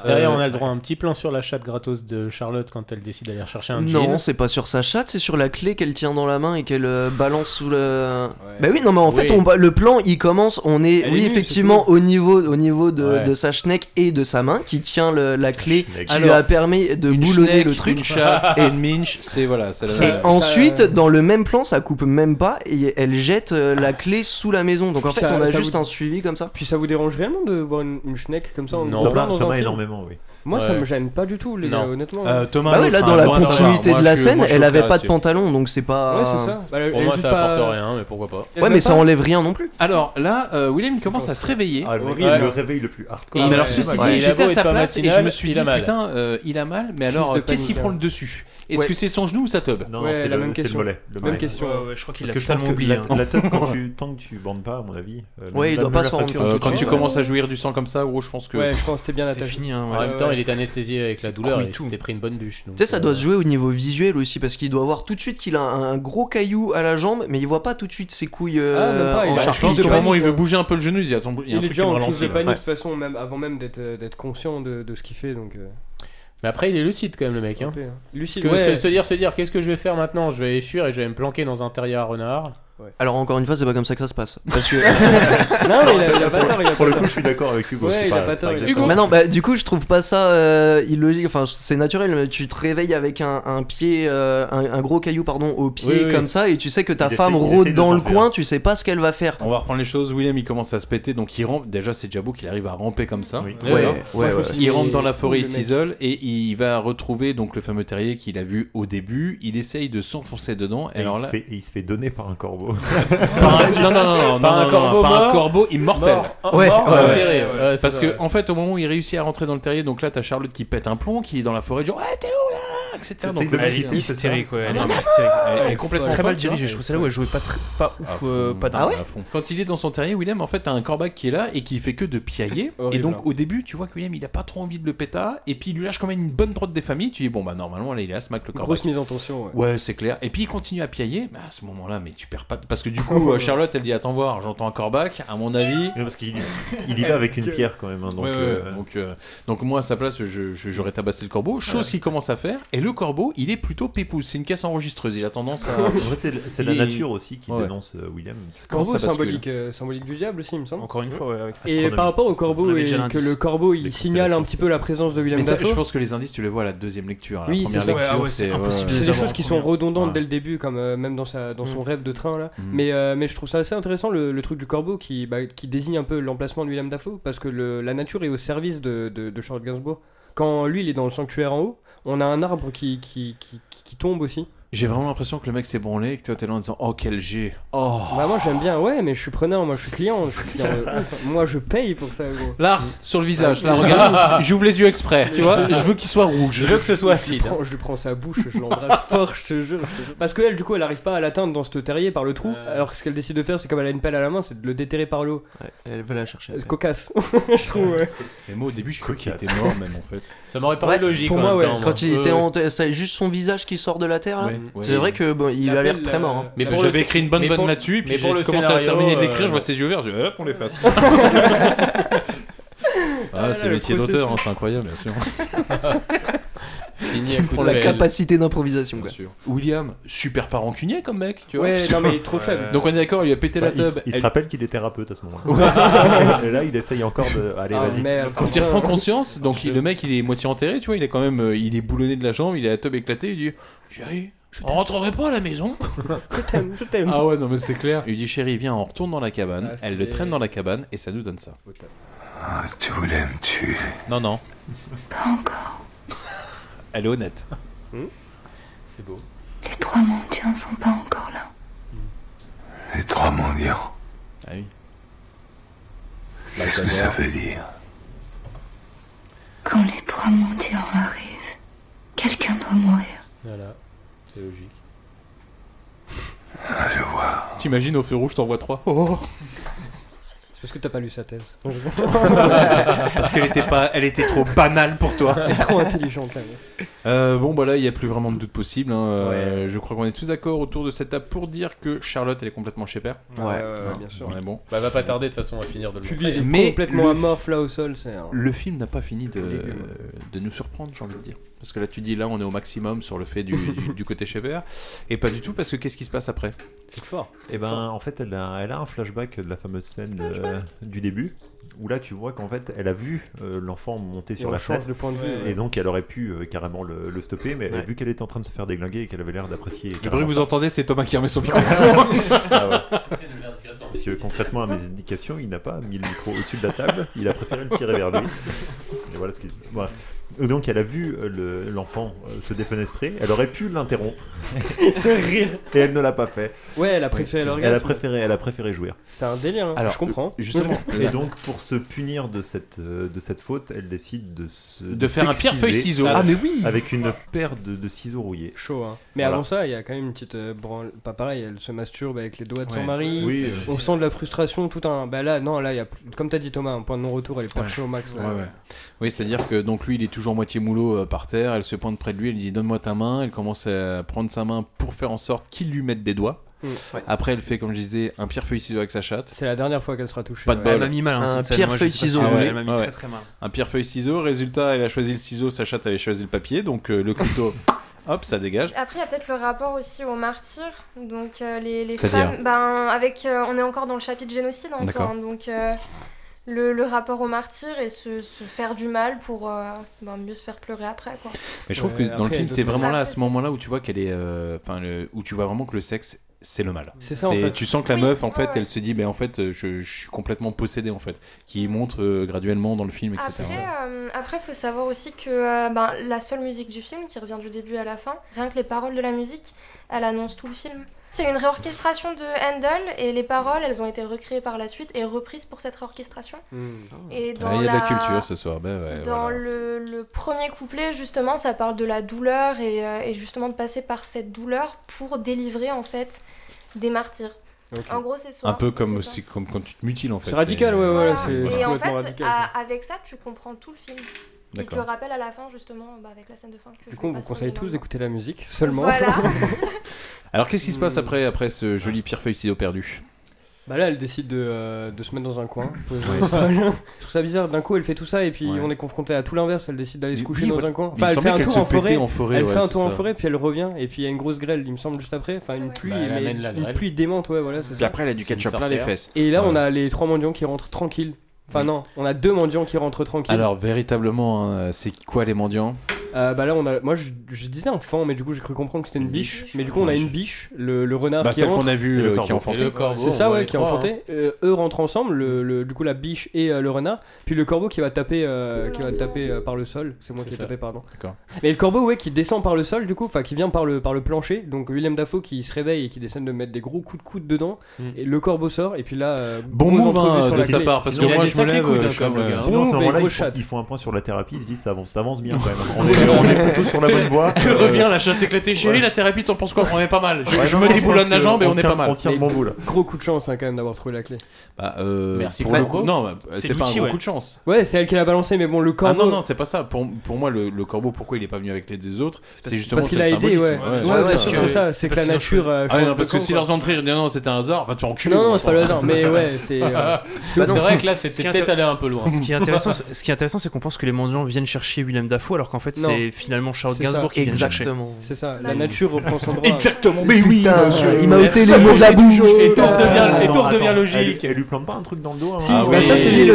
K: Derrière,
C: Euh,
K: on a le droit à un petit plan sur la chatte gratos de Charlotte quand elle décide d'aller chercher un
H: Non,
K: jean.
H: c'est pas sur sa chatte, c'est sur la clé qu'elle tient dans la main et qu'elle euh, balance sous le. Bah oui, non, mais en fait,
K: Oui.
H: on, ba- le plan, il commence, on est,
K: Elle est
H: oui,
K: nue,
H: effectivement, au niveau, au niveau de,
K: Ouais.
H: de sa schneck et de sa main qui tient le- la clé qui lui
C: Alors,
H: a permis de
C: une
H: boulonner
C: schneck,
H: le truc.
C: Une chatte
L: *laughs*
C: et une minche, c'est voilà. c'est la-
H: Et ensuite,
L: euh,
H: dans le même plan, ça coupe même pas et elle jette euh, la clé sous la maison. Donc en fait, on a juste un. suivi comme ça.
L: Puis ça vous dérange réellement de voir une, une schneck comme ça en
A: Non.
L: plein
A: Thomas-
L: dans un
A: Thomas
L: film
A: énormément, oui.
L: Moi ça
A: Ouais.
L: me gêne pas du tout, les gars,
A: Non.
L: honnêtement.
A: Euh, Thomas,
H: Bah oui, là, dans la continuité de la scène, elle avait pas de
C: là-dessus.
H: pantalon, donc c'est pas.
C: Ouais, c'est ça. Bah, elle- Pour elle est moi, juste ça pas- apporte rien, mais pourquoi pas.
H: Ouais, mais ça
C: pas-
H: enlève rien non plus.
C: Alors là, euh, William commence à se réveiller.
A: Ah, le-
C: Horrible.
A: le réveil le plus hardcore.
C: Et
A: Ouais,
C: alors,
A: ouais,
C: ceci
A: ouais.
C: dit,
A: Ouais, il a
C: j'étais
A: beau
C: à
A: être
C: sa
A: pas
C: place et je
A: matinal,
C: me suis
A: il a
C: dit,
A: mal.
C: putain, euh, il a mal, mais alors,
A: de
C: qu'est-ce qui
A: panique,
C: prend
A: hein.
C: le dessus Est-ce
A: Ouais.
C: que c'est son genou ou sa tube
A: Non, c'est le- c'est le mollet. le mollet. Parce que je pense que
C: hein.
A: La, la tête,
C: *laughs*
A: quand tu, tant que tu bandes pas, à mon avis. euh, même- même la fracture,
C: Euh,
A: tout de
C: quand tu
A: suite,
C: commences à jouir du sang comme ça, gros, je pense que.
A: Ouais, je pense que t'es bien
C: *laughs* C'est
A: attaché.
C: fini,
A: Ouais,
C: hein,
A: ouais,
C: en même temps,
A: ouais.
K: il était anesthésié avec la douleur
H: cool
K: et il
H: tout.
K: s'était pris une bonne bûche. donc,
H: Tu sais, ça
K: euh,
H: doit se jouer au niveau visuel aussi, parce qu'il doit voir tout de suite qu'il a un gros caillou à la jambe, mais il voit pas tout de suite ses couilles
L: Ah,
H: euh, en
C: je pense
H: charpie,
C: qu'au
H: tu vois.
C: moment où il veut bouger un peu le genou, il y a, ton- il y a un
L: Il est
C: truc qui
L: déjà
C: me
L: en crise
C: ralentit.
L: de
C: là.
L: panique
C: Ouais.
L: de toute façon, même avant même d'être euh, d'être conscient de, de ce qu'il fait. Donc, euh,
K: Mais après, il est lucide quand même, le mec. Hein.
L: Frappé, hein. Lucide,
K: Que
L: ouais.
K: se, se dire, se dire, qu'est-ce que je vais faire maintenant Je vais aller fuir et je vais me planquer dans un terrier à renard.
H: Alors encore une fois, c'est pas comme ça que ça se passe. Parce *laughs* que...
K: Non, mais il a- il a pas tort, il a
A: Pour le pas coup, tort. je suis d'accord avec Hugo, Ouais, c'est il pas- a pas c'est pas tort, il a exactement- pas
H: Bah
A: tort.
H: non, bah, du coup, je trouve pas ça euh, illogique. Enfin, c'est naturel. Mais tu te réveilles avec un, un pied, euh, un, un gros caillou, pardon, au pied
C: oui.
H: comme ça, et tu sais que ta
C: Il
H: femme
C: essaie- il
H: rôde
C: essaie de
H: dans
C: s'en
H: le
C: faire.
H: coin. Tu sais pas ce qu'elle va faire.
C: On va reprendre les choses. William il commence à se péter, donc il rampe. Déjà, c'est déjà beau qu'il arrive à ramper comme ça.
H: Ouais, ouais, ouais, ouais.
C: Il rampe dans la
H: Cool,
C: forêt, il
H: le mec.
C: s'isole et il va retrouver donc le fameux terrier qu'il a vu au début. Il essaye de s'enfoncer dedans.
A: Et
C: alors
A: il,
C: là,
A: se fait, et il se fait donner par un corbeau.
C: *laughs* Par un- non, non, non, non, non, non, non, par un corbeau immortel.
A: Ouais, ouais, ouais.
C: Parce que, en fait, au moment où il réussit à rentrer dans le terrier, donc là, t'as Charlotte qui pète un plomb, qui est dans la forêt, genre, ouais, t'es où là etc.
N: C'est
C: Donc,
N: de
C: là,
N: l'agiter,
C: elle est
N: c'est hystérique,
C: ça.
N: ouais, elle est
C: Ah, non,
N: hystérique.
C: non,
N: Elle est
C: non,
N: complètement
C: folle,
N: très mal
C: tu vois.
N: dirigée, je trouve celle-là où elle jouait pas tr- pas ouf,
C: À
N: euh,
C: fond, Ah
N: pas dingue.
C: à
N: À
C: fond. Quand il est dans son terrier, William, en fait, t'as un corbac qui est là et qui fait que de piailler. et
N: Horrible, hein.
C: donc, au début, tu vois que William, il a pas trop envie de le péta, et puis il lui lâche quand même une bonne droite des familles. Tu dis, bon, bah, normalement, là, il est à smack le corbac.
L: Grosse mise en tension.
C: Ouais, c'est clair. Et puis il continue à piailler. Mais à ce moment-là, mais tu perds pas. de- Parce
L: *laughs*
C: que du coup, euh, Charlotte, elle dit Attends voir, j'entends un corbac. À mon avis.
A: parce qu'il il y va avec
L: *laughs*
A: une pierre, quand même, hein, donc,
C: donc,
A: euh,
C: donc, euh, donc, moi, à sa place, je- je- j'aurais tabassé le corbeau. Chose
A: Ouais.
C: qu'il commence à faire. Et le corbeau, il est plutôt pépouze. C'est une caisse enregistreuse. Il a tendance
A: *laughs*
C: à.
A: En vrai, c'est- c'est la
C: Il est-
A: nature aussi qui
C: Ouais.
A: dénonce euh, William.
C: Comment ça
L: corbeau
C: bascule
L: symbolique, euh, symbolique du diable aussi, il me semble.
N: Encore une fois, ouais, avec
L: Et
N: l'astronomie.
L: par rapport au
N: On
L: corbeau,
N: avait
L: et
N: déjà
L: que
N: l'indice.
L: le corbeau il signale un petit peu la présence de William
C: Mais ça,
L: Dafoe.
C: je pense que les indices, tu les vois à la deuxième lecture. à la
L: Oui, c'est
C: première
L: ça.
C: lecture,
N: ah
L: Ouais, ouais,
C: c'est
L: c'est
C: ouais,
L: impossible.
C: ouais.
L: C'est des choses qui sont redondantes
C: Ouais.
L: dès le début, comme euh, même dans, sa, dans son
N: Mm.
L: rêve de train là.
C: Mm.
L: Mais, euh, mais je trouve ça assez intéressant le, le truc du corbeau qui, bah, qui désigne un peu l'emplacement de William Dafoe parce que le- la nature est au service de, de, de Charles Gainsbourg. Quand lui il est dans le sanctuaire en haut, on a un arbre qui, qui, qui, qui- qui tombe aussi.
C: J'ai vraiment l'impression que le mec s'est branlé et que toi, t'es là en disant Oh, quel G. Oh.
L: Bah moi j'aime bien, ouais, mais je suis preneur, moi je suis client. je suis client de
C: *laughs*
L: ouf. moi je paye pour ça, gros.
C: Lars, sur le visage, là,
L: *laughs*
C: regarde, j'ouvre les yeux exprès, tu vois, je veux qu'il soit rouge. Je veux que ce soit
L: Je lui
C: acide.
L: prends- je lui prends sa bouche, je
C: *laughs*
L: l'embrasse fort, je te jure. je te jure. Parce qu'elle, du coup, elle arrive pas à l'atteindre dans ce terrier par le trou.
C: Euh.
L: Alors que ce qu'elle décide de faire, c'est comme elle a une pelle à la main, c'est de le déterrer par l'eau.
H: elle veut la chercher.
L: C'est cocasse, *laughs* je trouve. ouais.
C: Et moi au début je croyais qu'il était mort même en fait.
K: Ça m'aurait paru
H: Ouais,
K: logique.
H: Pour
K: en
H: moi,
K: même
H: ouais.
K: temps,
H: Quand
K: moi.
H: il était
C: Euh,
K: Ouais,
H: en, c'est juste son visage qui sort de la terre. là.
C: Ouais, ouais.
H: C'est vrai que bon, il a l'air très
A: euh,
H: mort. hein.
C: Mais j'avais écrit une bonne bonne là-dessus, puis j'ai commencé à terminer de
H: euh,
C: l'écrire, je vois ses yeux verts, je dis hop, on les
H: *laughs*
C: fasse. ah, c'est
K: le
C: le métier
K: processus.
C: d'auteur, hein, c'est incroyable, bien sûr. *laughs* Fini à
H: Qui
C: coup de
H: prend la
C: pelle.
H: capacité d'improvisation. quoi.
C: William, super pas rancunier comme mec, tu vois.
H: Ouais, non, mais il est trop
A: faible.
C: Donc on est d'accord, il a pété
A: Bah,
C: la
A: il s-
C: teub.
A: Il, se
C: elle-
A: rappelle qu'il est thérapeute à ce moment-là. et là, il essaye encore de. Allez,
C: Ah,
A: vas-y.
C: merde. Quand il reprend conscience, donc il- le mec il est moitié enterré, tu vois, il est quand même, euh, il est boulonné de la jambe, il a la teub éclatée, il dit Chérie, je rentrerai pas à la
H: *laughs*
C: maison.
L: je t'aime, je t'aime.
C: Ah ouais, non mais c'est clair. Il lui dit Chérie, viens, on retourne dans la cabane.
L: Ah,
C: Elle
L: stylé.
C: le traîne dans la cabane et ça nous donne ça.
E: Ah, tu voulais me tuer.
C: Non,
E: *laughs*
C: non,
P: Pas encore.
C: elle est honnête.
L: Hmm.
K: C'est beau.
P: Les trois mendiants sont pas encore là.
E: Les trois mendiants.
C: Ah oui.
E: Qu'est-ce que ça veut dire
P: Quand les trois mendiants arrivent, quelqu'un doit mourir.
K: Voilà, c'est logique.
E: Ah,
C: T'imagines au feu rouge, t'envoies trois.
L: C'est parce que t'as pas lu sa thèse.
C: *laughs* Parce qu'elle était pas, elle était trop banale pour toi.
L: Elle est trop intelligente, là.
C: Euh, bon, bah là, il n'y a plus vraiment de doute possible. hein. Euh, Je crois qu'on est tous d'accord autour de cette table pour dire que Charlotte, elle est complètement chez père. Hein
L: Ouais, ouais, ouais, bien sûr.
C: On est bon.
K: Bah, va pas tarder, de toute façon, on va finir de le
L: Public
K: montrer.
L: est
C: Mais
L: complètement
C: le-
L: amorphe là au sol, c'est. un-
C: Le film n'a pas fini de,
N: euh,
L: Compliqué, ouais.
C: de nous surprendre, j'ai envie de dire. Parce que là, tu dis, là, on est au maximum sur le fait du,
L: *laughs*
C: du- du côté chez père. Et pas du tout, parce que qu'est-ce qui se passe après
K: C'est fort.
A: Et ben, en fait, elle a, elle a un flashback de la fameuse scène euh, du début où là, tu vois qu'en fait, elle a vu euh, l'enfant monter
L: Et
A: sur
L: on
A: la
L: change
A: chaise
L: de point de vue,
A: et
L: ouais.
A: donc elle aurait pu euh, carrément le, le stopper, mais
C: Ouais.
A: vu qu'elle était en train de se faire déglinguer et qu'elle avait l'air d'apprécier.
C: Le bruit que vous entendez, c'est Thomas qui remet son micro. *laughs*
A: Ah ouais. Parce que concrètement, à mes indications, il n'a pas mis le micro au-dessus de la table, il a préféré le tirer vers lui. Et voilà ce qu'il se voilà. Et Donc elle a vu euh, le- l'enfant euh, se défenestrer, elle aurait
C: *laughs*
A: pu l'interrompre.
L: Ce rire.
A: Et elle ne l'a pas fait.
L: Ouais, elle a préféré l'orgasme.
A: Elle a préféré, elle a préféré jouir.
L: C'est un délire, hein. je comprends.
A: euh, Justement. *laughs* et donc pour se punir de cette, euh, de cette faute, elle décide de se
C: De faire un
A: s'exciser
C: pierre-feuille-ciseaux. Ah, mais oui
A: Avec une paire de, de ciseaux rouillés.
L: Chaud, hein. Mais avant ça, il y a quand même une petite euh, branle. Pas pareil, elle se masturbe avec les doigts de son
A: Ouais.
L: mari.
A: Oui, euh.
L: on sent de la frustration, tout un. Bah là, non, là, il y a... comme t'as dit Thomas, un point de non-retour, elle est perchée au max.
C: Ouais,
L: là.
C: ouais. Oui, c'est-à-dire que donc lui, il est toujours moitié moulot euh, par terre. Elle se pointe près de lui, elle dit donne-moi ta main. Elle commence à prendre sa main pour faire en sorte qu'il lui mette des doigts.
L: Mm, ouais.
C: Après, elle fait comme je disais un pierre feuille ciseau avec sa chatte.
L: C'est la dernière fois qu'elle sera touchée.
C: Pas de
L: ouais.
C: bol.
L: Elle m'a mis mal, hein, Un cette scène. pierre, Moi, je feuille, sais pas ciseau, si elle- oui. elle m'a mis très, très mal.
C: Un pierre feuille ciseau. Résultat, elle a choisi le ciseau, sa chatte avait choisi le papier, donc euh, le
L: *laughs*
C: couteau. Hop, ça dégage.
M: Après, il y a peut-être le rapport aussi aux martyrs. Donc, euh, les, les
C: C'est-à-dire
M: femmes. Ben, avec, euh, on est encore dans le chapitre génocide en soi.
C: D'accord.
M: hein, donc, euh, le, le rapport aux martyrs et se, se faire du mal pour euh, ben, mieux se faire pleurer après. Quoi.
C: Mais je trouve que dans le film, c'est vraiment là, à ce moment-là, où tu vois qu'elle est, euh, enfin, le- où tu vois vraiment que le sexe, c'est le mal.
L: C'est ça, en fait.
C: Tu sens que la
L: Oui,
C: meuf, en
L: ouais,
C: fait,
L: ouais.
C: elle se dit, mais en fait, euh, je, je suis complètement possédée, en fait, qui montre euh, graduellement dans le film, etc.
M: Après, euh, après, faut savoir aussi que euh, ben, la seule musique du film, qui revient du début à la fin, rien que les paroles de la musique, elle annonce tout le film. C'est une réorchestration de Handel et les paroles, elles ont été recréées par la suite et reprises pour cette réorchestration.
L: Hmm.
M: Et
C: Ah,
M: dans
C: Il y a de la
M: la-
C: culture ce soir. Ben ouais,
M: Dans
C: voilà.
M: le, le premier couplet, justement, ça parle de la douleur et, euh, et justement de passer par cette douleur pour délivrer en fait des martyrs. En gros, c'est ça.
C: Un peu comme, c'est comme quand tu te mutiles, en fait.
L: C'est radical,
C: Et-
L: ouais, ouais,
M: Voilà.
L: voilà, c'est c'est
M: Et en fait,
L: complètement radical.
M: à- avec ça, tu comprends tout le film. Et tu
L: D'accord.
M: le rappelles à la fin, justement, bah, avec la scène de fin. que
L: Du
M: je
L: coup, on
M: vais
L: vous
M: pas
L: conseille tous
M: spoiler
L: d'écouter la musique seulement. Hmm.
M: Voilà.
C: *laughs* Alors, qu'est-ce qui se passe après, après ce joli pierre feuille ciseau perdu
L: Bah là, elle décide de, euh, de se mettre dans un coin. posée
C: Ouais.
L: au sol. Je trouve ça bizarre. D'un coup, elle fait tout ça et puis
C: Ouais.
L: on est confronté à tout l'inverse. Elle décide d'aller se
C: Oui,
L: coucher
C: oui,
L: dans
C: voilà.
L: un coin.
C: Il me
L: Enfin, elle fait
C: semblait
L: un
C: qu'elle
L: tour
C: se
L: en forêt.
C: pétait en forêt,
L: elle
C: ouais,
L: fait un
C: c'est
L: tour en
C: ça.
L: forêt puis elle revient et puis il y a une grosse grêle, il me semble, juste après. Enfin, une pluie,
K: Bah, elle
L: mais
K: amène la
L: une
K: grêle.
L: pluie démente, ouais, voilà. c'est
K: Puis
L: ça.
K: après, elle a du
L: C'est une
K: ketchup plein les
L: sorcière.
K: fesses.
L: Et là, on a les trois mendiants qui rentrent tranquilles. Enfin non, on a deux mendiants qui rentrent tranquilles.
C: Alors, véritablement, hein, c'est quoi les mendiants
L: Euh, bah là on a, moi je, je disais enfant, mais du coup j'ai cru comprendre que c'était une biche. Mais du coup on a une biche, le, le renard
C: Bah,
L: qui
C: celle qu'on
L: rentre.
C: a vue, Et le euh, qui corbeau. est enfanté. Et le corbeau,
L: C'est
C: on
L: ça
C: voit
L: ouais,
C: les hein.
L: qui est
C: trois,
L: enfanté. Euh, eux rentrent ensemble, le, le- du coup la biche et euh, le renard, puis le corbeau qui va taper, euh, qui va taper euh, par le sol. C'est moi
K: C'est
L: qui ai
K: ça.
L: tapé pardon.
C: D'accord.
L: Mais le corbeau ouais qui descend par le sol du coup, enfin qui vient par le par le plancher. Donc William Dafoe qui se réveille et qui décide de mettre des gros coups de coude dedans.
C: Hmm.
L: Et le corbeau sort et puis là. euh,
C: Bon
L: grosse
C: move, hein,
L: entrevue sur
C: de
L: la
C: sa
L: clé.
C: part, parce
L: Sinon,
C: que
L: il y a
C: moi,
L: des
C: je me
L: sacrés
C: lève,
L: coudes, hein,
C: je suis
L: comme
C: comme,
L: le gars.
C: euh,
A: Sinon, à ce
L: Bon,
A: moment-là,
L: mais
A: ils,
L: grosse
A: font-
L: chatte.
A: ils font un point sur la thérapie, ils se disent ça avance, ça avance
C: *laughs*
A: bien quand même. On est, on est plutôt sur la bonne voie.
C: Elle
A: Euh,
C: revient, la chatte éclatée. Chérie,
A: ouais.
C: la thérapie, t'en penses quoi On est pas mal. Je,
A: Ouais,
C: je
A: non,
C: me
A: non,
C: déboulonne
A: je pense
C: la
A: que
C: jambe et
A: on
C: on est
A: tient-
C: pas mal.
A: on tient le
L: Mais
A: bon bout, là.
L: Gros coup de chance hein, quand même d'avoir trouvé la clé.
C: Bah, euh,
K: Merci,
C: pour le
K: Paco.
C: coup, non, bah, c'est
K: C'est
C: pas un
K: l'outil,
C: gros
K: ouais.
C: coup de chance.
L: Ouais, c'est elle qui l'a balancé, mais bon, le corbeau.
C: Ah non, non, c'est pas ça. Pour, pour moi, le, le corbeau, pourquoi il est pas venu avec les deux autres C'est
L: parce-
C: justement
L: parce qu'il
C: c'est
L: a
C: le
L: aidé,
C: symbolisme.
L: ouais. Ouais, ouais, c'est ça, c'est ça, c'est que la
C: parce qu'ils ont
L: nature,
C: choisi.
L: euh,
C: Ah ouais,
L: change
C: non, parce
L: le
C: que
L: camp,
C: si
L: quoi.
C: leurs entrées, non, non, c'était un hasard, va te faire enculer.
L: Non, non,
C: toi,
L: c'est pas
C: attends.
L: le hasard, mais
N: *laughs*
L: ouais, c'est, euh,
C: *laughs* Bah,
L: c'est
C: vrai que là, c'est
N: Ce qui
C: c'est
N: est
C: peut-être
N: intér-
C: allé un peu loin.
N: *laughs* Ce qui
C: *laughs*
N: est intéressant, c'est- ce qui est intéressant, c'est qu'on pense que les mendiants viennent chercher Willem Dafoe, alors qu'en fait,
L: Non.
N: c'est finalement Charles
L: C'est
N: Gainsbourg
L: ça.
N: qui vient le chercher.
L: Exactement. C'est ça, la nature reprend *laughs* son droit.
C: Exactement, mais oui,
L: Putain,
C: monsieur.
L: il m'a ôté les mots de la bouche. Et tout redevient- et tout redevient
A: Elle,
L: logique.
A: elle lui plante pas un truc dans le dos. hein.
L: Si, bah ça, c'est-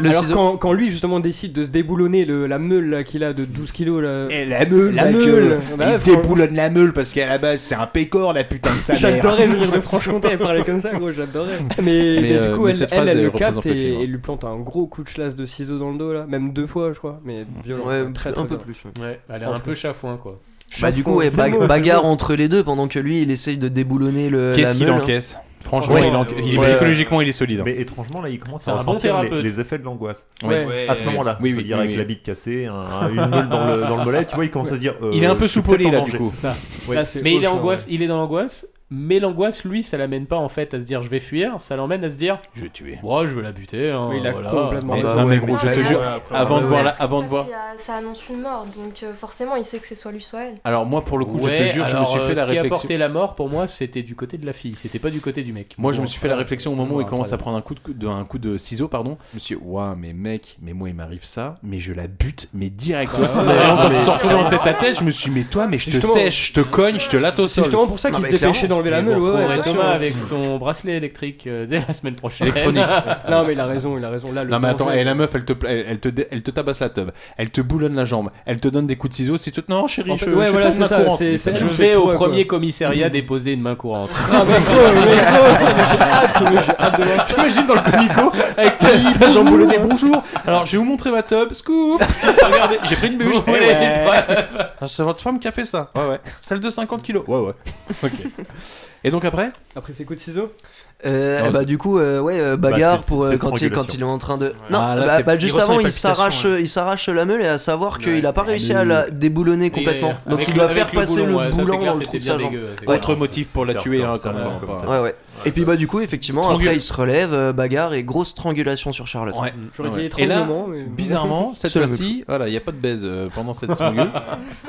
L: Alors Quand, quand lui justement décide de se déboulonner le, la meule là, qu'il a de 12 kilos là.
C: Et la meule,
L: la
C: la
L: meule.
C: gueule.
L: Bah,
C: Il
L: fran-
C: déboulonne la meule parce qu'à la base, c'est un pécor, la putain
L: *laughs*
C: de sa mère.
L: J'adorais venir de Franche-Comté et parler comme ça, gros, j'adorais. Mais,
C: Mais,
L: mais du
C: euh,
L: coup,
C: mais
L: elle,
C: cette
L: elle,
C: phrase,
L: elle
C: elle
L: le
C: représente
L: capte
C: le film,
L: et,
C: hein.
L: et lui plante un gros coup de chlasse de ciseaux dans le dos, là, même deux fois, je crois, mais violent.
H: Ouais,
L: très,
H: un
L: très
H: peu
L: violent.
H: plus,
K: ouais. Ouais, elle est un peu chafouin, quoi.
H: Bah, du coup, ouais,
L: C'est le
H: ba-
L: mot, c'est le
H: bagarre
L: *laughs* mot.
H: entre les deux pendant que lui il essaye de déboulonner le.
C: Qu'est-ce
H: la
C: qu'il
H: meule, hein.
C: encaisse Franchement, il en- il-
H: Ouais.
C: psychologiquement, il est solide. hein.
A: Mais étrangement, là, il commence
C: C'est
A: à
C: un bon
A: ressentir les,
C: thérapeute.
A: les effets de l'angoisse.
C: Ouais. Ouais.
A: À ce moment-là,
C: Oui,
A: je veux
C: oui,
A: dire,
C: oui,
A: avec
C: oui.
A: la bite cassée, un-
K: *laughs*
A: un- une meule dans le, dans le mollet, tu vois, il commence à se dire. euh,
C: Il est un peu
A: je suis
C: sous-polé,
A: peut-être en
C: là, du
A: danger.
C: coup. Ça.
A: Ouais.
C: Là,
K: Ouais.
C: c'est
K: mais il
C: autre
K: est,
C: chose,
K: angoisse, il est dans l'angoisse, mais l'angoisse, lui, ça l'amène pas en fait à se dire je vais fuir, ça l'emmène à se dire
C: je vais tuer.
K: Moi, je vais la buter. hein,
L: Mais il a
K: voilà.
L: complètement
K: Mais-
L: raison.
K: non, mais
L: Ouais,
K: gros, je
L: ouais,
K: te
L: ouais,
K: jure,
L: ouais, après,
K: avant de
L: ouais,
K: voir
L: ouais.
K: la- avant de voir.
M: Il y a- Ça annonce une mort, donc euh, forcément, il sait que c'est soit lui, soit elle.
C: Alors, moi, pour le coup, je
K: Ouais,
C: te jure, je me
K: alors,
C: suis
K: euh,
C: fait la
K: ce qui a
C: réflexion.
K: apporté la mort pour moi, c'était du côté de la fille, c'était pas du côté du mec.
C: Moi, je
K: Bon,
C: me suis fait la
K: voilà.
C: réflexion au moment où
K: Ouais,
C: il commence
K: après,
C: à prendre un coup de, de- un coup de ciseau, pardon. Je me suis dit, waouh, mais mec, mais moi, il m'arrive ça, mais je la bute, mais directement.
K: Ah,
C: Mais
K: ouais.
C: vraiment, quand
K: Mais-
C: ils se sont retrouvés en tête à tête, je me suis dit, mais toi, mais je te
K: Justement.
C: sèche, je te cogne, je te latte au
K: C'est
C: sol.
K: justement pour ça qu'il
L: se dépêchait d'enlever la
K: Mais
L: meule,
K: vous
L: ouais, ouais,
K: retrouverez
L: bien sûr.
K: Thomas avec son bracelet électrique euh, dès la semaine prochaine. *laughs*
L: non, mais il a raison, il a raison. Là, le
C: Non mais attends,
L: danger-
C: et la meuf, elle te, pla- elle, elle te, dé- elle te tabasse la teub, elle te boulonne la jambe, elle te donne des coups de ciseau. Si tu te non chérie,
L: En fait,
C: je,
L: ouais,
C: je
L: voilà,
C: tourne
L: c'est
C: ma
L: ça,
C: courante.
L: c'est- c'est-
K: Je
L: Chez
K: vais au
L: toi, quoi.
K: premier commissariat déposer une main courante.
L: Ah, mais
K: *laughs*
L: gros, mais gros, mais j'ai hâte, mais j'ai hâte de voir ça.
C: T'imagines dans le comico avec ta, ta jambe boulonnée, bonjour. Alors je vais vous montrer ma teub, scoop. Regardez, j'ai pris une bûche. Eh
K: Ouais.
C: Ouais. Ah, C'est votre femme qui a fait ça. Ouais ouais. Celle de 50 kilos. Ouais ouais. Ok. Et donc après
L: Après ses coups de ciseaux
H: Euh,
C: Non,
H: bah
C: c'est-
H: du coup euh, ouais euh,
C: Bah,
H: bagarre
C: c'est-
H: pour
C: c'est
H: euh,
C: strangulation.
H: quand il quand il est en train de non
C: Ah, là,
H: bah,
C: c'est-
H: bah,
C: il
H: juste
C: ressent
H: avant
C: les
H: il s'arrache il s'arrache la meule et à savoir qu'il a pas réussi à la déboulonner complètement donc
K: avec
H: il doit
K: le- avec
H: faire passer le
K: ouais, ça, c'est
H: boulon
K: clair,
H: dans le trou
K: c'était
H: de
K: bien
H: sa jambe
K: dégueu, c'est
H: Ouais.
K: clair.
C: Autre motif pour la tuer hein, quand même.
H: ouais ouais Et puis bah du coup effectivement
C: Strangul-
H: après il se relève, euh, bagarre et grosse strangulation sur Charlotte.
C: Ouais.
L: J'aurais
C: Ouais.
L: dit
C: Et là,
L: étranglement, mais-
H: *laughs*
C: bizarrement, cette
H: Mm. C'est la même
C: fois-ci, voilà, il n'y a pas de baise euh, pendant cette
H: *laughs*
C: strangule.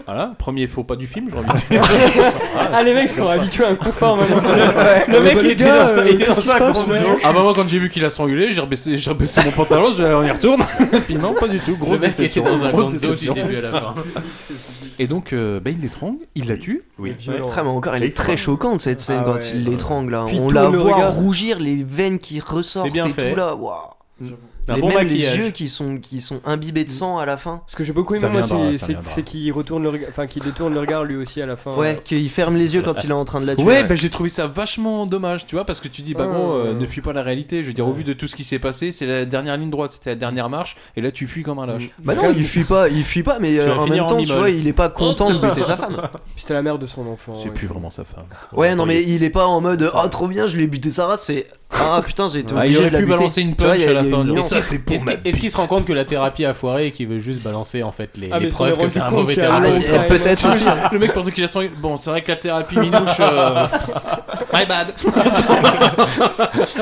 C: voilà, premier faux pas du film, j'ai envie de dire. Voilà,
L: Ah, les mecs
C: c'est comme
L: sont
C: ça.
L: habitués à
C: *laughs*
L: un confort maintenant.
C: Ouais.
L: Le mec, il était dans sa- il était dans sa confusion.
C: Ah bah moi quand j'ai vu qu'il a strangulé, j'ai rebaissé, j'ai rebaissé mon pantalon, je vais aller, on y retourne. Puis non, pas du tout, grosse
K: Le mec
C: déception.
K: était dans un
C: grosse
K: condo du
C: déception.
K: début à la fin.
C: *laughs* Et donc, euh, bah, il l'étrangle, il la tue.
A: Oui.
H: Après, Ah, mais encore, elle est très choquante cette scène
C: Ah
H: quand
C: ouais.
H: il l'étrangle là.
C: Puis
H: hein. on
C: tout
H: la
C: le
H: voit
C: regard.
H: rougir, les veines qui ressortent
K: C'est bien
H: et
K: fait.
H: tout là. Waouh.
K: J'avoue. Un
H: Les,
K: bon
H: mêmes
K: maquillage. Mm.
H: les yeux qui sont, qui sont imbibés de sang à la fin.
L: Ce que j'ai beaucoup aimé, moi, c'est- c'est c'est qu'il retourne le regard, enfin qu'il détourne le regard lui aussi à la fin.
H: Ouais, qu'il ferme les yeux quand il est en train de la tuer.
C: Ouais, bah, j'ai trouvé ça vachement dommage, tu vois, parce que tu dis, bah
H: Ouais,
C: gros, euh,
H: ouais.
C: ne fuis pas la réalité. Je veux dire, au vu de tout ce qui s'est passé, c'est la dernière ligne droite, c'était la dernière marche, et là tu fuis comme un lâche.
H: Bah non, il fuit pas, il fuit pas, mais
C: Tu
H: euh,
C: vas
H: en
C: finir
H: même
C: en
H: temps, tu
C: mimole.
H: vois, il est pas content de buter sa femme.
L: Puis C'était la mère de son enfant.
C: C'est plus vraiment sa femme.
H: Ouais, non, mais il est pas en mode ah trop bien, je l'ai buté sa race, c'est ah putain, j'ai été
C: Ah, il
H: obligé
C: aurait
H: de la
C: pu
H: buter.
C: balancer une
H: Tu vois,
C: punch
H: il y a-
C: à la
H: il y a
C: fin,
H: une
C: genre,
H: nuance.
C: ça, c'est pour
K: Est-ce
C: ma
K: qu'il- est-ce qu'il se rend compte que la thérapie a foiré et qu'il veut juste balancer en fait les,
C: Ah,
K: les
C: mais ça
K: preuves
C: m'est
K: que c'est un
C: rendu compte
K: mauvais
C: qu'il y a
H: Ah,
K: thérapeute
C: longtemps. Ah,
L: *laughs*
C: Le mec, pendant qu'il a son. Bon, c'est vrai que la thérapie minouche. euh, *laughs* My bad.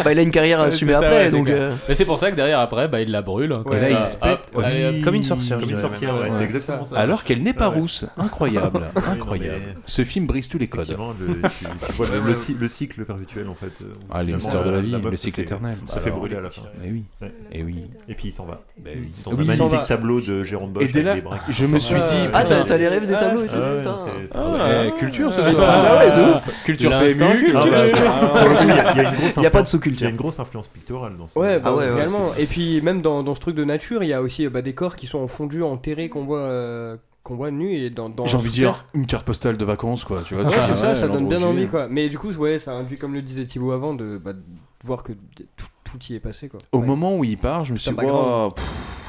H: Bah, il a une carrière à
K: Ouais,
H: assumer
K: c'est ça,
H: après,
K: ouais, c'est
H: donc.
K: clair.
H: euh,
K: Mais c'est pour ça que derrière après, bah, il la brûle. comme
H: Et là,
K: ça,
H: il se
K: hop,
H: pète,
K: allez, hop.
H: oui.
K: comme une sorcière.
A: Comme
K: je
A: une
K: dirais
A: sorcière,
K: même.
A: ouais, c'est exactement ça.
C: Alors qu'elle n'est pas
A: Ah ouais.
C: rousse. Incroyable.
A: Oui, non, mais-
C: Incroyable. Ce film brise tous les codes.
A: Effectivement, le- tu- tu vois le- le cy- le cycle perpétuel en fait. où
C: Ah, les
A: finalement,
C: mystères de la vie,
A: meuf
C: le
A: se
C: cycle
A: fait-
C: éternel.
A: Se fait
C: Alors,
A: brûler à la fin.
C: Mais oui.
A: Ouais.
C: Et oui. Bah
A: Et puis il s'en va.
C: oui.
A: Dans
C: Oui,
A: un
C: il s'en
A: magnifique
C: va.
A: tableau de Jérôme Bosch.
C: Et dès
A: avec
C: là,
A: des bras qui
C: je me
A: s'en
C: suis
A: sortent.
C: dit,
H: Ah, t'as t'as les rêves des tableaux et tout,
A: Ah ouais,
H: putain.
A: c'est- c'est-
C: Eh, culture ce
H: Ah,
C: soir.
H: bah ouais, de ouf.
C: *laughs* Culture
H: L'instant
C: PMU.
H: culture.
A: Ah bah, pour le coup, il y a- il y a une grosse
H: Il y a pas de
A: influence-
H: sous-culture.
A: Il y a une grosse influence picturale dans ce.
L: Ouais, bah,
A: dans ce-
L: réellement. Et puis même dans, dans ce truc de nature, il y a aussi euh, bah, des corps qui sont fondus, enterrés, qu'on voie euh, qu'on voit nus et dans. dans
C: J'ai envie de
L: sous
C: dire
L: terre.
C: une carte postale de vacances, quoi. Tu vois,
L: Ouais,
C: tu-
L: c'est ça,
C: ouais,
L: ça
C: l'endroit
L: donne bien
C: où tu es.
L: envie quoi. Mais du coup, ouais, ça induit, comme le disait Thibaut avant, de, bah, de voir que tout, tout y est passé quoi.
C: Au
L: Ouais.
C: moment où il part, je me suis
L: Putain,
C: dit,
L: background.
C: Ouah, pff,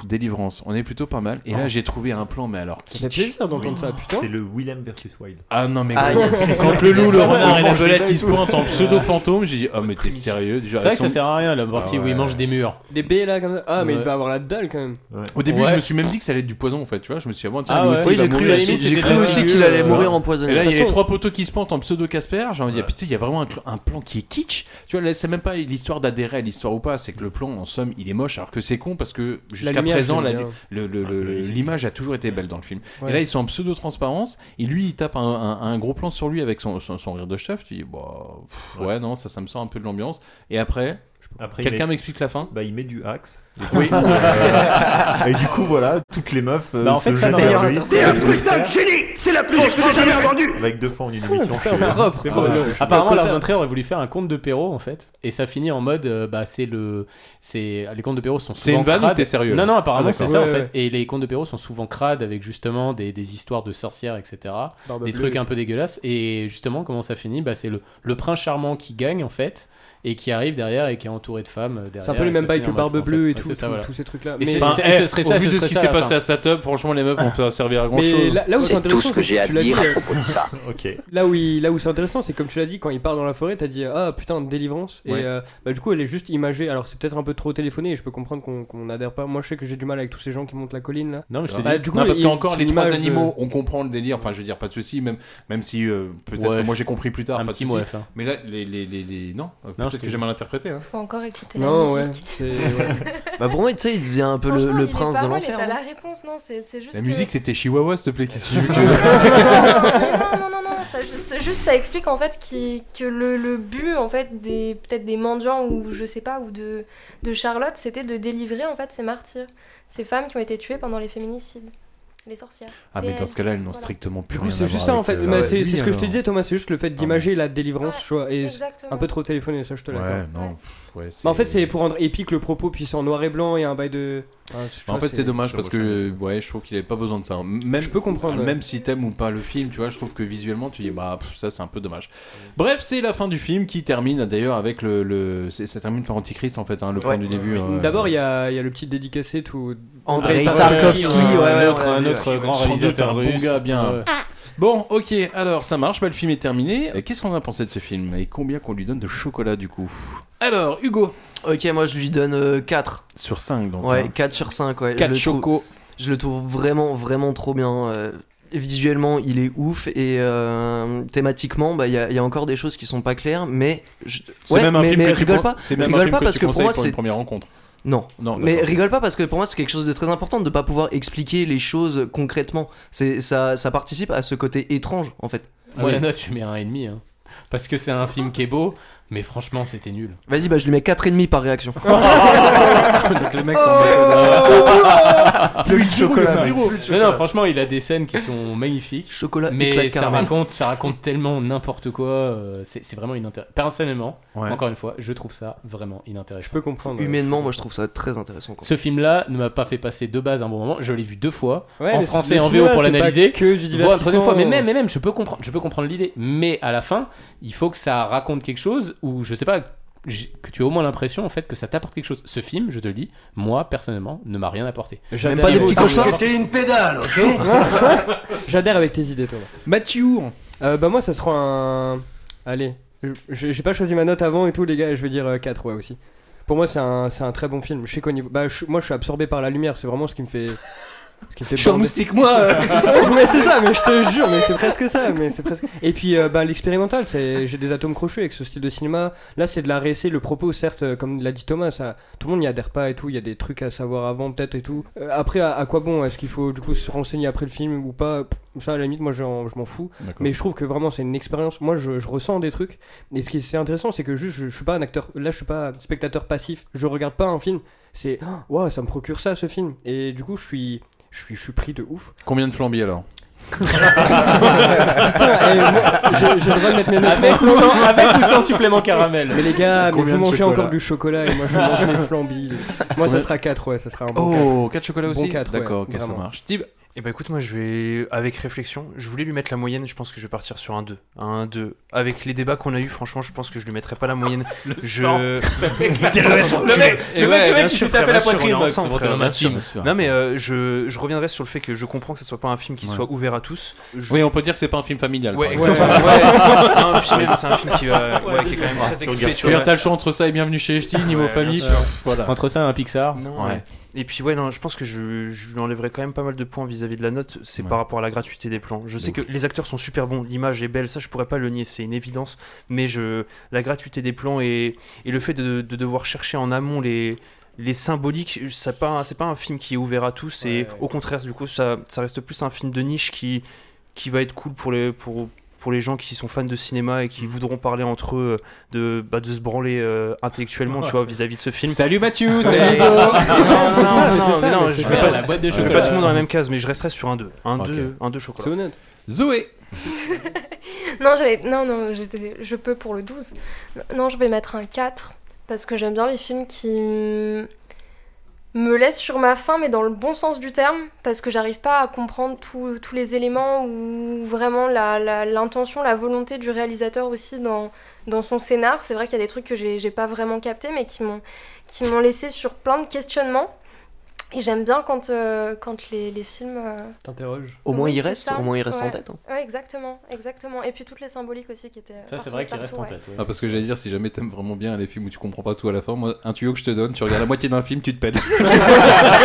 C: délivrance, on est plutôt pas mal. Et là,
L: Oh.
C: j'ai trouvé un plan, mais alors.
L: Ça fait plaisir d'entendre ça, putain.
A: C'est le Willem versus Wild.
C: Ah non, mais
A: Ah,
C: gros,
A: yes.
C: *laughs* quand le loup, le
A: Ça va,
C: renard et
A: on
C: la
A: mange des
C: belette,
A: bêtes
C: ils se
A: et tout. Ah.
C: pointent en pseudo-fantôme, j'ai dit, oh, mais t'es sérieux déjà.
K: C'est vrai
C: avec
K: que ça
C: son-
K: sert à rien la partie
C: Ah
K: où
C: ouais.
K: il mange des murs.
L: Des baies là comme ça. Ah, mais
K: Ouais.
L: il va avoir la dalle quand même.
C: Au début,
K: Ouais.
C: je me suis même dit que ça allait être du poison en fait, tu vois. Je me suis dit, ah, bon, tiens,
K: Ah
C: lui
K: ouais.
C: aussi,
K: Oui,
C: il va
K: j'ai cru
C: mourir.
K: aussi, j'ai cru aussi
C: Euh,
K: qu'il allait
C: voilà.
K: mourir empoisonné.
C: Et là, il y a les
K: Façon-
C: trois poteaux qui se plantent en pseudo-Casper. J'ai envie de dire, ah, putain, il y a vraiment un, cl- un plan qui est kitsch. Tu vois, là, c'est même pas l'histoire d'adhérer à l'histoire ou pas, c'est que le plan, en somme, il est moche, alors que c'est con parce que jusqu'à
L: lumière,
C: présent,
L: j'aime
C: la-
L: bien.
C: le-
A: Ah,
C: le- le- l'image a toujours été belle dans le film.
L: Ouais.
C: Et là, ils sont en pseudo-transparence, et lui, il tape un, un- un gros plan sur lui avec son, son- son rire de chef. Tu dis, bah, pff, ouais, non, ça, ça me sort un peu de l'ambiance. Et après.
A: Après, il
C: Quelqu'un
A: met-
C: m'explique la fin
A: Bah, il met du axe.
C: Oui.
A: Euh, *laughs* et du coup, voilà, toutes les meufs euh,
C: Bah, en
A: se
C: fait, ça
A: jettent
C: m'a-
A: vers lui.
F: T'es un putain de génie C'est la plus
A: Grosse
F: que j'ai jamais entendue
A: Avec deux fois en une émission.
K: C'est propre.
A: je suis-
K: Apparemment, Lars von Trier aurait voulu faire un conte de Perrault en fait, et ça finit en mode euh, bah c'est le c'est les contes de Perrault sont
C: C'est
K: souvent
C: une vanne ou
K: crades.
C: t'es sérieux, là
K: Non non, apparemment
C: Ah,
K: c'est
C: d'accord.
K: ça en
C: Ouais,
K: fait.
C: ouais.
K: Et les contes de Perrault sont souvent crades avec justement des, des histoires de sorcières etc,
L: Barbe
K: des
L: bleue
K: trucs
L: et
K: un peu dégueulasses. Et justement comment ça finit bah c'est le le prince charmant qui gagne en fait. Et qui arrive derrière et qui est entouré de femmes euh, derrière.
L: C'est un peu le
K: et
L: même
K: ça
L: bail
K: finit
L: que
K: en mode,
L: Barbe
K: en fait.
L: bleue et
K: Ouais,
L: tout,
K: c'est ça,
L: tout-
K: voilà.
L: tous ces trucs-là.
K: Et
L: Mais-
K: c'est-
C: Bah,
L: Enfin,
K: c'est- ce
L: eh,
K: serait
L: au
K: ça,
L: vu
K: ce
L: de ce
K: serait
L: qui
K: ça,
L: s'est
K: la
L: passé
K: fin.
C: à sa table, franchement, les meufs, on peut servir à grand
L: Ah. Mais
C: chose.
L: là, là où
C: C'est
L: intéressant,
C: tout ce que j'ai à
L: tu l'as
C: dire
L: dit,
C: à propos de *laughs* ça.
A: Ok.
L: Là où, il- là où c'est intéressant, c'est comme tu l'as dit, quand il part dans la forêt, t'as dit ah putain délivrance
C: Ouais.
L: et euh, bah, du coup elle est juste imagée. Alors c'est peut-être un peu trop téléphoné et je peux comprendre qu'on qu'on n'adhère pas. Moi je sais que j'ai du mal avec tous ces gens qui montent la colline là.
K: Non, mais je te
L: Bah,
K: dis-
L: du coup,
C: non, parce
L: il-
C: qu'encore
L: c'est
C: les
L: une
C: trois
L: image de-
C: animaux, on comprend le délire. Enfin, je veux dire, pas de souci, même, même si euh, peut-être
K: Ouais,
C: que moi j'ai compris plus tard.
K: un
C: pas de
K: petit
C: souci.
K: mot à
L: hein.
K: faire.
C: Mais là, les, les, les, les- non, euh,
K: Non, je
C: peut-être
K: te-
C: que j'ai mal interprété. hein.
M: Faut encore écouter
H: Non,
M: la
H: ouais,
M: musique. *laughs*
H: c'est- ouais. Bah, pour moi, tu sais, il devient un peu le-
M: Franchement,
H: le
M: il est
H: prince
M: pas
H: de
M: mal, il est
H: l'enfer,
M: pas
H: hein.
M: la réponse, non, c'est c'est juste.
C: La
M: que-
C: musique, c'était Chihuahua, s'il te plaît. Qu'est-ce que tu veux *laughs*
M: *laughs* Mais
C: que-
M: non, non, non, non, ça, ju- c'est juste ça explique en fait qui- que le, le but en fait des peut-être des mendiants ou je sais pas ou de, de Charlotte, c'était de délivrer en fait ces martyrs, ces femmes qui ont été tuées pendant les féminicides, les sorcières.
C: Ah, mais
M: C'est-
C: dans ce cas-là, elles n'ont strictement plus rien à
L: C'est
C: voir
L: juste ça en
C: avec,
L: fait.
C: euh,
L: Mais
C: la
L: c'est
C: vie,
L: c'est ce que je te
C: alors.
L: disais Thomas, c'est juste le fait d'imager la délivrance je vois, et c'est un peu trop téléphoné, ça je te l'accorde.
C: Ouais, non. pff, ouais,
L: Mais en fait
C: c'est-
L: c'est pour rendre épique le propos puis c'est en noir et blanc et un bail de. Ah, Enfin, tu
C: Bah, En
L: vois,
C: fait, c'est dommage parce que ouais, je trouve qu'il avait pas besoin de ça. hein. Même, je peux
L: comprendre, ouais.
C: Même si t'aimes ou pas le film, tu vois, je trouve que visuellement, tu dis bah pff, ça c'est un peu dommage. Bref, c'est la fin du film qui termine d'ailleurs avec le, le c'est- ça termine par Antichrist en fait, hein, le point du début. hein.
L: D'abord, il y, a il y a le petit dédicacé tout.
C: Andrei
K: Tarkovsky, ouais, ouais,
L: un
K: on
L: autre-
K: l'a
L: un
K: vu,
L: autre
K: ouais.
L: grand
K: Sans doute
L: réalisateur.
K: un bon
L: russe.
C: gars bien.
K: Ouais.
C: Bon, ok, alors ça marche, bah, le film est terminé. Euh, Qu'est-ce qu'on a pensé de ce film et combien qu'on lui donne de chocolat du coup Alors, Hugo
H: Ok, moi je lui donne euh, 4.
C: Sur 5 donc.
H: Ouais,
C: hein.
H: 4 sur 5, ouais.
C: Quatre
H: Je le trouve-
C: chocos.
H: Je le trouve vraiment, vraiment trop bien. euh, visuellement, il est ouf et euh, thématiquement, bah, il y, a- il y a encore des choses qui sont pas claires, mais je...
C: C'est
H: ouais,
C: même un
H: mais,
C: film
H: mais
C: que tu
H: rigole
C: con-
H: pas,
C: c'est même un
H: rigole
C: film
H: pas
C: que
H: parce
C: tu
H: que pour
C: conseilles
H: moi,
C: pour une
H: c'est-
C: première rencontre.
H: Non,
C: Non,
H: mais
C: d'accord.
H: rigole pas parce que pour moi c'est quelque chose de très important de pas pouvoir expliquer les choses concrètement. C'est ça, ça participe à ce côté étrange en fait.
C: Ah
K: Moi, la note, je mets un et demi, hein. Parce que c'est un film qui est beau, mais franchement, c'était nul.
H: *laughs* Vas-y, bah je lui mets 4,5 par *laughs* réaction.
K: Donc les mecs sont bons.
H: Oh. euh, *laughs* Plus de chocolat. Plus de
K: Non,
H: chocolat.
K: non, franchement, il a des scènes qui sont magnifiques.
H: Chocolat éclat
K: Mais
H: de
K: ça
H: caramel.
K: raconte, ça raconte tellement n'importe quoi. euh, C'est c'est vraiment inintéressant. Personnellement,
H: Ouais.
K: encore une fois, je trouve ça vraiment inintéressant.
H: Je peux comprendre. Humainement, moi je trouve ça très intéressant. quoi.
K: Ce film-là ne m'a pas fait passer de base un bon moment. Je l'ai vu deux fois
H: Ouais,
K: en
H: le-
K: français
H: le
K: et en VO
H: cinéma,
K: pour
H: c'est pas
K: l'analyser.
H: que du
K: Voir la troisième fois, mais
H: divertissement.
K: même, mais même, je peux comprendre, je peux comprendre l'idée. Mais à la fin, il faut que ça raconte quelque chose ou je sais pas j- que tu aies au moins l'impression en fait que ça t'apporte quelque chose. Ce film, je te le dis, moi personnellement, ne m'a rien apporté.
L: J'aime pas les petits cochons. *laughs* J'adhère avec tes idées, toi. Mathieu Bah, moi, ça sera un. Allez, je- je- j'ai pas choisi ma note avant et tout, les gars, je vais dire euh, 4, ouais, aussi. Pour moi, c'est un, c'est un très bon film. Je sais qu'au niveau. Bah, je- moi, je suis absorbé par la lumière, c'est vraiment ce qui me fait. ce qui me fait
F: Je suis en
L: bander.
F: moustique, moi, euh.
L: mais *laughs* c'est ça, mais je te jure, mais c'est presque ça, mais c'est presque. Et puis, euh, bah, l'expérimental, c'est, j'ai des atomes crochus avec ce style de cinéma. Là, c'est de la réessai, le propos, certes, euh, comme l'a dit Thomas, ça, tout le monde n'y adhère pas et tout. Il y a des trucs à savoir avant, peut-être et tout. Euh, après, à, à quoi bon Est-ce qu'il faut du coup se renseigner après le film ou pas Pff, Ça, à la limite, moi, j'en- je m'en fous.
C: D'accord.
L: Mais je trouve que vraiment, c'est une expérience. Moi, je, je ressens des trucs. Et ce qui est intéressant, c'est que juste, je, je suis pas un acteur. Là, je suis pas spectateur passif. Je regarde pas un film. C'est, oh, waouh, ça me procure ça, ce film. Et du coup, je suis, je suis, je suis pris de ouf.
C: Combien de flambis alors
L: Putain, eh, moi, j'ai- j'ai le droit de mettre mes notes
K: Avec
L: maintenant.
K: ou sans- avec ou sans supplément caramel.
L: Mais les gars, mais
K: Combien
L: vous
K: de
L: mangez
K: chocolat
L: encore du chocolat et moi je mange mes flambis.
C: *laughs*
L: Moi ça
K: Combien-
L: sera 4, ouais, ça sera un
C: Oh,
L: bon 4.
C: quatre chocolats
L: Bon
C: aussi
L: quatre, ouais,
C: D'accord, ok, ça
L: vraiment.
C: marche. Tib
N: Et bah écoute, moi je vais, avec réflexion, je voulais lui mettre la moyenne, je pense que je vais partir sur un 2. Un 2. Avec les débats qu'on a eu, franchement, je pense que je lui mettrais pas
C: *laughs*
N: la moyenne.
K: Le
N: je. *laughs*
K: sang. Le mec-
N: Et
K: le mec- le mec
N: bien
K: qui
N: sûr,
K: s'est tapé
N: frère,
K: la
N: bien sûr, on est
K: poitrine, Max,
N: ensemble,
K: c'est
N: frère,
K: votre
N: bien sûr.
K: intime, bien sûr.
N: Non mais euh, je, je reviendrai sur le fait que je comprends que ce soit pas un film qui
C: Ouais.
N: soit ouvert à tous. Je-
C: Oui, on peut dire que c'est pas un film familial.
N: Ouais,
C: par exemple.
N: exactement.
C: *laughs*
N: Ouais. Non, puis même, c'est un film qui, euh, ouais, qui est quand même très
C: Ah, Tu
N: expé-
C: regardes-
N: tu
C: Tu regardes,
N: vois.
C: t'as le choix entre ça et Bienvenue chez Ch'ti, niveau
N: Ouais, bien
C: famille.
N: sûr.
C: pff, voilà.
K: Entre ça et un Pixar.
N: Non, ouais. Et puis ouais, non, je pense que je, je lui enlèverais quand même pas mal de points vis-à-vis de la note, c'est par rapport à la gratuité des plans. Je sais que les acteurs sont super bons, l'image est belle, ça je pourrais pas le nier, c'est une évidence, mais je, la gratuité des plans et, et le fait de, de devoir chercher en amont les, les symboliques, c'est pas, un- c'est pas un film qui est ouvert à tous, et au contraire, du coup, ça, ça reste plus un film de niche qui, qui va être cool pour les, pour, pour les gens qui sont fans de cinéma et
K: Mm.
N: qui voudront parler entre eux euh, de, bah, de se branler euh, intellectuellement, tu vois, vis-à-vis de ce film.
K: Salut Mathieu,
N: Ouais. *laughs*
K: salut Hugo.
N: Non, non,
K: C'est ça,
N: non,
K: mais c'est ça,
N: non, mais non,
K: mais
N: je
K: c'est
N: fais
K: ça,
N: pas,
K: la boîte de
N: je fais
K: chocolat.
N: pas tout le monde dans la même case, mais je resterai sur un 2. Un 2
K: Ok.
N: un deux chocolat.
L: C'est honnête.
C: Zoé
M: Non, j'allais- non, non j'étais- je peux pour le 12. Non, je vais mettre un 4 parce que j'aime bien les films qui mm, me laissent sur ma faim, mais dans le bon sens du terme, parce que j'arrive pas à comprendre tous- tous les éléments ou vraiment la- la- l'intention, la, volonté du réalisateur aussi dans, dans son scénar. C'est vrai qu'il y a des trucs que j'ai j'ai pas vraiment capté, mais qui m'ont qui m'ont laissé sur plein de questionnements. Et j'aime bien quand, euh, quand les, les films. euh,
L: T'interroges.
H: Au moins,
M: oui,
H: il
M: c'est
H: reste,
M: ça.
H: au moins, il reste en
M: Ouais.
H: tête. hein.
M: Ouais, exactement, exactement. Et puis toutes les symboliques aussi qui étaient.
K: Ça, c'est
M: partout-
K: vrai qu'il reste
M: partout,
K: en
M: ouais.
K: tête. ouais.
C: Ah, parce que j'allais dire, si jamais t'aimes vraiment bien les films où tu comprends pas tout à la fin, moi, un tuyau que je te donne, tu regardes la moitié d'un film, tu te
M: *laughs*
C: pètes.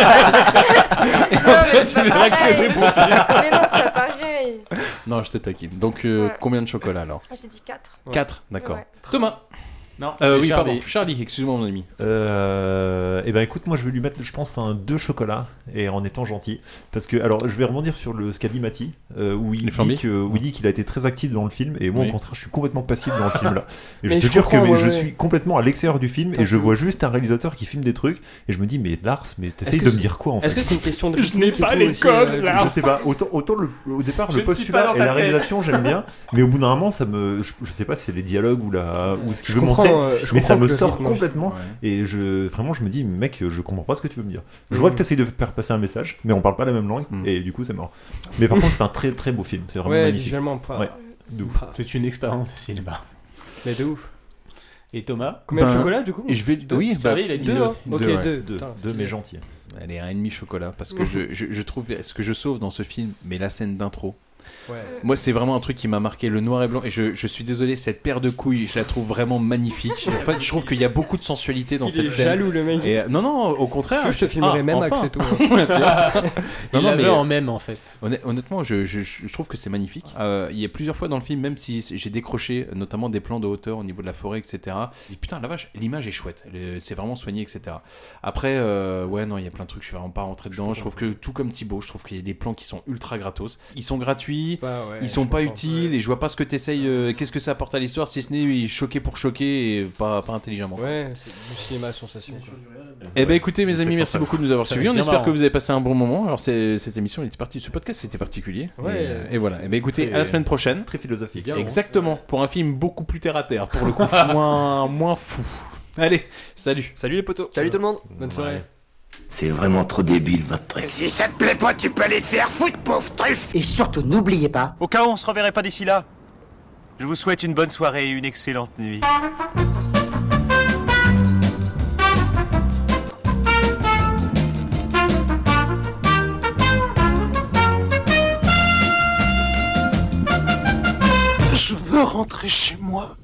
F: après, Ah,
M: Non, mais c'est
F: tu
M: pas
F: verras que
M: pareil.
F: des bons films.
M: Mais non, c'est pas pareil.
C: non, je te taquine. Donc, euh,
M: Ouais. Ah,
C: combien de chocolat alors
M: J'ai dit 4.
C: 4, d'accord.
M: Ouais.
C: Thomas
K: Non,
C: Euh,
K: c'est
C: oui,
K: Charlie.
C: pardon, Charlie, excuse-moi, mon ami.
A: Euh, eh ben écoute, moi je vais lui mettre, je pense, un 2 chocolat et en étant gentil. Parce que, alors je vais rebondir sur le, ce qu'a dit Mati, euh, où il
C: Les flambis.
A: dit que- où il dit qu'il a été très actif dans le film et moi
C: Oui.
A: au contraire je suis complètement passif dans le film
C: *laughs*
A: là. Et
C: Mais
A: je
C: je
A: te jure que
C: comprends,
A: mais
C: ouais,
A: je
C: ouais.
A: suis complètement à l'extérieur du film et je vois juste un réalisateur qui filme des trucs et je me dis, mais Lars, mais
L: Est-ce
A: t'essayes
L: que
A: de me
L: c'est-
A: dire quoi en fait
L: est-ce que c'est
A: *laughs*
L: une question de rythmique et tout aussi, euh,
A: Je sais pas, autant, autant le- au départ
L: Je ne
A: le
L: suis pas
A: postulat
L: dans
A: et
L: ta
A: la
L: tête.
A: réalisation j'aime
L: *laughs*
A: bien, mais au bout d'un moment ça me, je, je sais pas si c'est les dialogues ou la ou ce qu'il
L: Je
A: veut
L: comprends,
A: montrer,
L: euh, je
A: mais ça
L: comprends
A: me
L: que-
A: sort
L: Ouais. Mm.
A: complètement et je vraiment je me dis mec je comprends pas ce que tu veux me dire. Je vois que t'essayes de faire passer un message, mais on parle pas la même langue et du coup c'est mort. Mais
L: *laughs*
A: par contre c'est un très très beau film, c'est vraiment
L: Ouais,
A: magnifique.
L: visuellement, pas-
A: Ouais, de ouf.
K: C'est une expérience de cinéma.
L: Mais de ouf.
K: Et Thomas
L: Combien de chocolat du coup
C: Ben, et je vais...
L: Deux
C: Oui, bah,
K: Charlie, il a dit
C: deux,
K: deux.
C: hein.
L: Ok,
C: ouais.
L: deux.
A: Deux,
L: Putain,
A: deux mais gentil.
C: hein.
L: *laughs*
C: Allez, un et demi chocolat, parce que je, je, je trouve ce que je sauve dans ce film, mais la scène d'intro. Ouais. Moi, c'est vraiment un truc qui m'a marqué, le noir et blanc. Et je, je suis désolé, cette paire de couilles, je la trouve vraiment magnifique.
L: *laughs*
C: En fait, je trouve qu'il y a beaucoup de sensualité dans
L: Il
C: cette
L: est
C: scène.
L: jaloux, le mec.
C: Et, euh, non, non, au contraire. Ah,
L: Tu veux, je te filmerai même avec
C: enfin.
L: cette eau.
C: *laughs* Tu
L: *laughs*
C: vois
K: Il la
C: euh,
K: veut en même, en fait.
C: Honn- Honnêtement, je, je- je trouve que c'est magnifique. Euh, il y a plusieurs fois dans le film, même si c- j'ai décroché notamment des plans de hauteur au niveau de la forêt, etc. Et putain, la vache, l'image est chouette. Le- C'est vraiment soigné, etc. Après, euh, ouais, non, il y a plein de trucs, je suis vraiment pas rentré dedans. Je trouve que tout comme Thibaut, je trouve qu'il y a des plans qui sont ultra gratos. Ils sont gratuits,
L: Bah
C: ils sont pas utiles, et je vois pas ce que t'essayes, euh, qu'est-ce que ça apporte à l'histoire, si ce n'est choquer pour choquer et pas, pas intelligemment.
L: Ouais, c'est du cinéma à sensation. quoi.
C: Eh ben écoutez mes amis, merci
L: sympa.
C: beaucoup de nous avoir
L: Ça
C: suivis.
L: va
C: On
L: être bien
C: espère
L: marrant.
C: que vous avez passé un bon moment. Alors c'est- cette émission, elle était partie, ce podcast, c'était particulier.
L: Ouais.
C: et, euh, et voilà. Eh ben écoutez,
A: très-
C: à la semaine prochaine.
A: Très philosophique.
C: Exactement. Pour un film beaucoup plus terre à terre, pour
L: *laughs*
C: le coup, moins moins fou. Allez, salut.
N: Salut les potos.
H: Salut tout le monde.
L: Bonne soirée.
R: C'est vraiment trop débile votre truc.
F: Si ça te plaît pas, tu peux aller te faire foutre, pauvre truffe Et surtout, n'oubliez pas...
S: Au cas où on se reverrait pas d'ici là, je vous souhaite une bonne soirée et une excellente nuit.
F: Je veux rentrer chez moi